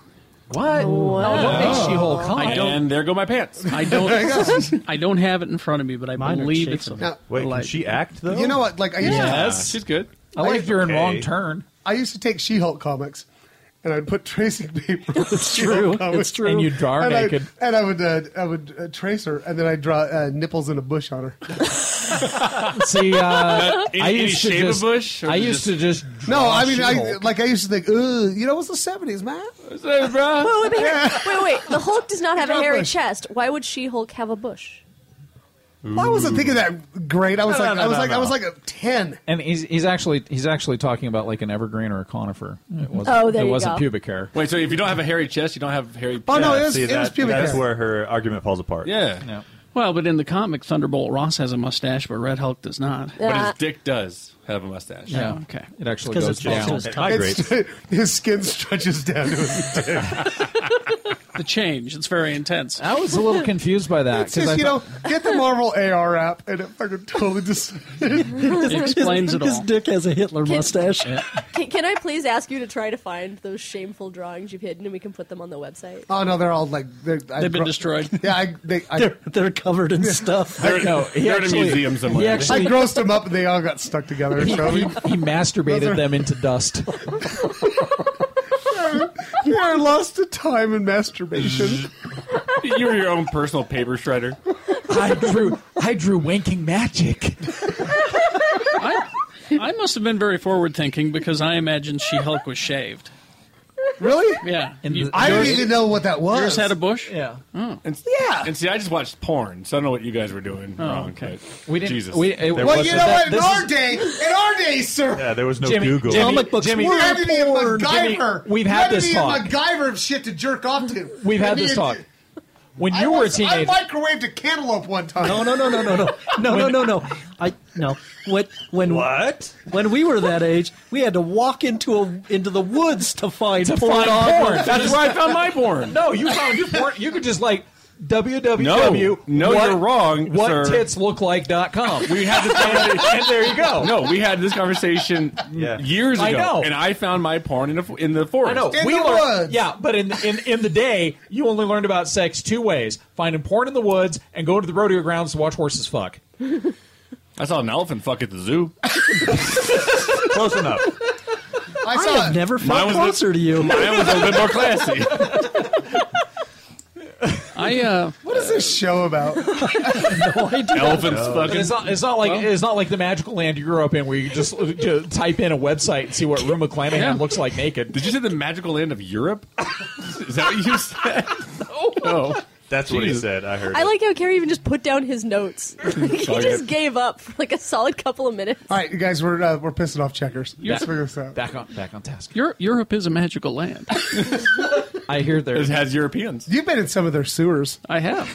Speaker 6: what. No, what makes She-Hulk hot?
Speaker 2: I don't.
Speaker 9: And there go my pants.
Speaker 2: I don't. I don't have it in front of me, but I
Speaker 5: Mine are
Speaker 2: believe it's.
Speaker 5: shaking.
Speaker 4: Now,
Speaker 3: Wait, can
Speaker 2: Like-
Speaker 3: she act though?
Speaker 4: you know what? Like I used to
Speaker 9: Uh, she's good.
Speaker 6: I like you're in
Speaker 3: okay.
Speaker 6: wrong turn.
Speaker 4: I used to take She-Hulk comics, and I'd put tracing paper. on
Speaker 6: true.
Speaker 4: the <laughs> She-Hulk comics.
Speaker 6: It's true. And you'd draw her
Speaker 4: and <laughs>
Speaker 6: naked.
Speaker 4: I, and I would, uh, I would uh, trace her, and then I'd draw uh, nipples in a bush on her. <laughs>
Speaker 6: See, uh,
Speaker 9: Any-
Speaker 6: I
Speaker 9: any
Speaker 6: used to
Speaker 9: shave a
Speaker 6: just.
Speaker 9: bush, or
Speaker 6: I
Speaker 9: you
Speaker 6: used to just.
Speaker 4: No,
Speaker 6: draw
Speaker 4: I mean, I,
Speaker 6: She-Hulk.
Speaker 4: like I used to think, Ugh, you know, it was the seventies, man.
Speaker 9: bro?
Speaker 8: Wait, wait, wait, wait. The Hulk does not have a
Speaker 4: Drop
Speaker 8: hairy
Speaker 4: bush.
Speaker 8: chest. Why would She-Hulk have a bush?
Speaker 4: Well, I wasn't thinking that great. I was
Speaker 3: No,
Speaker 4: like,
Speaker 3: no,
Speaker 4: I was
Speaker 3: no,
Speaker 4: like, I
Speaker 3: no.
Speaker 4: was like a ten. <laughs>
Speaker 6: And he's he's actually he's actually talking about like an evergreen or a conifer. It wasn't,
Speaker 8: Oh, there
Speaker 6: it
Speaker 8: you
Speaker 6: wasn't
Speaker 8: go.
Speaker 6: pubic hair.
Speaker 9: Wait, so if you don't have a hairy chest, you don't have hairy.
Speaker 4: Oh no,
Speaker 3: Yeah,
Speaker 4: it was,
Speaker 3: see,
Speaker 4: it
Speaker 3: that-
Speaker 4: was pubic
Speaker 3: That's
Speaker 4: hair.
Speaker 3: where her argument falls apart.
Speaker 9: Yeah.
Speaker 6: No.
Speaker 2: Well, but in the comic, Thunderbolt Ross has a mustache, but Red Hulk does not.
Speaker 9: But
Speaker 8: Uh,
Speaker 9: his dick does have a mustache.
Speaker 6: Yeah.
Speaker 2: Okay.
Speaker 6: It actually
Speaker 5: Because
Speaker 6: goes
Speaker 5: it's false
Speaker 6: down.
Speaker 5: to his
Speaker 3: It
Speaker 5: tongue.
Speaker 3: migrates.
Speaker 4: <laughs> It's- his skin stretches down to his dick.
Speaker 2: the change. It's very intense.
Speaker 6: I was a little confused by that
Speaker 4: It's just, you know, get the Marvel AR app and it fucking totally just.
Speaker 2: explains it
Speaker 5: <laughs> His
Speaker 2: all.
Speaker 5: dick has a Hitler
Speaker 8: Can-
Speaker 5: mustache.
Speaker 2: <laughs>
Speaker 8: Can, can I please ask you to try to find those shameful drawings you've hidden, and we can put them on the website?
Speaker 4: <laughs> Oh no, they're all like they're, I
Speaker 2: They've been
Speaker 4: gro-
Speaker 2: destroyed. <laughs>
Speaker 4: Yeah, I, they, I,
Speaker 5: They're, they're covered in stuff.
Speaker 6: They're, no, he
Speaker 9: They're
Speaker 6: actually,
Speaker 9: in a museum somewhere.
Speaker 6: He
Speaker 2: <laughs>
Speaker 4: I
Speaker 6: actually
Speaker 4: grossed them up, and they all got stuck together. <laughs> So
Speaker 6: he,
Speaker 4: we,
Speaker 6: he masturbated them into dust.
Speaker 4: we are lost to time and masturbation.
Speaker 9: <laughs> You're your own personal paper shredder.
Speaker 6: I drew I drew wanking magic.
Speaker 2: I, I must have been very forward thinking because I imagine She Hulk was shaved.
Speaker 4: really?
Speaker 2: Yeah.
Speaker 6: And
Speaker 2: You-
Speaker 6: the-
Speaker 4: I didn't
Speaker 6: Yours-
Speaker 4: even know what that was.
Speaker 2: yours had a bush?
Speaker 6: Yeah.
Speaker 9: And, yeah. And see, I just watched porn, so I don't know what you guys were doing wrong.
Speaker 2: okay.
Speaker 9: but
Speaker 6: Oh, We didn't
Speaker 9: Jesus.
Speaker 6: we it
Speaker 4: well,
Speaker 6: wasn't
Speaker 4: you know what?
Speaker 6: that-
Speaker 4: In
Speaker 6: this
Speaker 4: our
Speaker 6: is-
Speaker 4: day, in our day, sir,
Speaker 3: Yeah, there was no
Speaker 6: Jimmy-
Speaker 3: Google.
Speaker 6: Jimmy-
Speaker 5: Comic books
Speaker 6: Jimmy-
Speaker 5: were
Speaker 4: we had to be a MacGyver.
Speaker 5: porn.
Speaker 6: Jimmy, we've
Speaker 4: We
Speaker 6: had
Speaker 4: to
Speaker 6: this
Speaker 4: be a
Speaker 6: talk.
Speaker 4: MacGyver of shit to jerk off to.
Speaker 6: We've had
Speaker 4: We
Speaker 6: this
Speaker 4: needed-
Speaker 5: <laughs>
Speaker 6: talk. When
Speaker 4: I
Speaker 6: you were a
Speaker 4: was-
Speaker 6: teenager,
Speaker 4: I microwaved a cantaloupe one time.
Speaker 5: No, no, no, no, no, no, no, no, no, no. I no. What when
Speaker 10: What?
Speaker 5: when we were that age, we had to walk into a into the woods to find
Speaker 6: to
Speaker 5: porn.
Speaker 6: find
Speaker 5: on-
Speaker 6: porn.
Speaker 9: That's where I found my
Speaker 6: <laughs>
Speaker 9: porn.
Speaker 6: No, you found your porn. You could just like www.
Speaker 9: No,
Speaker 6: what,
Speaker 9: you're wrong,
Speaker 6: What
Speaker 9: sir.
Speaker 6: tits look like dot com.
Speaker 9: We had this conversation.
Speaker 6: and <laughs> there you go.
Speaker 9: No, we had this conversation
Speaker 3: Yeah.
Speaker 9: years ago,
Speaker 6: I know.
Speaker 9: and I found my porn in, a, in the forest.
Speaker 6: I know.
Speaker 4: In
Speaker 6: we
Speaker 4: the
Speaker 6: learned-
Speaker 4: woods.
Speaker 6: Yeah, but in, in in the day, you only learned about sex two ways: finding porn in the woods and going to the rodeo grounds to watch horses fuck.
Speaker 9: I saw an elephant fuck at
Speaker 6: <laughs>
Speaker 9: the zoo.
Speaker 3: Close enough.
Speaker 4: I
Speaker 5: I
Speaker 4: saw
Speaker 5: have
Speaker 4: it.
Speaker 5: never
Speaker 9: Mine
Speaker 5: felt
Speaker 9: was the-
Speaker 5: closer to you.
Speaker 9: <laughs> Mine was a little bit
Speaker 6: <laughs>
Speaker 9: more classy.
Speaker 2: I uh,
Speaker 4: What is this show about?
Speaker 9: Elephants fucking.
Speaker 6: It's not. It's not like it's not like the magical land you grew up in, where you just, just type in a website and see what Rue McClanahan
Speaker 2: Yeah.
Speaker 6: looks like naked.
Speaker 9: Did you say the magical land of Europe? <laughs> Is that what you said? Oh. No.
Speaker 3: That's what he
Speaker 9: Jesus.
Speaker 3: said. I heard.
Speaker 8: I
Speaker 3: it.
Speaker 8: like how Carrie even just put down his notes. <laughs> he
Speaker 9: Sorry.
Speaker 8: just gave up for like a solid couple of minutes.
Speaker 4: All right, you guys, we're uh, we're pissing off checkers. Let's
Speaker 6: Yeah.
Speaker 4: figure this out.
Speaker 6: Back on back on task.
Speaker 2: Europe, Europe is a magical land.
Speaker 6: I hear
Speaker 9: It
Speaker 6: there's
Speaker 9: has Europeans.
Speaker 4: You've been in some of their sewers.
Speaker 2: I
Speaker 5: <laughs>
Speaker 2: have.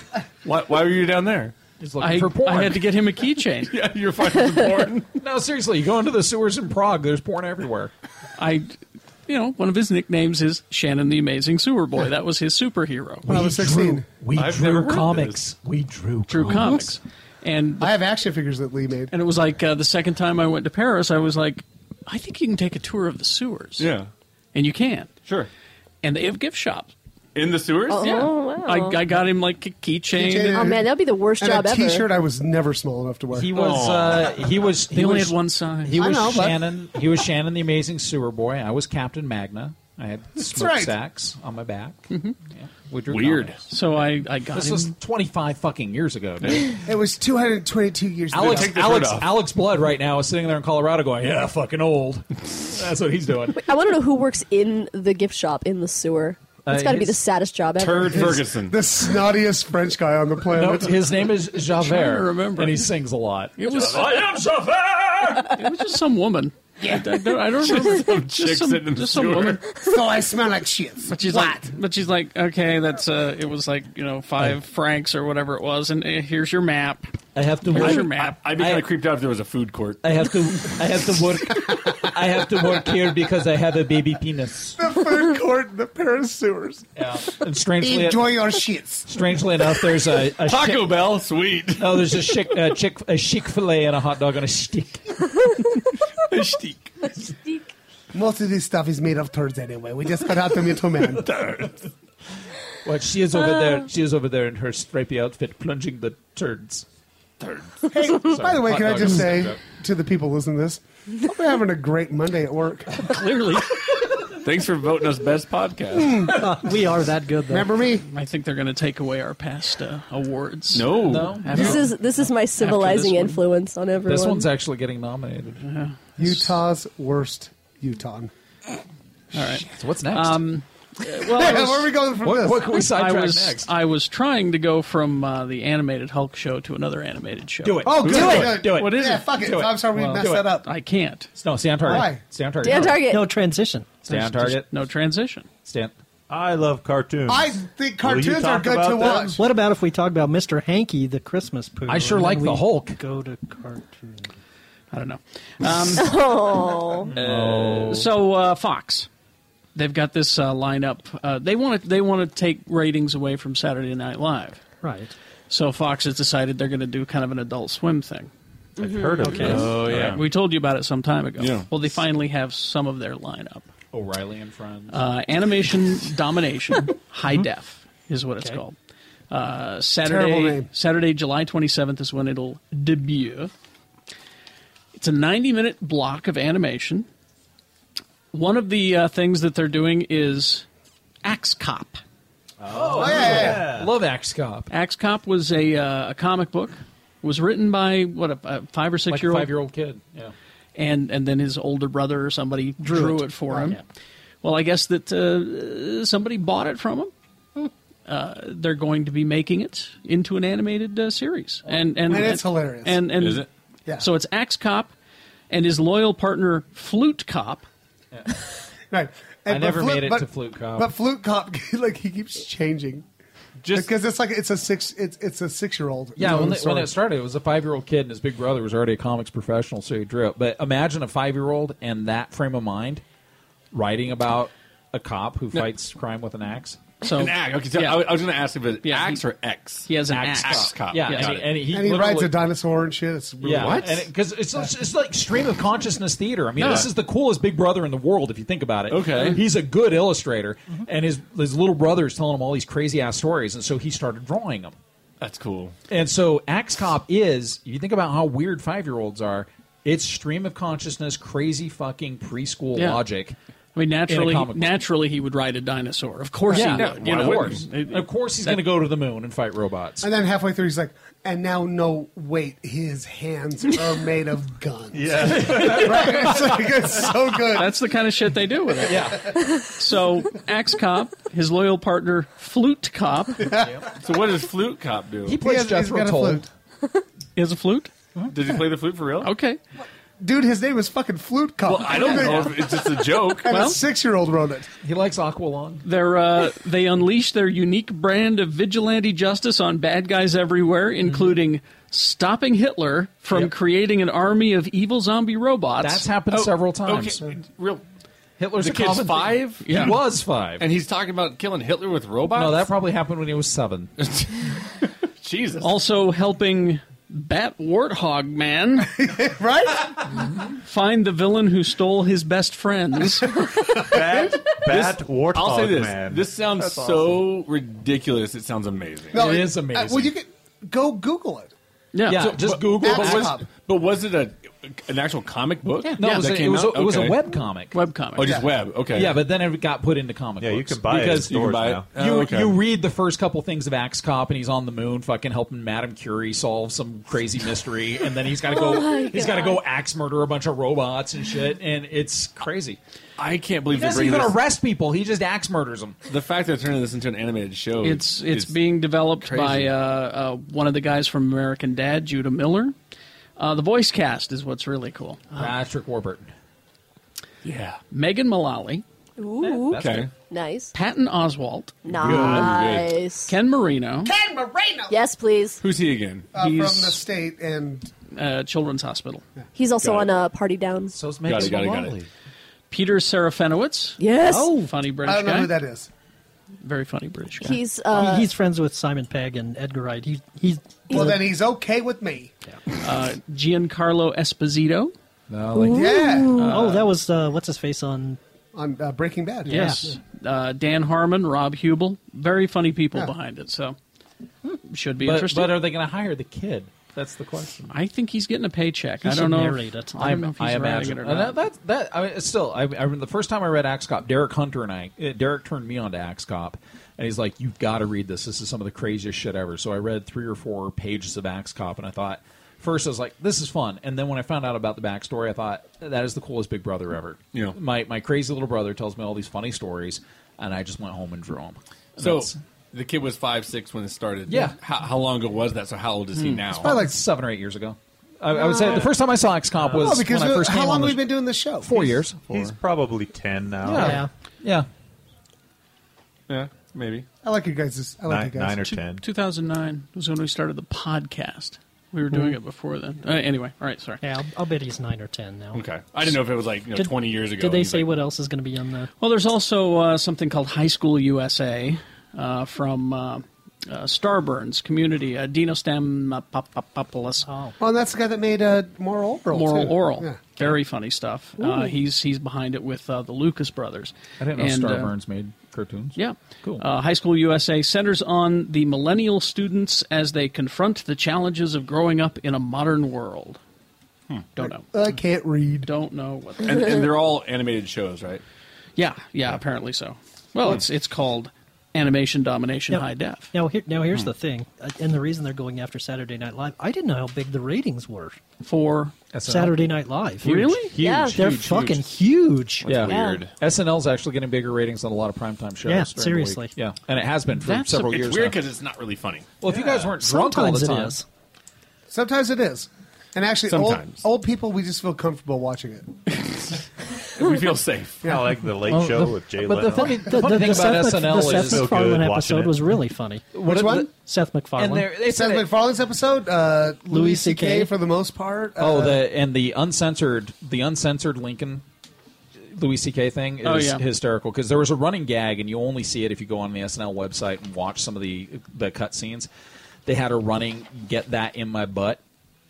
Speaker 9: Why, why were you down there?
Speaker 6: he's looking
Speaker 2: I,
Speaker 6: for porn.
Speaker 2: I had to get him a keychain.
Speaker 9: Yeah, you're fucking porn.
Speaker 6: No, seriously, you go into the sewers in Prague. There's porn everywhere.
Speaker 2: I, you know, one of his nicknames is Shannon the Amazing Sewer Boy. That was his superhero.
Speaker 4: When I was 16.
Speaker 6: We
Speaker 9: I've drew never heard
Speaker 6: comics. We drew
Speaker 2: Drew
Speaker 5: Oh.
Speaker 2: comics, and
Speaker 4: I have action figures that Lee made.
Speaker 2: and it was like uh, the second time I went to Paris, I was like, I think you can take a tour of the sewers.
Speaker 9: Yeah,
Speaker 2: and you can,
Speaker 9: sure.
Speaker 2: and they have gift shops.
Speaker 9: In the sewers?
Speaker 8: Oh,
Speaker 9: Yeah.
Speaker 8: wow.
Speaker 2: I, I got him like a keychain.
Speaker 4: Keychain.
Speaker 8: oh man, that'd be the worst
Speaker 4: And
Speaker 8: job
Speaker 4: a
Speaker 8: ever.
Speaker 4: t-shirt I was never small enough to wear.
Speaker 6: He was. Uh, he was. He
Speaker 2: They only
Speaker 6: was,
Speaker 2: had one size.
Speaker 6: He
Speaker 4: I
Speaker 6: was
Speaker 4: know, but-
Speaker 6: Shannon. He was Shannon, the amazing sewer boy. I was Captain Magna. I had smoke
Speaker 4: right.
Speaker 6: sacks on my back.
Speaker 2: Mm-hmm.
Speaker 6: Yeah, we drew
Speaker 9: Weird.
Speaker 6: comics.
Speaker 2: so I, I got
Speaker 6: This
Speaker 2: him.
Speaker 6: was 25 fucking years ago, dude.
Speaker 4: it was 222 years ago.
Speaker 6: Alex,
Speaker 9: Take the
Speaker 6: Alex,
Speaker 9: shirt off.
Speaker 6: Alex Blood right now is sitting there in Colorado going, yeah, fucking old. That's what he's doing.
Speaker 8: I want to know who works in the gift shop in the sewer. That's
Speaker 6: Uh,
Speaker 8: got to be
Speaker 6: his-
Speaker 8: the saddest job ever.
Speaker 9: Turd Ferguson.
Speaker 4: the snottiest French guy on the
Speaker 6: No,
Speaker 4: planet.
Speaker 6: his name is Javert.
Speaker 2: to remember.
Speaker 6: And he sings a lot.
Speaker 2: It was
Speaker 10: I am Javert!
Speaker 2: it was just some woman. Yeah, I, I don't, I don't remember.
Speaker 9: <laughs> Some chick sitting in the
Speaker 2: just some
Speaker 9: sewer.
Speaker 2: woman.
Speaker 4: so I smell like shit.
Speaker 2: But she's like, but she's like, okay, that's uh, it was like you know five francs or whatever it was, and uh, here's your map.
Speaker 5: I have to
Speaker 2: Here's
Speaker 5: work.
Speaker 2: your map.
Speaker 9: I'd be kind
Speaker 5: I-
Speaker 9: of creeped out if there was a food court.
Speaker 5: I have to. I have to work. I have to work here because I have a baby penis.
Speaker 4: the food court in the Paris sewers.
Speaker 6: And strangely,
Speaker 4: Enjoy your shits.
Speaker 6: strangely enough, there's a, a
Speaker 9: Taco
Speaker 6: chick-
Speaker 9: Bell, sweet.
Speaker 6: No, there's a chick, a chick, a chick fillet and a hot dog on a stick.
Speaker 4: Most of this stuff is made of turds anyway. We just cut out the middleman.
Speaker 6: Well, she is over there. She is over there in her stripy outfit, plunging the turds.
Speaker 4: Hey, by the way,
Speaker 6: hot
Speaker 4: can I
Speaker 6: dog
Speaker 4: just
Speaker 6: is-
Speaker 4: say to the people listening to this, hope you're having a great Monday at work.
Speaker 2: Clearly,
Speaker 9: Thanks for voting us best podcast.
Speaker 5: We are that good, though.
Speaker 4: Remember me?
Speaker 2: I think they're going to take away our past uh, awards.
Speaker 9: No.
Speaker 6: No,
Speaker 8: This is this is my civilizing
Speaker 2: one.
Speaker 8: influence on everyone.
Speaker 6: this one's actually getting nominated.
Speaker 4: Utah's worst Utah.
Speaker 2: all right.
Speaker 6: So what's next?
Speaker 2: Um,
Speaker 4: <laughs>
Speaker 2: well, I was-
Speaker 4: Where are we going from
Speaker 6: what,
Speaker 4: this?
Speaker 6: what can we
Speaker 2: I
Speaker 6: sidetrack
Speaker 2: was
Speaker 6: next?
Speaker 2: I was trying to go from uh, the animated Hulk show to another animated show.
Speaker 6: do it.
Speaker 4: Oh, good.
Speaker 6: Do it.
Speaker 4: Good.
Speaker 6: Do it.
Speaker 4: What is yeah, fuck it.
Speaker 6: Do
Speaker 4: I'm sorry we
Speaker 6: Well,
Speaker 4: messed
Speaker 6: do it.
Speaker 4: that up.
Speaker 2: I can't.
Speaker 6: No, stay on target.
Speaker 4: Why?
Speaker 6: Stay on target.
Speaker 8: Dan
Speaker 6: No.
Speaker 5: <laughs>
Speaker 8: Target. <laughs>
Speaker 5: No transition.
Speaker 6: Stay on
Speaker 2: There's
Speaker 6: target.
Speaker 2: just No transition.
Speaker 6: Stay on.
Speaker 3: I love cartoons.
Speaker 4: I think
Speaker 3: Will you
Speaker 4: cartoons are
Speaker 3: talk
Speaker 4: good
Speaker 3: about
Speaker 4: to
Speaker 3: them?
Speaker 4: watch.
Speaker 5: What about if we talk about Mr. Hanky, the Christmas poo?
Speaker 6: I sure
Speaker 5: and
Speaker 6: like
Speaker 5: then
Speaker 6: the
Speaker 5: we
Speaker 6: Hulk.
Speaker 5: Go to cartoon.
Speaker 6: Oh.
Speaker 2: I don't know. Um, so uh, Fox, They've got this uh, lineup. Uh, they want to they want to take ratings away from Saturday Night Live.
Speaker 5: Right.
Speaker 2: So Fox has decided they're going to do kind of an Adult Swim thing.
Speaker 3: I've heard of
Speaker 2: Okay.
Speaker 3: this.
Speaker 9: Oh,
Speaker 2: Right. We told you about it some time ago.
Speaker 3: Yeah.
Speaker 2: Well, they finally have some of their lineup.
Speaker 6: O'Reilly and Friends.
Speaker 2: Uh, animation
Speaker 4: <laughs>
Speaker 2: domination,
Speaker 4: Mm-hmm.
Speaker 2: high def is what it's called. Uh,
Speaker 4: Terrible
Speaker 2: Saturday,
Speaker 4: name.
Speaker 2: Saturday, July 27th is when it'll debut. It's a 90 minute block of animation. One of the uh, things that they're doing is Axe Cop.
Speaker 4: Oh, yeah.
Speaker 6: Love Axe Cop.
Speaker 2: Axe Cop was a, uh, a comic book. It was written by what a, a five or six
Speaker 6: Like
Speaker 2: year
Speaker 6: a
Speaker 2: old
Speaker 6: five year old kid. Yeah.
Speaker 2: and and then his older brother or somebody drew, it.
Speaker 6: it.
Speaker 2: for him. Well, I guess that uh, somebody bought it from him. Uh, they're going to be making it into an animated uh, series, and and,
Speaker 4: And it's hilarious.
Speaker 2: And and
Speaker 9: Is it?
Speaker 4: Yeah.
Speaker 2: So it's Axe Cop and his loyal partner Flute Cop.
Speaker 4: Right. And
Speaker 6: I
Speaker 4: but
Speaker 6: never
Speaker 4: Flute-
Speaker 6: made it
Speaker 4: but-
Speaker 6: to Flute Cop.
Speaker 4: But Flute Cop, <laughs> like he keeps changing.
Speaker 6: Just-
Speaker 4: because it's like it's a six it's it's a six year old.
Speaker 6: Yeah, when, it- when it started, it was a five year old kid, and his big brother was already a comics professional, so he drew it. But imagine a five year old and that frame of mind writing about a cop who fights crime with an axe.
Speaker 2: So
Speaker 9: An axe. Okay, so
Speaker 2: yeah.
Speaker 9: I was- I was going to ask if it's axe or X.
Speaker 2: he has an axe.
Speaker 9: Axe cop.
Speaker 6: Yeah, and,
Speaker 9: Got it.
Speaker 6: he, and he,
Speaker 4: and he rides
Speaker 6: literally-
Speaker 4: a dinosaur and shit. It's really
Speaker 6: Yeah,
Speaker 4: wild.
Speaker 6: because it's it's like stream of consciousness theater. I mean,
Speaker 9: Yeah.
Speaker 6: this is the coolest Big Brother in the world if you think about it.
Speaker 9: Okay.
Speaker 6: he's a good illustrator, and his his little brother is telling him all these crazy ass stories, and so he started drawing them.
Speaker 9: That's cool.
Speaker 6: And so Axe Cop is, if you think about how weird five year olds are, it's stream of consciousness, crazy fucking preschool
Speaker 2: Yeah.
Speaker 6: logic.
Speaker 2: I mean, naturally,
Speaker 6: comic book.
Speaker 2: naturally he would ride a dinosaur. Of course he would. you
Speaker 9: why
Speaker 2: know.
Speaker 9: wouldn't
Speaker 6: And of course, he's going to go to the moon and fight robots.
Speaker 4: And then halfway through, he's like, "And now, no, wait, his hands are made of guns." Yeah, <laughs> right? It's, like, it's so good.
Speaker 2: That's the kind of shit they do with it. Yeah. So Axe Cop, his loyal partner Flute Cop,
Speaker 9: So what does flute cop do?
Speaker 6: He
Speaker 4: He
Speaker 6: plays
Speaker 4: has- he's
Speaker 6: Jethro
Speaker 4: got a
Speaker 6: Tull.
Speaker 4: flute.
Speaker 2: is a flute.
Speaker 9: Does he play the flute for real?
Speaker 2: Okay.
Speaker 4: Dude, his name is fucking Flute Cop.
Speaker 9: Well, I don't know. if It's just a joke.
Speaker 4: <laughs> And
Speaker 2: Well-
Speaker 4: a six year old wrote it.
Speaker 6: He likes Aqualung.
Speaker 2: They're, uh, they unleash their unique brand of vigilante justice on bad guys everywhere,
Speaker 5: Mm-hmm.
Speaker 2: including stopping Hitler from
Speaker 6: Yep.
Speaker 2: creating an army of evil zombie robots.
Speaker 6: That's happened <laughs> several times.
Speaker 9: Oh, Okay, real.
Speaker 6: Hitler's
Speaker 9: The
Speaker 6: a
Speaker 9: kid's
Speaker 6: common thing.
Speaker 9: five?
Speaker 2: Yeah.
Speaker 6: He was five.
Speaker 9: And he's talking about killing Hitler with robots.
Speaker 6: no, that probably happened when he was seven.
Speaker 9: Jesus.
Speaker 2: also helping Bat Warthog Man
Speaker 4: Right?
Speaker 2: find the villain who stole his best friends.
Speaker 3: Bat, bat warthog
Speaker 9: I'll say this.
Speaker 3: man.
Speaker 9: This sounds so ridiculous. It sounds amazing.
Speaker 6: It is amazing.
Speaker 4: uh, well, you could go Google it.
Speaker 2: Yeah.
Speaker 6: Yeah, just Google.
Speaker 9: But
Speaker 4: Axe
Speaker 9: was,
Speaker 4: Cop.
Speaker 9: but was it a an actual comic book?
Speaker 6: No, it was,
Speaker 9: That
Speaker 6: a, it,
Speaker 9: came
Speaker 6: was a,
Speaker 9: out?
Speaker 6: it was a
Speaker 9: Okay.
Speaker 6: web comic.
Speaker 2: Webcomic.
Speaker 9: Oh, just web. Okay.
Speaker 6: Yeah, but then it got put into comic
Speaker 3: Yeah, you
Speaker 6: books.
Speaker 3: can buy it
Speaker 6: because
Speaker 3: in
Speaker 9: you can
Speaker 3: stores
Speaker 9: buy it.
Speaker 3: now.
Speaker 9: Oh,
Speaker 6: you
Speaker 9: okay.
Speaker 6: you read the first couple things of Axe Cop, and he's on the moon, fucking helping Madame Curie solve some crazy mystery, and then he's got to go.
Speaker 8: my
Speaker 6: he's got to go axe murder a bunch of robots and shit, and it's crazy.
Speaker 9: I
Speaker 6: He
Speaker 9: can't believe they're
Speaker 6: doesn't
Speaker 9: bringing
Speaker 6: even
Speaker 9: this.
Speaker 6: arrest people; he just axe murders them.
Speaker 9: The fact that they're turning this into an animated show.
Speaker 2: It's
Speaker 9: is-
Speaker 2: it's being developed
Speaker 9: crazy.
Speaker 2: by uh, uh, one of the guys from American Dad, Judah Miller. Uh, the voice cast is what's really cool.
Speaker 6: Patrick Warburton.
Speaker 9: yeah.
Speaker 2: Megan Mullally,
Speaker 8: Ooh,
Speaker 6: That's
Speaker 9: Okay.
Speaker 6: good.
Speaker 8: nice,
Speaker 2: Patton Oswalt,
Speaker 8: nice.
Speaker 2: Ken Marino,
Speaker 8: Yes, please.
Speaker 9: Who's he again?
Speaker 4: Uh, from the
Speaker 2: He's-
Speaker 4: state and
Speaker 2: uh, Children's Hospital,
Speaker 8: He's also
Speaker 9: Got it.
Speaker 8: on uh, Party Down.
Speaker 6: So it's
Speaker 9: Got it, got it, got it.
Speaker 2: Peter Serafinowicz. Oh.
Speaker 8: Yes,
Speaker 6: Oh,
Speaker 2: funny British
Speaker 4: I don't know
Speaker 2: guy.
Speaker 4: who that is.
Speaker 2: Very funny British guy.
Speaker 8: he's uh,
Speaker 5: he's friends with Simon Pegg and Edgar Wright. He, he's
Speaker 4: Well, then he's okay with me.
Speaker 2: Uh, Giancarlo Esposito.
Speaker 6: No, like,
Speaker 4: Yeah,
Speaker 5: oh, that was uh, what's his face on
Speaker 4: on uh, Breaking Bad.
Speaker 2: Yes. Uh, Dan Harmon, Rob Hubel. Very funny people behind it. So should be
Speaker 6: but,
Speaker 2: interesting.
Speaker 6: but are they going to hire the kid? That's the question.
Speaker 2: I think he's getting a paycheck.
Speaker 5: He
Speaker 2: I
Speaker 5: should
Speaker 2: don't know. if,
Speaker 5: narrate it.
Speaker 2: I don't know if he's writing it or
Speaker 6: And
Speaker 2: not.
Speaker 6: That, that, that- I mean, it's still, I, I remember the first time I read Axe Cop, Derek Hunter and I, uh, Derek turned me on to Axe Cop, and he's like, "You've got to read this. This is some of the craziest shit ever." So I read three or four pages of Axe Cop, and I thought, first I was like, "This is fun," and then when I found out about the backstory, I thought, "That is the coolest Big Brother ever."
Speaker 9: Yeah.
Speaker 6: my my crazy little brother tells me all these funny stories, and I just went home and drew them.
Speaker 9: So the kid was five, six when it started.
Speaker 6: Yeah.
Speaker 9: How, how long ago was that? So how old is he now?
Speaker 6: like seven or eight years ago. I, I would say the first time I saw Axe Cop was
Speaker 4: Oh, because
Speaker 6: when I
Speaker 4: we-
Speaker 6: first
Speaker 4: how
Speaker 6: came
Speaker 4: long
Speaker 6: on
Speaker 4: have
Speaker 6: the
Speaker 4: we been doing this show?
Speaker 6: four years.
Speaker 3: He's probably ten now.
Speaker 5: Yeah.
Speaker 6: yeah.
Speaker 9: yeah, maybe.
Speaker 4: I like you guys. I like
Speaker 3: Nine,
Speaker 4: you guys.
Speaker 3: nine or ten.
Speaker 2: 2009 was when we started the podcast. We were doing it before then. Uh, anyway, all right, sorry.
Speaker 5: Yeah, I'll, I'll bet he's nine or ten now.
Speaker 9: Okay. I didn't know if it was like you know,
Speaker 5: Did-
Speaker 9: 20 years ago.
Speaker 5: Did they
Speaker 9: He's
Speaker 5: say
Speaker 9: like,
Speaker 5: what else is going to be on the?
Speaker 2: Well, there's also uh, something called High School USA uh, from uh, uh, Starburns Community, uh, Dinostamopoulos. Oh.
Speaker 4: Well, and that's the guy that made uh, Moral Oral.
Speaker 2: Moral
Speaker 4: too.
Speaker 2: Oral.
Speaker 4: Yeah.
Speaker 2: Very funny stuff. Uh,
Speaker 4: Ooh.
Speaker 2: he's he's behind it with uh, the Lucas brothers.
Speaker 6: I didn't know
Speaker 2: And, uh,
Speaker 6: Starburns made cartoons.
Speaker 2: Yeah.
Speaker 6: Cool.
Speaker 2: Uh, High School USA centers on the millennial students as they confront the challenges of growing up in a modern world.
Speaker 6: Hmm.
Speaker 2: Don't know.
Speaker 4: I can't read.
Speaker 2: Don't know what. the-
Speaker 9: and, and they're all animated shows, right?
Speaker 2: yeah, yeah, apparently so. Well,
Speaker 6: Hmm.
Speaker 2: it's it's called Animation Domination
Speaker 5: Now-
Speaker 2: High Def.
Speaker 5: Now, here, now
Speaker 6: Hmm.
Speaker 5: here's the thing, uh, and the reason they're going after Saturday Night Live. I didn't know how big the ratings were.
Speaker 2: For
Speaker 5: Saturday Night Live.
Speaker 2: Really?
Speaker 6: Huge,
Speaker 8: Yeah.
Speaker 6: huge,
Speaker 5: They're
Speaker 6: huge.
Speaker 5: fucking huge.
Speaker 6: Yeah.
Speaker 8: weird.
Speaker 6: SNL's actually getting bigger ratings than a lot of primetime shows. during
Speaker 5: Yeah,
Speaker 6: the week.
Speaker 5: seriously.
Speaker 6: Yeah, and it has been for
Speaker 2: That's a-
Speaker 6: several
Speaker 2: it's
Speaker 6: years.
Speaker 9: It's weird
Speaker 6: now.
Speaker 9: because it's not really funny.
Speaker 6: well, if you guys weren't drunk all
Speaker 5: Sometimes
Speaker 6: the
Speaker 5: it
Speaker 6: time,
Speaker 5: is.
Speaker 4: Sometimes it is. And actually, old,
Speaker 9: Sometimes.
Speaker 4: old people, we just feel comfortable watching it.
Speaker 9: we feel safe.
Speaker 3: Kind of like the Late Show with Jay
Speaker 6: but the
Speaker 3: Leno.
Speaker 6: funny,
Speaker 5: The,
Speaker 6: the
Speaker 5: the,
Speaker 6: funny
Speaker 5: the
Speaker 6: thing about
Speaker 5: Seth, Mac-
Speaker 6: SNL
Speaker 5: the
Speaker 6: is
Speaker 5: Seth
Speaker 3: so good
Speaker 5: McFarlane
Speaker 3: watching
Speaker 5: episode
Speaker 3: it.
Speaker 5: was really funny.
Speaker 4: Which one?
Speaker 5: Seth
Speaker 6: and
Speaker 5: MacFarlane.
Speaker 6: they're- they
Speaker 4: Seth
Speaker 6: said it-
Speaker 4: MacFarlane's episode, uh, Louis
Speaker 5: CK.
Speaker 4: C.K. for the most part.
Speaker 6: Oh,
Speaker 4: uh,
Speaker 6: the and the uncensored, the uncensored Lincoln Louis C.K. thing is
Speaker 2: Oh, yeah.
Speaker 6: hysterical because there was a running gag, and you only see it if you go on the SNL website and watch some of the the cut scenes. They had a running "Get that in my butt"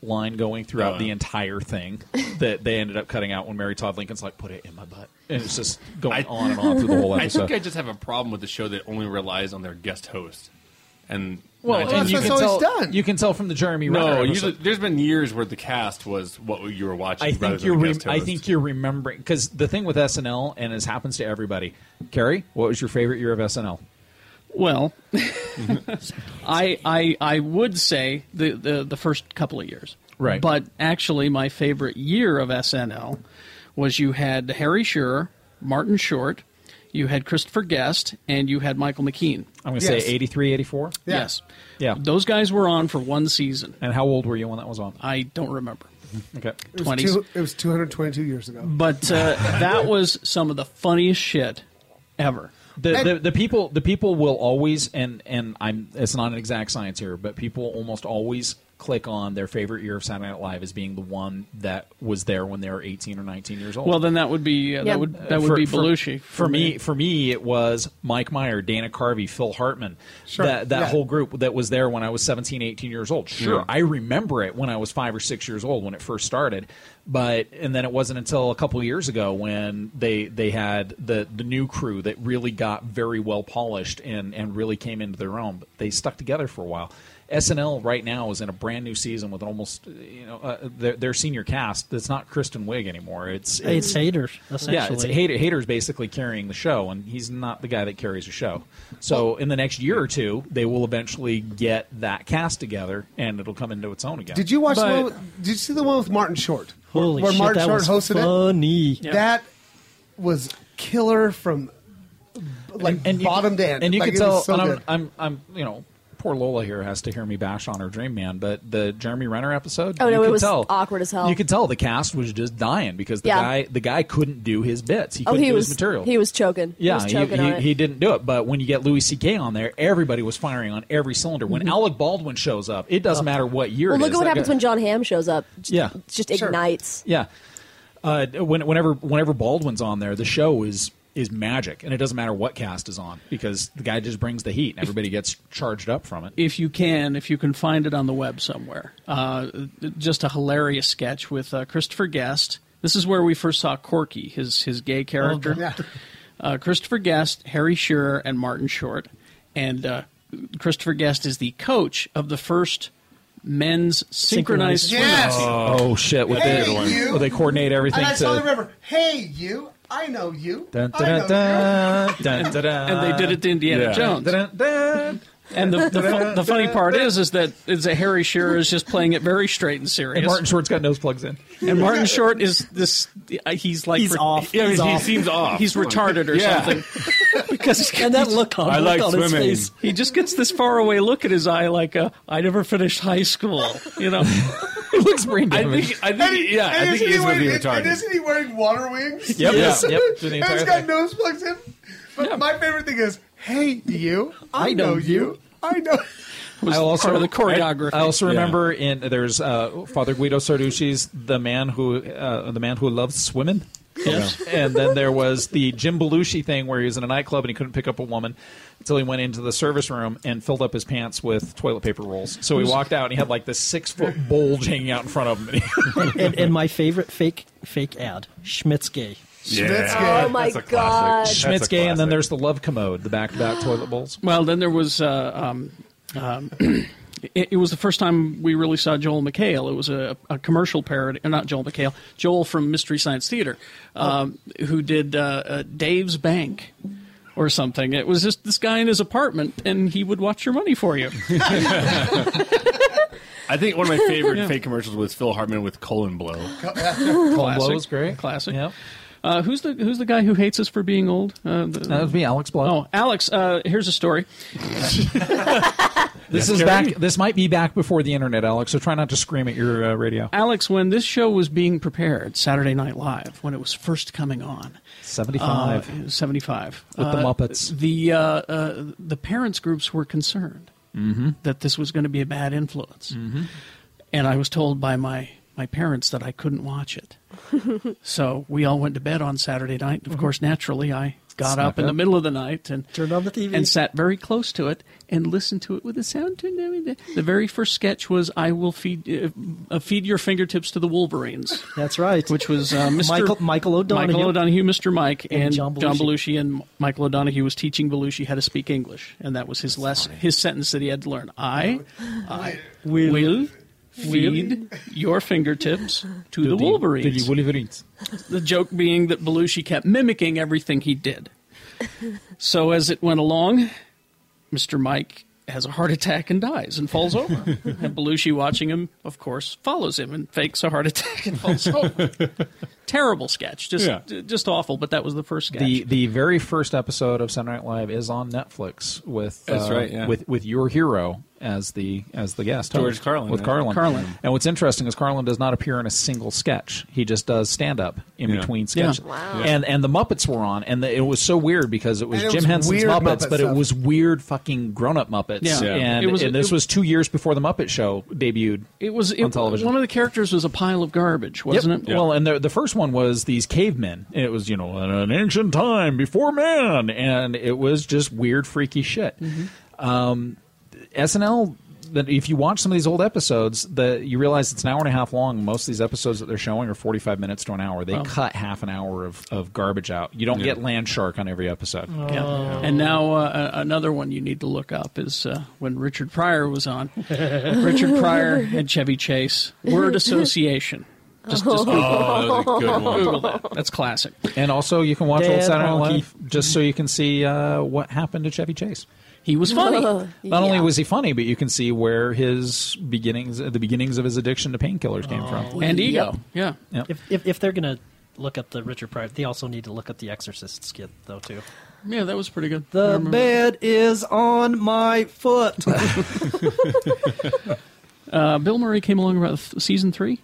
Speaker 6: line going throughout
Speaker 9: Oh,
Speaker 6: the
Speaker 9: yeah.
Speaker 6: entire thing that they ended up cutting out when Mary Todd Lincoln's like, "Put it in my butt," and it's just going
Speaker 9: I-
Speaker 6: on and on through the whole
Speaker 9: <laughs> I
Speaker 6: episode.
Speaker 9: think I just have a problem with the show that only relies on their guest host. And
Speaker 6: well,
Speaker 9: nine
Speaker 6: and
Speaker 9: times
Speaker 6: you
Speaker 4: that's
Speaker 6: can
Speaker 4: always
Speaker 6: tell,
Speaker 4: done.
Speaker 6: you can tell from the Jeremy Renner
Speaker 9: No,
Speaker 6: episode.
Speaker 9: usually there's been years where the cast was what you were watching.
Speaker 6: I think
Speaker 9: rather than
Speaker 6: you're.
Speaker 9: the
Speaker 6: Rem-
Speaker 9: guest
Speaker 6: I
Speaker 9: host.
Speaker 6: think you're remembering because the thing with SNL, and this happens to everybody. Carrie, what was your favorite year of SNL? <laughs>
Speaker 2: Well, I, I I would say the, the the first couple of years.
Speaker 6: Right.
Speaker 2: But actually, my favorite year of SNL was you had Harry Shearer, Martin Short, you had Christopher Guest, and you had Michael McKean.
Speaker 6: I'm going to
Speaker 4: Yes.
Speaker 6: say 83, 84.
Speaker 4: Yeah.
Speaker 2: Yes.
Speaker 6: Yeah.
Speaker 2: Those guys were on for one season.
Speaker 6: And how old were you when that was on?
Speaker 2: I don't remember.
Speaker 6: Okay.
Speaker 4: it, was
Speaker 2: 20s.
Speaker 4: two, it was 222 years ago.
Speaker 2: But uh, that was some of the funniest shit ever.
Speaker 6: The, the, the people the people will always and and I'm it's not an exact science here, but people almost always click on their favorite year of Saturday Night Live as being the one that was there when they were 18 or 19 years old.
Speaker 2: Well, then that would be uh,
Speaker 8: Yeah.
Speaker 2: that would
Speaker 6: Uh,
Speaker 2: that would
Speaker 6: for-
Speaker 2: be
Speaker 6: for-
Speaker 2: Belushi
Speaker 6: For, me, for me, it was Mike Meyer, Dana Carvey, Phil Hartman. That that
Speaker 4: yeah.
Speaker 6: whole group that was there when I was 17, 18 years old. Sure, I remember it when I was five or six years old when it first started. But and then it wasn't until a couple of years ago when they they had the the new crew that really got very well polished and and really came into their own. But they stuck together for a while. SNL right now is in a brand new season with an almost you know uh, their, their senior cast that's not Kristen Wiig anymore. It's
Speaker 5: it's haters essentially.
Speaker 6: yeah, it's Hader. Hader's basically carrying the show, and he's not the guy that carries the show. So in the next year or two, they will eventually get that cast together, and it'll come into its own again.
Speaker 4: Did you watch
Speaker 2: But-
Speaker 4: the one? Did you see the one with Martin Short? Where-
Speaker 5: Holy
Speaker 4: where
Speaker 5: shit,
Speaker 4: Martin
Speaker 5: that
Speaker 4: Short
Speaker 5: was
Speaker 4: hosted it.
Speaker 5: funny.
Speaker 4: That was killer from like
Speaker 6: and you
Speaker 4: bottom
Speaker 6: can-
Speaker 4: to end.
Speaker 6: And you
Speaker 4: like,
Speaker 6: can
Speaker 4: it
Speaker 6: tell.
Speaker 4: was so
Speaker 6: and I'm,
Speaker 4: good.
Speaker 6: I'm, I'm, you know, poor Lola here has to hear me bash on her Dream Man, but the Jeremy Renner episode.
Speaker 8: Oh,
Speaker 6: you
Speaker 8: no, it
Speaker 6: could
Speaker 8: was
Speaker 6: tell,
Speaker 8: awkward as hell.
Speaker 6: You could tell the cast was just dying because the
Speaker 8: Yeah.
Speaker 6: guy, the guy couldn't do his bits. He
Speaker 8: Oh,
Speaker 6: couldn't
Speaker 8: he
Speaker 6: do
Speaker 8: was
Speaker 6: his material.
Speaker 8: He was choking.
Speaker 6: Yeah,
Speaker 8: he was
Speaker 6: he,
Speaker 8: choking on
Speaker 6: he,
Speaker 8: it.
Speaker 6: he didn't do it. But when you get Louis C.K. on there, everybody was firing on every cylinder. When Alec Baldwin shows up, it doesn't matter what year.
Speaker 8: Mm-hmm. Oh.
Speaker 6: it
Speaker 8: well, look
Speaker 6: is,
Speaker 8: at what
Speaker 6: that
Speaker 8: happens
Speaker 6: guy-
Speaker 8: when John Hamm shows up. Just,
Speaker 6: Yeah.
Speaker 8: just ignites.
Speaker 6: Yeah, uh, when, whenever whenever Baldwin's on there, the show is is magic, and it doesn't matter what cast is on because the guy just brings the heat, and everybody gets charged up from it.
Speaker 2: if you can, if you can find it on the web somewhere. Uh, just a hilarious sketch with uh, Christopher Guest. This is where we first saw Corky, his his gay character.
Speaker 4: God. Yeah.
Speaker 2: <laughs> uh, Christopher Guest, Harry Shearer, and Martin Short. And uh, Christopher Guest is the coach of the first men's synchronized,
Speaker 5: Synchronized.
Speaker 2: swim
Speaker 4: Yes!
Speaker 2: team.
Speaker 6: Oh shit! With
Speaker 4: Hey,
Speaker 6: they,
Speaker 4: you.
Speaker 6: where they coordinate everything
Speaker 4: and I
Speaker 6: to.
Speaker 4: saw the river. Hey, you! I know you.
Speaker 6: Dun,
Speaker 4: I
Speaker 6: dun,
Speaker 4: know
Speaker 6: dun, dun, dun, dun.
Speaker 2: And they did it to Indiana
Speaker 9: Yeah.
Speaker 2: Jones.
Speaker 6: Dun, dun.
Speaker 2: And the, the, fu- the funny part is, is that is that Harry Shearer is just playing it very straight and serious.
Speaker 6: And Martin Short's got nose plugs in.
Speaker 2: And Martin Short is this. uh, He's like
Speaker 5: He's off.
Speaker 9: Yeah,
Speaker 5: He's
Speaker 9: he
Speaker 5: off.
Speaker 9: seems off.
Speaker 2: He's retarded or
Speaker 9: Yeah.
Speaker 2: something because
Speaker 5: and that look on,
Speaker 9: I
Speaker 5: look
Speaker 9: like
Speaker 5: on his
Speaker 9: swimming.
Speaker 5: face.
Speaker 2: he just gets this faraway look at his eye, like uh, "I never finished high school," you know.
Speaker 6: It looks brain
Speaker 9: I
Speaker 6: damaged.
Speaker 9: think. I think. yeah,
Speaker 4: And
Speaker 9: I think
Speaker 4: isn't
Speaker 9: he is going
Speaker 4: wearing,
Speaker 9: to be
Speaker 4: and- And
Speaker 9: retarded.
Speaker 4: isn't he wearing water wings?
Speaker 6: Yep,
Speaker 9: Yeah.
Speaker 4: <laughs>
Speaker 6: yep, through the
Speaker 4: and he's
Speaker 6: entire
Speaker 4: got
Speaker 6: thing.
Speaker 4: nose plugs in. But my favorite thing is, hey, you! I, know, you. I know.
Speaker 10: was part of the choreography.
Speaker 6: I, also remember in there's uh, Father Guido Sarducci's the man who uh, the man who loved swimming.
Speaker 10: Yes.
Speaker 6: and then there was the Jim Belushi thing where he was in a nightclub and he couldn't pick up a woman until he went into the service room and filled up his pants with toilet paper rolls. So he
Speaker 5: Who's-
Speaker 6: walked out and he had like this six foot bulge hanging out in front of him. <laughs> And he-
Speaker 5: and, and, and my favorite fake fake ad, Schmidt's gay.
Speaker 6: Yeah.
Speaker 4: Schmidt's gay.
Speaker 8: Oh my god.
Speaker 6: Schmidt's gay, and then there's the love commode, the back to back toilet bowls.
Speaker 10: Well, then there was. Uh, um, um, <clears throat> it, it was the first time we really saw Joel McHale. It was a, a commercial parody, uh, not Joel McHale, Joel from Mystery Science Theater, um, who did uh, uh, Dave's Bank. Or something. It was just this guy in his apartment, and he would watch your money for you.
Speaker 9: I think one of my favorite
Speaker 10: Yeah.
Speaker 9: fake commercials was Phil Hartman with Colon Blow.
Speaker 6: Blow
Speaker 10: Classic,
Speaker 6: was great.
Speaker 10: classic. Uh, who's the Who's the guy who hates us for being old? Uh, the,
Speaker 6: That would be Alex Blow.
Speaker 10: oh, Alex. Uh, here's a story.
Speaker 6: this is back. This might be back before the internet, Alex. So try not to scream at your uh, radio.
Speaker 10: Alex, when this show was being prepared, Saturday Night Live, when it was first coming on,
Speaker 6: Seventy-five.
Speaker 9: Oh,
Speaker 10: uh, seventy-five,
Speaker 6: With the
Speaker 10: uh,
Speaker 6: Muppets.
Speaker 10: the uh, uh, the parents groups were concerned
Speaker 5: Mm-hmm.
Speaker 10: that this was going to be a bad influence, and I was told by my my parents that I couldn't
Speaker 5: <laughs>
Speaker 10: watch it. so we all went to bed on Saturday night. Of course, naturally, I got
Speaker 5: Mm-hmm. Snuck
Speaker 10: up in the
Speaker 5: up.
Speaker 10: middle of the night and
Speaker 5: Turned on the TV.
Speaker 10: and sat very close to it and listened to it with the sound turned down. The- The very first sketch was "I will feed uh, uh, feed your fingertips to the Wolverines,"
Speaker 5: That's right.
Speaker 10: which was uh, Mr.
Speaker 5: Michael Michael O'Donoghue.
Speaker 10: Michael O'Donohue, Mr. Mike, and,
Speaker 5: And
Speaker 10: John,
Speaker 5: John
Speaker 10: Belushi.
Speaker 5: Belushi.
Speaker 10: and Michael O'Donohue was teaching Belushi how to speak English, and that was his less his sentence that he had to learn. I, I will, feed your fingertips to the Wolverines.
Speaker 6: Wolverines.
Speaker 10: The joke being that Belushi kept mimicking everything he did. So as it went along, Mr. Mike has a heart attack and dies and falls over. and Belushi, watching him, of course, follows him and fakes a heart attack and falls over. Terrible sketch, just
Speaker 6: Yeah.
Speaker 10: j- just awful. But that was the first sketch.
Speaker 6: The the very first episode of Saturday Night Live is on Netflix with uh,
Speaker 9: That's right, yeah.
Speaker 6: with with your hero as the as the guest
Speaker 9: George
Speaker 6: host,
Speaker 9: Carlin,
Speaker 6: with
Speaker 9: yeah.
Speaker 6: Carlin
Speaker 10: Carlin.
Speaker 6: and what's interesting is Carlin does not appear in a single sketch he just does stand up in
Speaker 9: Yeah.
Speaker 6: between
Speaker 10: Yeah.
Speaker 6: sketches
Speaker 8: Wow.
Speaker 6: and and the Muppets were on and the, it was so weird because it was
Speaker 4: And it
Speaker 6: Jim
Speaker 4: was
Speaker 6: Henson's
Speaker 4: weird
Speaker 6: Muppets
Speaker 4: Muppet
Speaker 6: but it
Speaker 4: stuff.
Speaker 6: was weird fucking grown up Muppets
Speaker 10: Yeah. Yeah.
Speaker 6: and
Speaker 10: It was-
Speaker 6: and this
Speaker 10: it-
Speaker 6: was two years before the Muppet Show debuted
Speaker 10: it was it,
Speaker 6: on television
Speaker 10: One of the characters was a pile of garbage, wasn't
Speaker 6: Yep.
Speaker 10: it?
Speaker 6: Well, and the, the first one was these cavemen. And It was, you know, in an ancient time before man, and it was just weird, freaky shit. Um, SNL. That if you watch some of these old episodes, that you realize it's an hour and a half long. Most of these episodes that they're showing are forty-five minutes to an hour. They cut half an hour of, of garbage out. You don't
Speaker 9: Yeah.
Speaker 6: get Land Shark on every episode.
Speaker 10: Yeah. And now uh, a- another one you need to look up is uh, when Richard Pryor
Speaker 2: <laughs>
Speaker 10: was on. Richard Pryor and Chevy Chase word association. Just,
Speaker 9: Oh,
Speaker 10: just
Speaker 9: that was a good one.
Speaker 10: Google that. That's classic.
Speaker 6: And also, you can watch old
Speaker 5: Dead
Speaker 6: Saturday Night
Speaker 5: honky.
Speaker 6: Live just so you can see uh, what happened to Chevy Chase.
Speaker 10: He was funny.
Speaker 8: Oh,
Speaker 6: Not only
Speaker 8: <laughs> yeah.
Speaker 6: was he funny, but you can see where his beginnings, the beginnings of his addiction to painkillers came from.
Speaker 10: and ego. Oh, Yeah.
Speaker 6: Yep.
Speaker 5: If, if if they're gonna look up the Richard Pryor, they also need to look up the Exorcist skit though too.
Speaker 10: Yeah, that was pretty good. I
Speaker 5: The
Speaker 10: remember-
Speaker 5: bed is on my foot.
Speaker 4: <laughs>
Speaker 10: uh, Bill Murray came along about th- season 3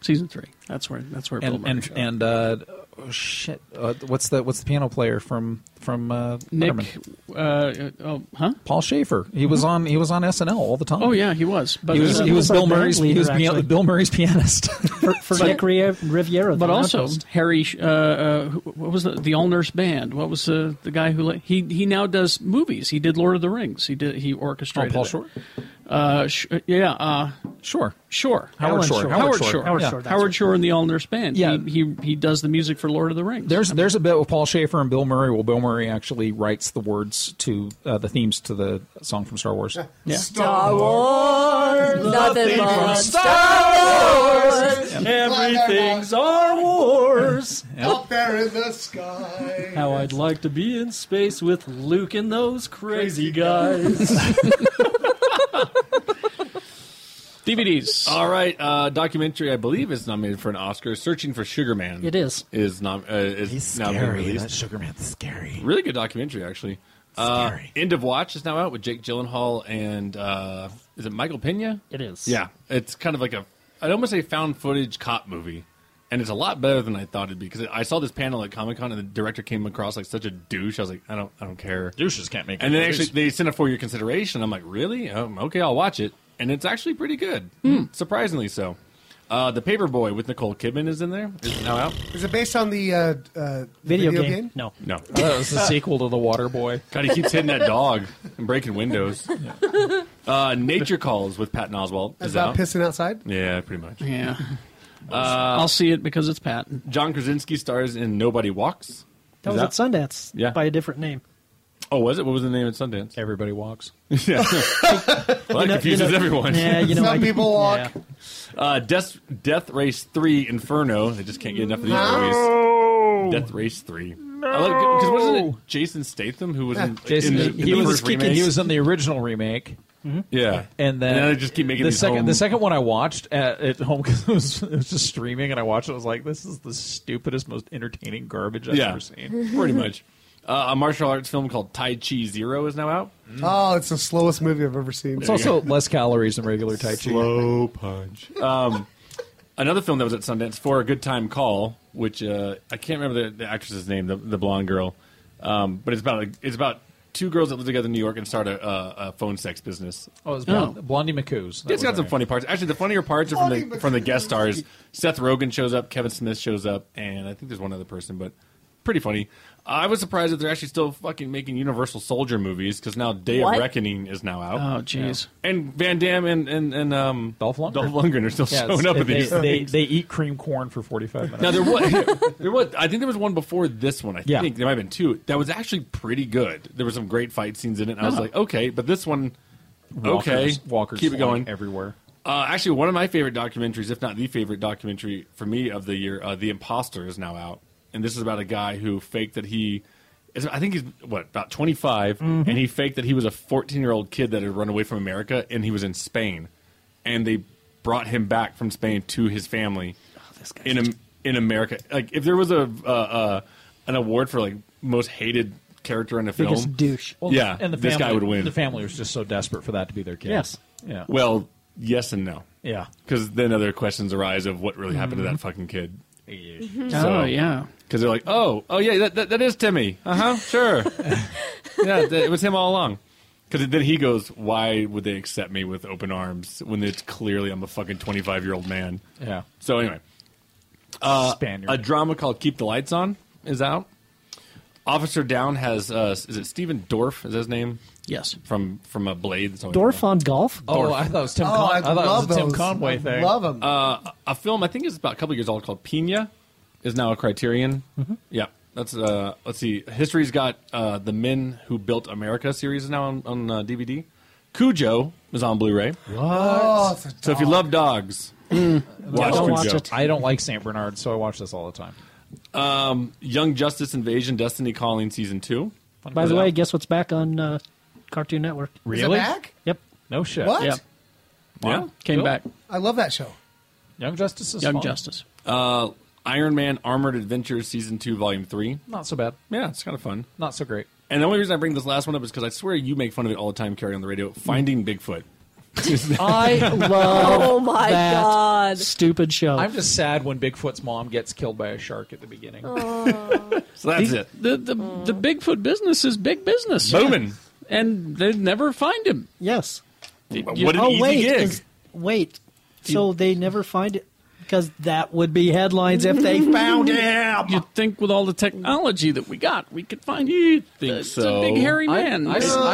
Speaker 10: Season three. That's where. That's where Bill
Speaker 6: And
Speaker 10: Murray.
Speaker 6: and
Speaker 10: showed up.
Speaker 6: and uh, oh, shit, uh, what's the what's the piano player from from uh,
Speaker 10: Nick.
Speaker 6: Letterman?
Speaker 10: Uh, uh, oh, huh?
Speaker 6: Paul Schaefer. He was on he was on SNL all the time.
Speaker 10: Oh yeah, he was. But
Speaker 6: he was
Speaker 10: uh,
Speaker 6: he was
Speaker 5: That's our
Speaker 6: Bill
Speaker 5: band
Speaker 6: Murray's he
Speaker 5: leader,
Speaker 6: was pia-
Speaker 5: actually.
Speaker 6: Bill Murray's <laughs> pianist.
Speaker 5: for for Nick Ria- Riviera. the
Speaker 10: But also
Speaker 5: novelist.
Speaker 10: Harry, uh, uh, who- what was the the All Nurse Band? What was uh, the the guy who la- he he now does movies? He did Lord of the Rings. He did he
Speaker 6: oh,
Speaker 10: orchestrated.
Speaker 6: Paul
Speaker 10: it.
Speaker 6: Short.
Speaker 10: Uh, sh- yeah. Uh,
Speaker 6: Sure.
Speaker 10: sure.
Speaker 6: Howard
Speaker 5: Alan
Speaker 6: Shore.
Speaker 5: Shore.
Speaker 10: Howard Shore.
Speaker 5: Howard
Speaker 6: Yeah.
Speaker 5: Shore. that's
Speaker 10: Howard
Speaker 5: right.
Speaker 10: Shore and the All Nurse Band.
Speaker 6: Yeah.
Speaker 10: He, he he does the music for Lord of the Rings.
Speaker 6: There's there's a bit with Paul Schaefer and Bill Murray where Bill Murray actually writes the words to uh, the themes to the song from Star Wars.
Speaker 10: yeah.
Speaker 8: Star Wars, nothing but
Speaker 5: <laughs>
Speaker 4: Everything's
Speaker 5: our wars.
Speaker 4: up there in the sky.
Speaker 5: <laughs> How I'd like to be in space with Luke and those crazy
Speaker 4: Crazy
Speaker 5: guys. <laughs>
Speaker 10: DVDs.
Speaker 5: Oh,
Speaker 9: All right, uh, documentary I believe is nominated for an Oscar. Searching for Sugar Man.
Speaker 5: It is.
Speaker 9: is nom- uh, is now being released.
Speaker 6: Sugar Man's scary.
Speaker 9: Really good documentary actually. Uh, End of Watch is now out with Jake Gyllenhaal and uh, is it Michael Pena?
Speaker 5: it is.
Speaker 9: Yeah, it's kind of like a I'd almost say found footage cop movie, and it's a lot better than I thought it'd be because I saw this panel at Comic Con and the director came across like such a douche. I was like, I don't, I don't care.
Speaker 6: Douches can't make.
Speaker 9: And then
Speaker 6: movies.
Speaker 9: actually they sent it for your consideration. I'm like, really? Um, okay, I'll watch it, and it's actually pretty good, Hmm, surprisingly so. Uh, the Paperboy with Nicole Kidman is in there. Is it now out?
Speaker 4: Is it based on the uh, uh,
Speaker 9: Video
Speaker 4: video,
Speaker 9: game?
Speaker 4: game?
Speaker 5: No.
Speaker 9: No,
Speaker 6: that was the sequel to The Water Boy.
Speaker 9: God, he keeps hitting that dog and breaking windows. Uh, Nature Calls with Patton Oswalt
Speaker 4: That's
Speaker 9: is
Speaker 4: about
Speaker 9: out.
Speaker 4: pissing outside.
Speaker 9: Yeah, pretty much.
Speaker 10: Yeah.
Speaker 9: I'll
Speaker 10: Uh, see it because it's Patton.
Speaker 9: John Krasinski stars in Nobody Walks.
Speaker 5: That
Speaker 9: Is
Speaker 5: was at Sundance
Speaker 9: Yeah.
Speaker 5: by a different name.
Speaker 9: Oh, was it? What was the name at Sundance?
Speaker 6: Everybody Walks.
Speaker 9: yeah. well, that
Speaker 5: know-
Speaker 9: confuses
Speaker 5: you know-
Speaker 9: everyone.
Speaker 5: Yeah, you know, Some I- people
Speaker 4: walk.
Speaker 9: Uh, Death, Death Race 3 Inferno. They just can't get enough of these movies. Death Race 3. Because wasn't it Jason Statham who was in,
Speaker 6: Jason,
Speaker 9: in the,
Speaker 6: he,
Speaker 9: in the
Speaker 6: was
Speaker 9: first remake?
Speaker 6: he was in the original remake.
Speaker 9: Yeah.
Speaker 6: And then,
Speaker 9: And then they just keep making
Speaker 6: the
Speaker 9: these
Speaker 6: second
Speaker 9: home-
Speaker 6: the second one I watched at, at home <laughs> because it was, it was just streaming and I watched it I was like this is the stupidest most entertaining garbage I've
Speaker 9: yeah,
Speaker 6: ever seen
Speaker 9: pretty much. Uh, a martial arts film called Tai Chi Zero is now out.
Speaker 4: Oh, it's the slowest movie I've ever seen. Oh,
Speaker 6: It's also less calories than regular Tai Chi.
Speaker 9: Slow punch. Um, another film that was at Sundance for a good time call, which uh, I can't remember the, the actress's name, the, the blonde girl, um, but it's about a, it's about two girls that live together in New York and start a, a, a phone sex business.
Speaker 6: Oh, it was Blond- Blondie McCoos. That
Speaker 9: it's
Speaker 6: was
Speaker 9: got
Speaker 6: her
Speaker 9: some
Speaker 6: name.
Speaker 9: funny parts. Actually, the funnier parts are from the
Speaker 6: Blondie
Speaker 9: from the guest stars. Seth Rogen shows up, Kevin Smith shows up, and I think there's one other person, but pretty funny. I was surprised that they're actually still fucking making Universal Soldier movies because now Day
Speaker 6: What?
Speaker 9: of Reckoning is now out.
Speaker 6: Oh, jeez.
Speaker 9: Yeah. And Van Damme and and, and um, Dolph Lundgren. are still
Speaker 6: Yeah,
Speaker 9: showing up
Speaker 6: it's-
Speaker 9: at these.
Speaker 6: they, they,
Speaker 9: things.
Speaker 6: they eat cream corn for 45 minutes.
Speaker 9: now there was
Speaker 6: <laughs>
Speaker 9: there was I think there was one before this one. I
Speaker 6: Yeah.
Speaker 9: think there might have been two. That was actually pretty good. There were some great fight scenes in it. And I was
Speaker 6: Oh.
Speaker 9: like, okay, but this one, okay,
Speaker 6: Walkers- walkers
Speaker 9: keep it
Speaker 6: flying
Speaker 9: going
Speaker 6: everywhere.
Speaker 9: Uh, actually, one of my favorite documentaries, if not the favorite documentary for me of the year, uh, "The Imposter" is now out, and this is about a guy who faked that he. is- I think he's what about twenty
Speaker 6: Mm-hmm.
Speaker 9: and he faked that he was a fourteen-year-old kid that had run away from America, and he was in Spain, and they brought him back from Spain to his family
Speaker 6: Oh,
Speaker 9: in Am- in America. Like, if there was a uh, uh, an award for like most hated character in a film,
Speaker 6: Biggest douche. Well,
Speaker 9: yeah,
Speaker 6: and the
Speaker 9: this guy
Speaker 6: family-
Speaker 9: would win.
Speaker 6: the family was just so desperate for that to be their kid.
Speaker 9: Yes.
Speaker 6: Yeah.
Speaker 9: Well, yes and no.
Speaker 6: Yeah.
Speaker 9: Because then other questions arise of what really happened to that
Speaker 6: Mhm.
Speaker 9: fucking kid.
Speaker 6: Mhm.
Speaker 10: Mm-hmm. Oh, yeah.
Speaker 9: Because they're like, oh, oh yeah, that, that, that is Timmy. Uh huh.
Speaker 10: <laughs>
Speaker 9: Sure. yeah, that, it was him all along. Because then he goes, why would they accept me with open arms when it's clearly I'm a fucking 25 year old man?
Speaker 6: Yeah.
Speaker 9: So anyway, uh, a drama called Keep the Lights On is out. Officer Down has uh, is it Stephen Dorff is his name?
Speaker 10: Yes,
Speaker 9: from from a Blade. That's all I
Speaker 5: Dorf on golf?
Speaker 9: Oh, I thought it was Tim Oh, Con- I I thought it was love a Tim those.
Speaker 6: Conway
Speaker 9: thing. Uh, a film I think is about a couple years old called Pina is now a Criterion.
Speaker 6: Mm-hmm.
Speaker 9: Yeah, that's uh, let's see. History's got uh, the Men Who Built America series is now on, on uh, DVD. Cujo is on Blu-ray.
Speaker 4: Oh, it's a
Speaker 9: So if you love dogs, watch
Speaker 6: <clears throat> don't
Speaker 9: Cujo.
Speaker 6: watch it. I don't like St. Bernard, so I watch this all the time.
Speaker 9: Um, Young Justice Invasion: Destiny Calling season two.
Speaker 5: By the way, guess what's back on uh, Cartoon Network?
Speaker 9: Really? back?
Speaker 5: Yep.
Speaker 6: No shit.
Speaker 4: What?
Speaker 5: Yep.
Speaker 9: yeah,
Speaker 10: Came
Speaker 9: Cool.
Speaker 10: back.
Speaker 4: I love that show.
Speaker 6: Young Justice is
Speaker 10: Young
Speaker 6: fun.
Speaker 10: Justice.
Speaker 9: Uh, Iron Man Armored Adventures season two, volume three.
Speaker 6: Not so bad.
Speaker 9: Yeah, it's kind of fun.
Speaker 6: Not so great.
Speaker 9: And the only reason I bring this last one up is because I swear you make fun of it all the time, Carrie, on the radio. Finding Bigfoot.
Speaker 6: I
Speaker 5: <laughs>
Speaker 6: love
Speaker 8: Oh my
Speaker 6: that
Speaker 8: God. <laughs>
Speaker 5: Stupid show.
Speaker 6: I'm just sad when Bigfoot's mom gets killed by a shark at the beginning.
Speaker 9: so that's
Speaker 10: the,
Speaker 6: it.
Speaker 10: The the, the Bigfoot business is big business.
Speaker 6: <laughs>
Speaker 9: Booming.
Speaker 10: And they never find him.
Speaker 5: Yes.
Speaker 10: You-
Speaker 5: oh, wait, is- wait. So they never find it because that would be headlines if they found it.
Speaker 10: You'd think with all the technology that we got, we could find you
Speaker 9: think
Speaker 10: it's a big hairy man.
Speaker 6: I, I, I saw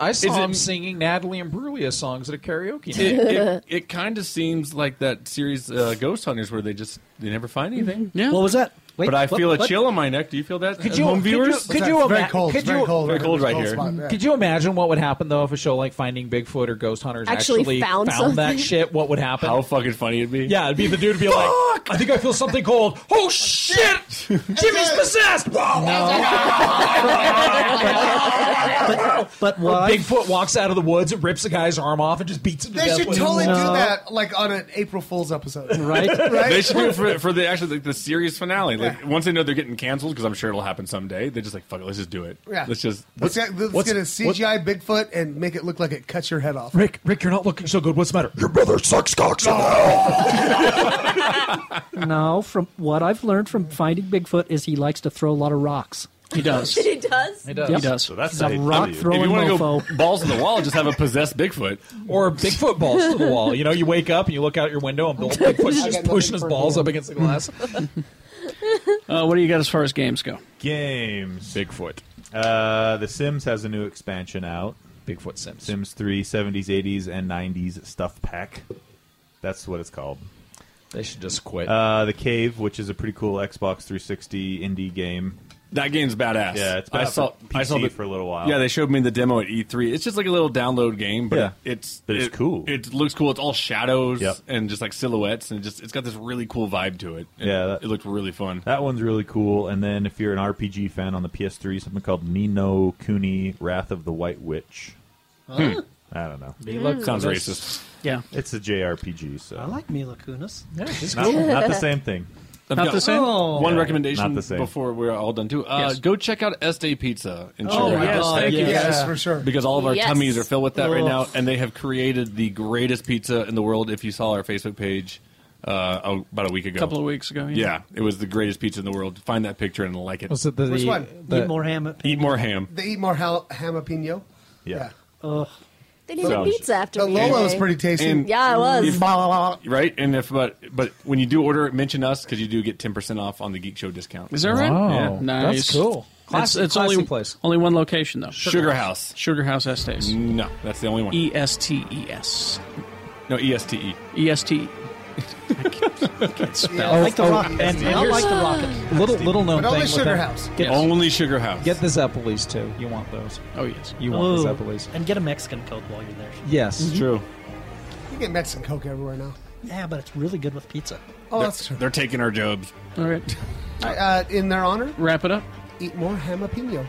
Speaker 6: I
Speaker 9: Is
Speaker 6: saw
Speaker 9: it-
Speaker 6: him singing Natalie Imbruglia songs at a karaoke
Speaker 9: it
Speaker 6: night.
Speaker 9: it, it kind of seems like that series uh, Ghost Hunters where they just they never find anything.
Speaker 10: Yeah.
Speaker 5: What was that? Wait,
Speaker 9: but I
Speaker 5: what-
Speaker 9: feel a
Speaker 5: what?
Speaker 9: chill on my neck. Do you feel that? uh,
Speaker 6: Could you-
Speaker 9: home
Speaker 6: could you-
Speaker 9: viewers?
Speaker 6: could you
Speaker 4: Very
Speaker 6: ima-
Speaker 4: cold,
Speaker 6: could
Speaker 4: very
Speaker 6: you-
Speaker 4: cold,
Speaker 9: Very
Speaker 4: right?
Speaker 9: cold right
Speaker 4: Cold
Speaker 9: here.
Speaker 4: spot, yeah.
Speaker 6: Could you imagine what would happen though if a show like Finding Bigfoot or Ghost Hunters
Speaker 9: Actually
Speaker 6: actually,
Speaker 9: found something.
Speaker 6: that shit? What would happen?
Speaker 9: How fucking funny it'd be.
Speaker 6: yeah, it'd be the dude would be like, I think I feel something cold. Oh shit! Jimmy's possessed. Whoa!
Speaker 5: Oh, but
Speaker 6: Or
Speaker 5: why?
Speaker 6: Bigfoot walks out of the woods and rips the guy's arm off and just beats him to
Speaker 4: They
Speaker 6: death.
Speaker 4: should
Speaker 6: with
Speaker 4: totally
Speaker 6: it.
Speaker 4: do that, like on an April Fool's episode,
Speaker 5: right?
Speaker 4: <laughs> right?
Speaker 9: They should do it for, for the actually like the series finale. Like like, once they know they're getting canceled, because I'm sure it'll happen someday, they're just like, fuck it, let's just do it.
Speaker 4: Yeah.
Speaker 9: Let's just.
Speaker 4: Let's, get- let's
Speaker 9: what's-
Speaker 4: get a
Speaker 9: what's-
Speaker 4: CGI Bigfoot and make it look like it cuts your head off.
Speaker 6: Rick, Rick, you're not looking so good. What's the matter? Your brother sucks cocks.
Speaker 5: no, from what I've learned from Finding Bigfoot is he likes to throw a lot of rocks.
Speaker 10: He does.
Speaker 8: he does.
Speaker 5: He does. He does. So that's He's a a rock W. throwing
Speaker 9: If you wanna
Speaker 5: mofo.
Speaker 9: <laughs> go balls in the wall, just have a possessed Bigfoot.
Speaker 6: Or Bigfoot balls to the wall. You know, you wake up and you look out your window and
Speaker 10: <laughs>
Speaker 6: Bill Bigfoot's just pushing his balls up against the glass.
Speaker 10: Uh, what do you got as far as games go?
Speaker 3: Games. Bigfoot. Uh, the Sims has a new expansion out. Bigfoot Sims. Sims 3 70s, 80s, and 90s stuff pack. That's what it's called.
Speaker 6: They should just quit.
Speaker 3: Uh, the Cave, which is a pretty cool Xbox 360 indie game.
Speaker 9: That game's badass.
Speaker 3: Yeah, it's been
Speaker 9: I
Speaker 3: out
Speaker 9: saw.
Speaker 3: for
Speaker 9: I saw
Speaker 3: PC
Speaker 9: the,
Speaker 3: for a little while.
Speaker 9: Yeah, they showed me the demo at E3. It's just like a little download game, but
Speaker 3: Yeah.
Speaker 9: it's
Speaker 3: But it's
Speaker 9: it-
Speaker 3: cool.
Speaker 9: It looks cool. It's all shadows
Speaker 3: Yep.
Speaker 9: and just like silhouettes, and it just it's got this really cool vibe to it. It-
Speaker 3: Yeah, that-
Speaker 9: it looked really fun.
Speaker 3: That one's really cool. And then if you're an RPG fan on the PS3, something called Nino Kuni Wrath of the White Witch.
Speaker 5: Huh?
Speaker 3: I don't know.
Speaker 5: Mila Kunis. Sounds racist. Yeah.
Speaker 3: It's a JRPG, so.
Speaker 5: I like Mila Kunis. Oh. Yeah,
Speaker 3: not, not the same thing.
Speaker 9: I've got One
Speaker 3: Yeah,
Speaker 9: recommendation
Speaker 3: Not the same.
Speaker 9: before we're all done too. Uh,
Speaker 3: Yes.
Speaker 9: Go check out Este Pizza in
Speaker 3: Oh,
Speaker 9: Churro.
Speaker 3: yes,
Speaker 9: House.
Speaker 3: thank you. Yes, for sure.
Speaker 9: Because all of our
Speaker 3: Yes.
Speaker 9: tummies are filled with that right
Speaker 3: Ugh.
Speaker 9: now, and they have created the greatest pizza in the world. If you saw our Facebook page uh, oh, about a week ago,
Speaker 10: Couple of weeks ago, yeah.
Speaker 9: it was the greatest pizza in the world. Find that picture and like it.
Speaker 6: Was it the-
Speaker 4: Which one?
Speaker 6: the- Eat
Speaker 4: more
Speaker 5: ham.
Speaker 9: Eat more ham.
Speaker 4: They eat more hal- jalapeno. Yeah.
Speaker 8: They need a
Speaker 9: So-
Speaker 8: pizza after
Speaker 4: The
Speaker 8: me
Speaker 4: Lolo was
Speaker 8: today.
Speaker 4: pretty tasty.
Speaker 9: And-
Speaker 8: yeah, it was.
Speaker 9: If- right? And if but but when you do order, it, mention us because you do get ten percent off on the Geek Show discount.
Speaker 10: Is that right?
Speaker 9: Yeah.
Speaker 10: Nice. Class, it's only place. Only one location though.
Speaker 9: Sugar House.
Speaker 10: Sugar House Estates.
Speaker 9: No, that's the only one.
Speaker 10: E S T E S.
Speaker 9: No, E S T E.
Speaker 10: E S T. Can't spell.
Speaker 6: I like
Speaker 9: Oh,
Speaker 6: the rock band. I like the rocket. Little little known
Speaker 10: But only
Speaker 6: thing. with
Speaker 10: Sugar
Speaker 6: them.
Speaker 10: House.
Speaker 6: Get,
Speaker 9: Only Sugar House.
Speaker 6: Get the Zeppelis too. You want those?
Speaker 10: Oh yes.
Speaker 6: You want the
Speaker 5: Ooh.
Speaker 6: Zeppelis?
Speaker 5: And get a Mexican Coke while you're there.
Speaker 6: Yes,
Speaker 9: true.
Speaker 4: You get Mexican Coke everywhere now.
Speaker 5: Yeah, but it's really good with pizza.
Speaker 4: Oh, that's true.
Speaker 9: They're taking our jobs.
Speaker 10: All right.
Speaker 4: Uh, in their honor,
Speaker 10: wrap it up.
Speaker 4: Eat more jalapeno.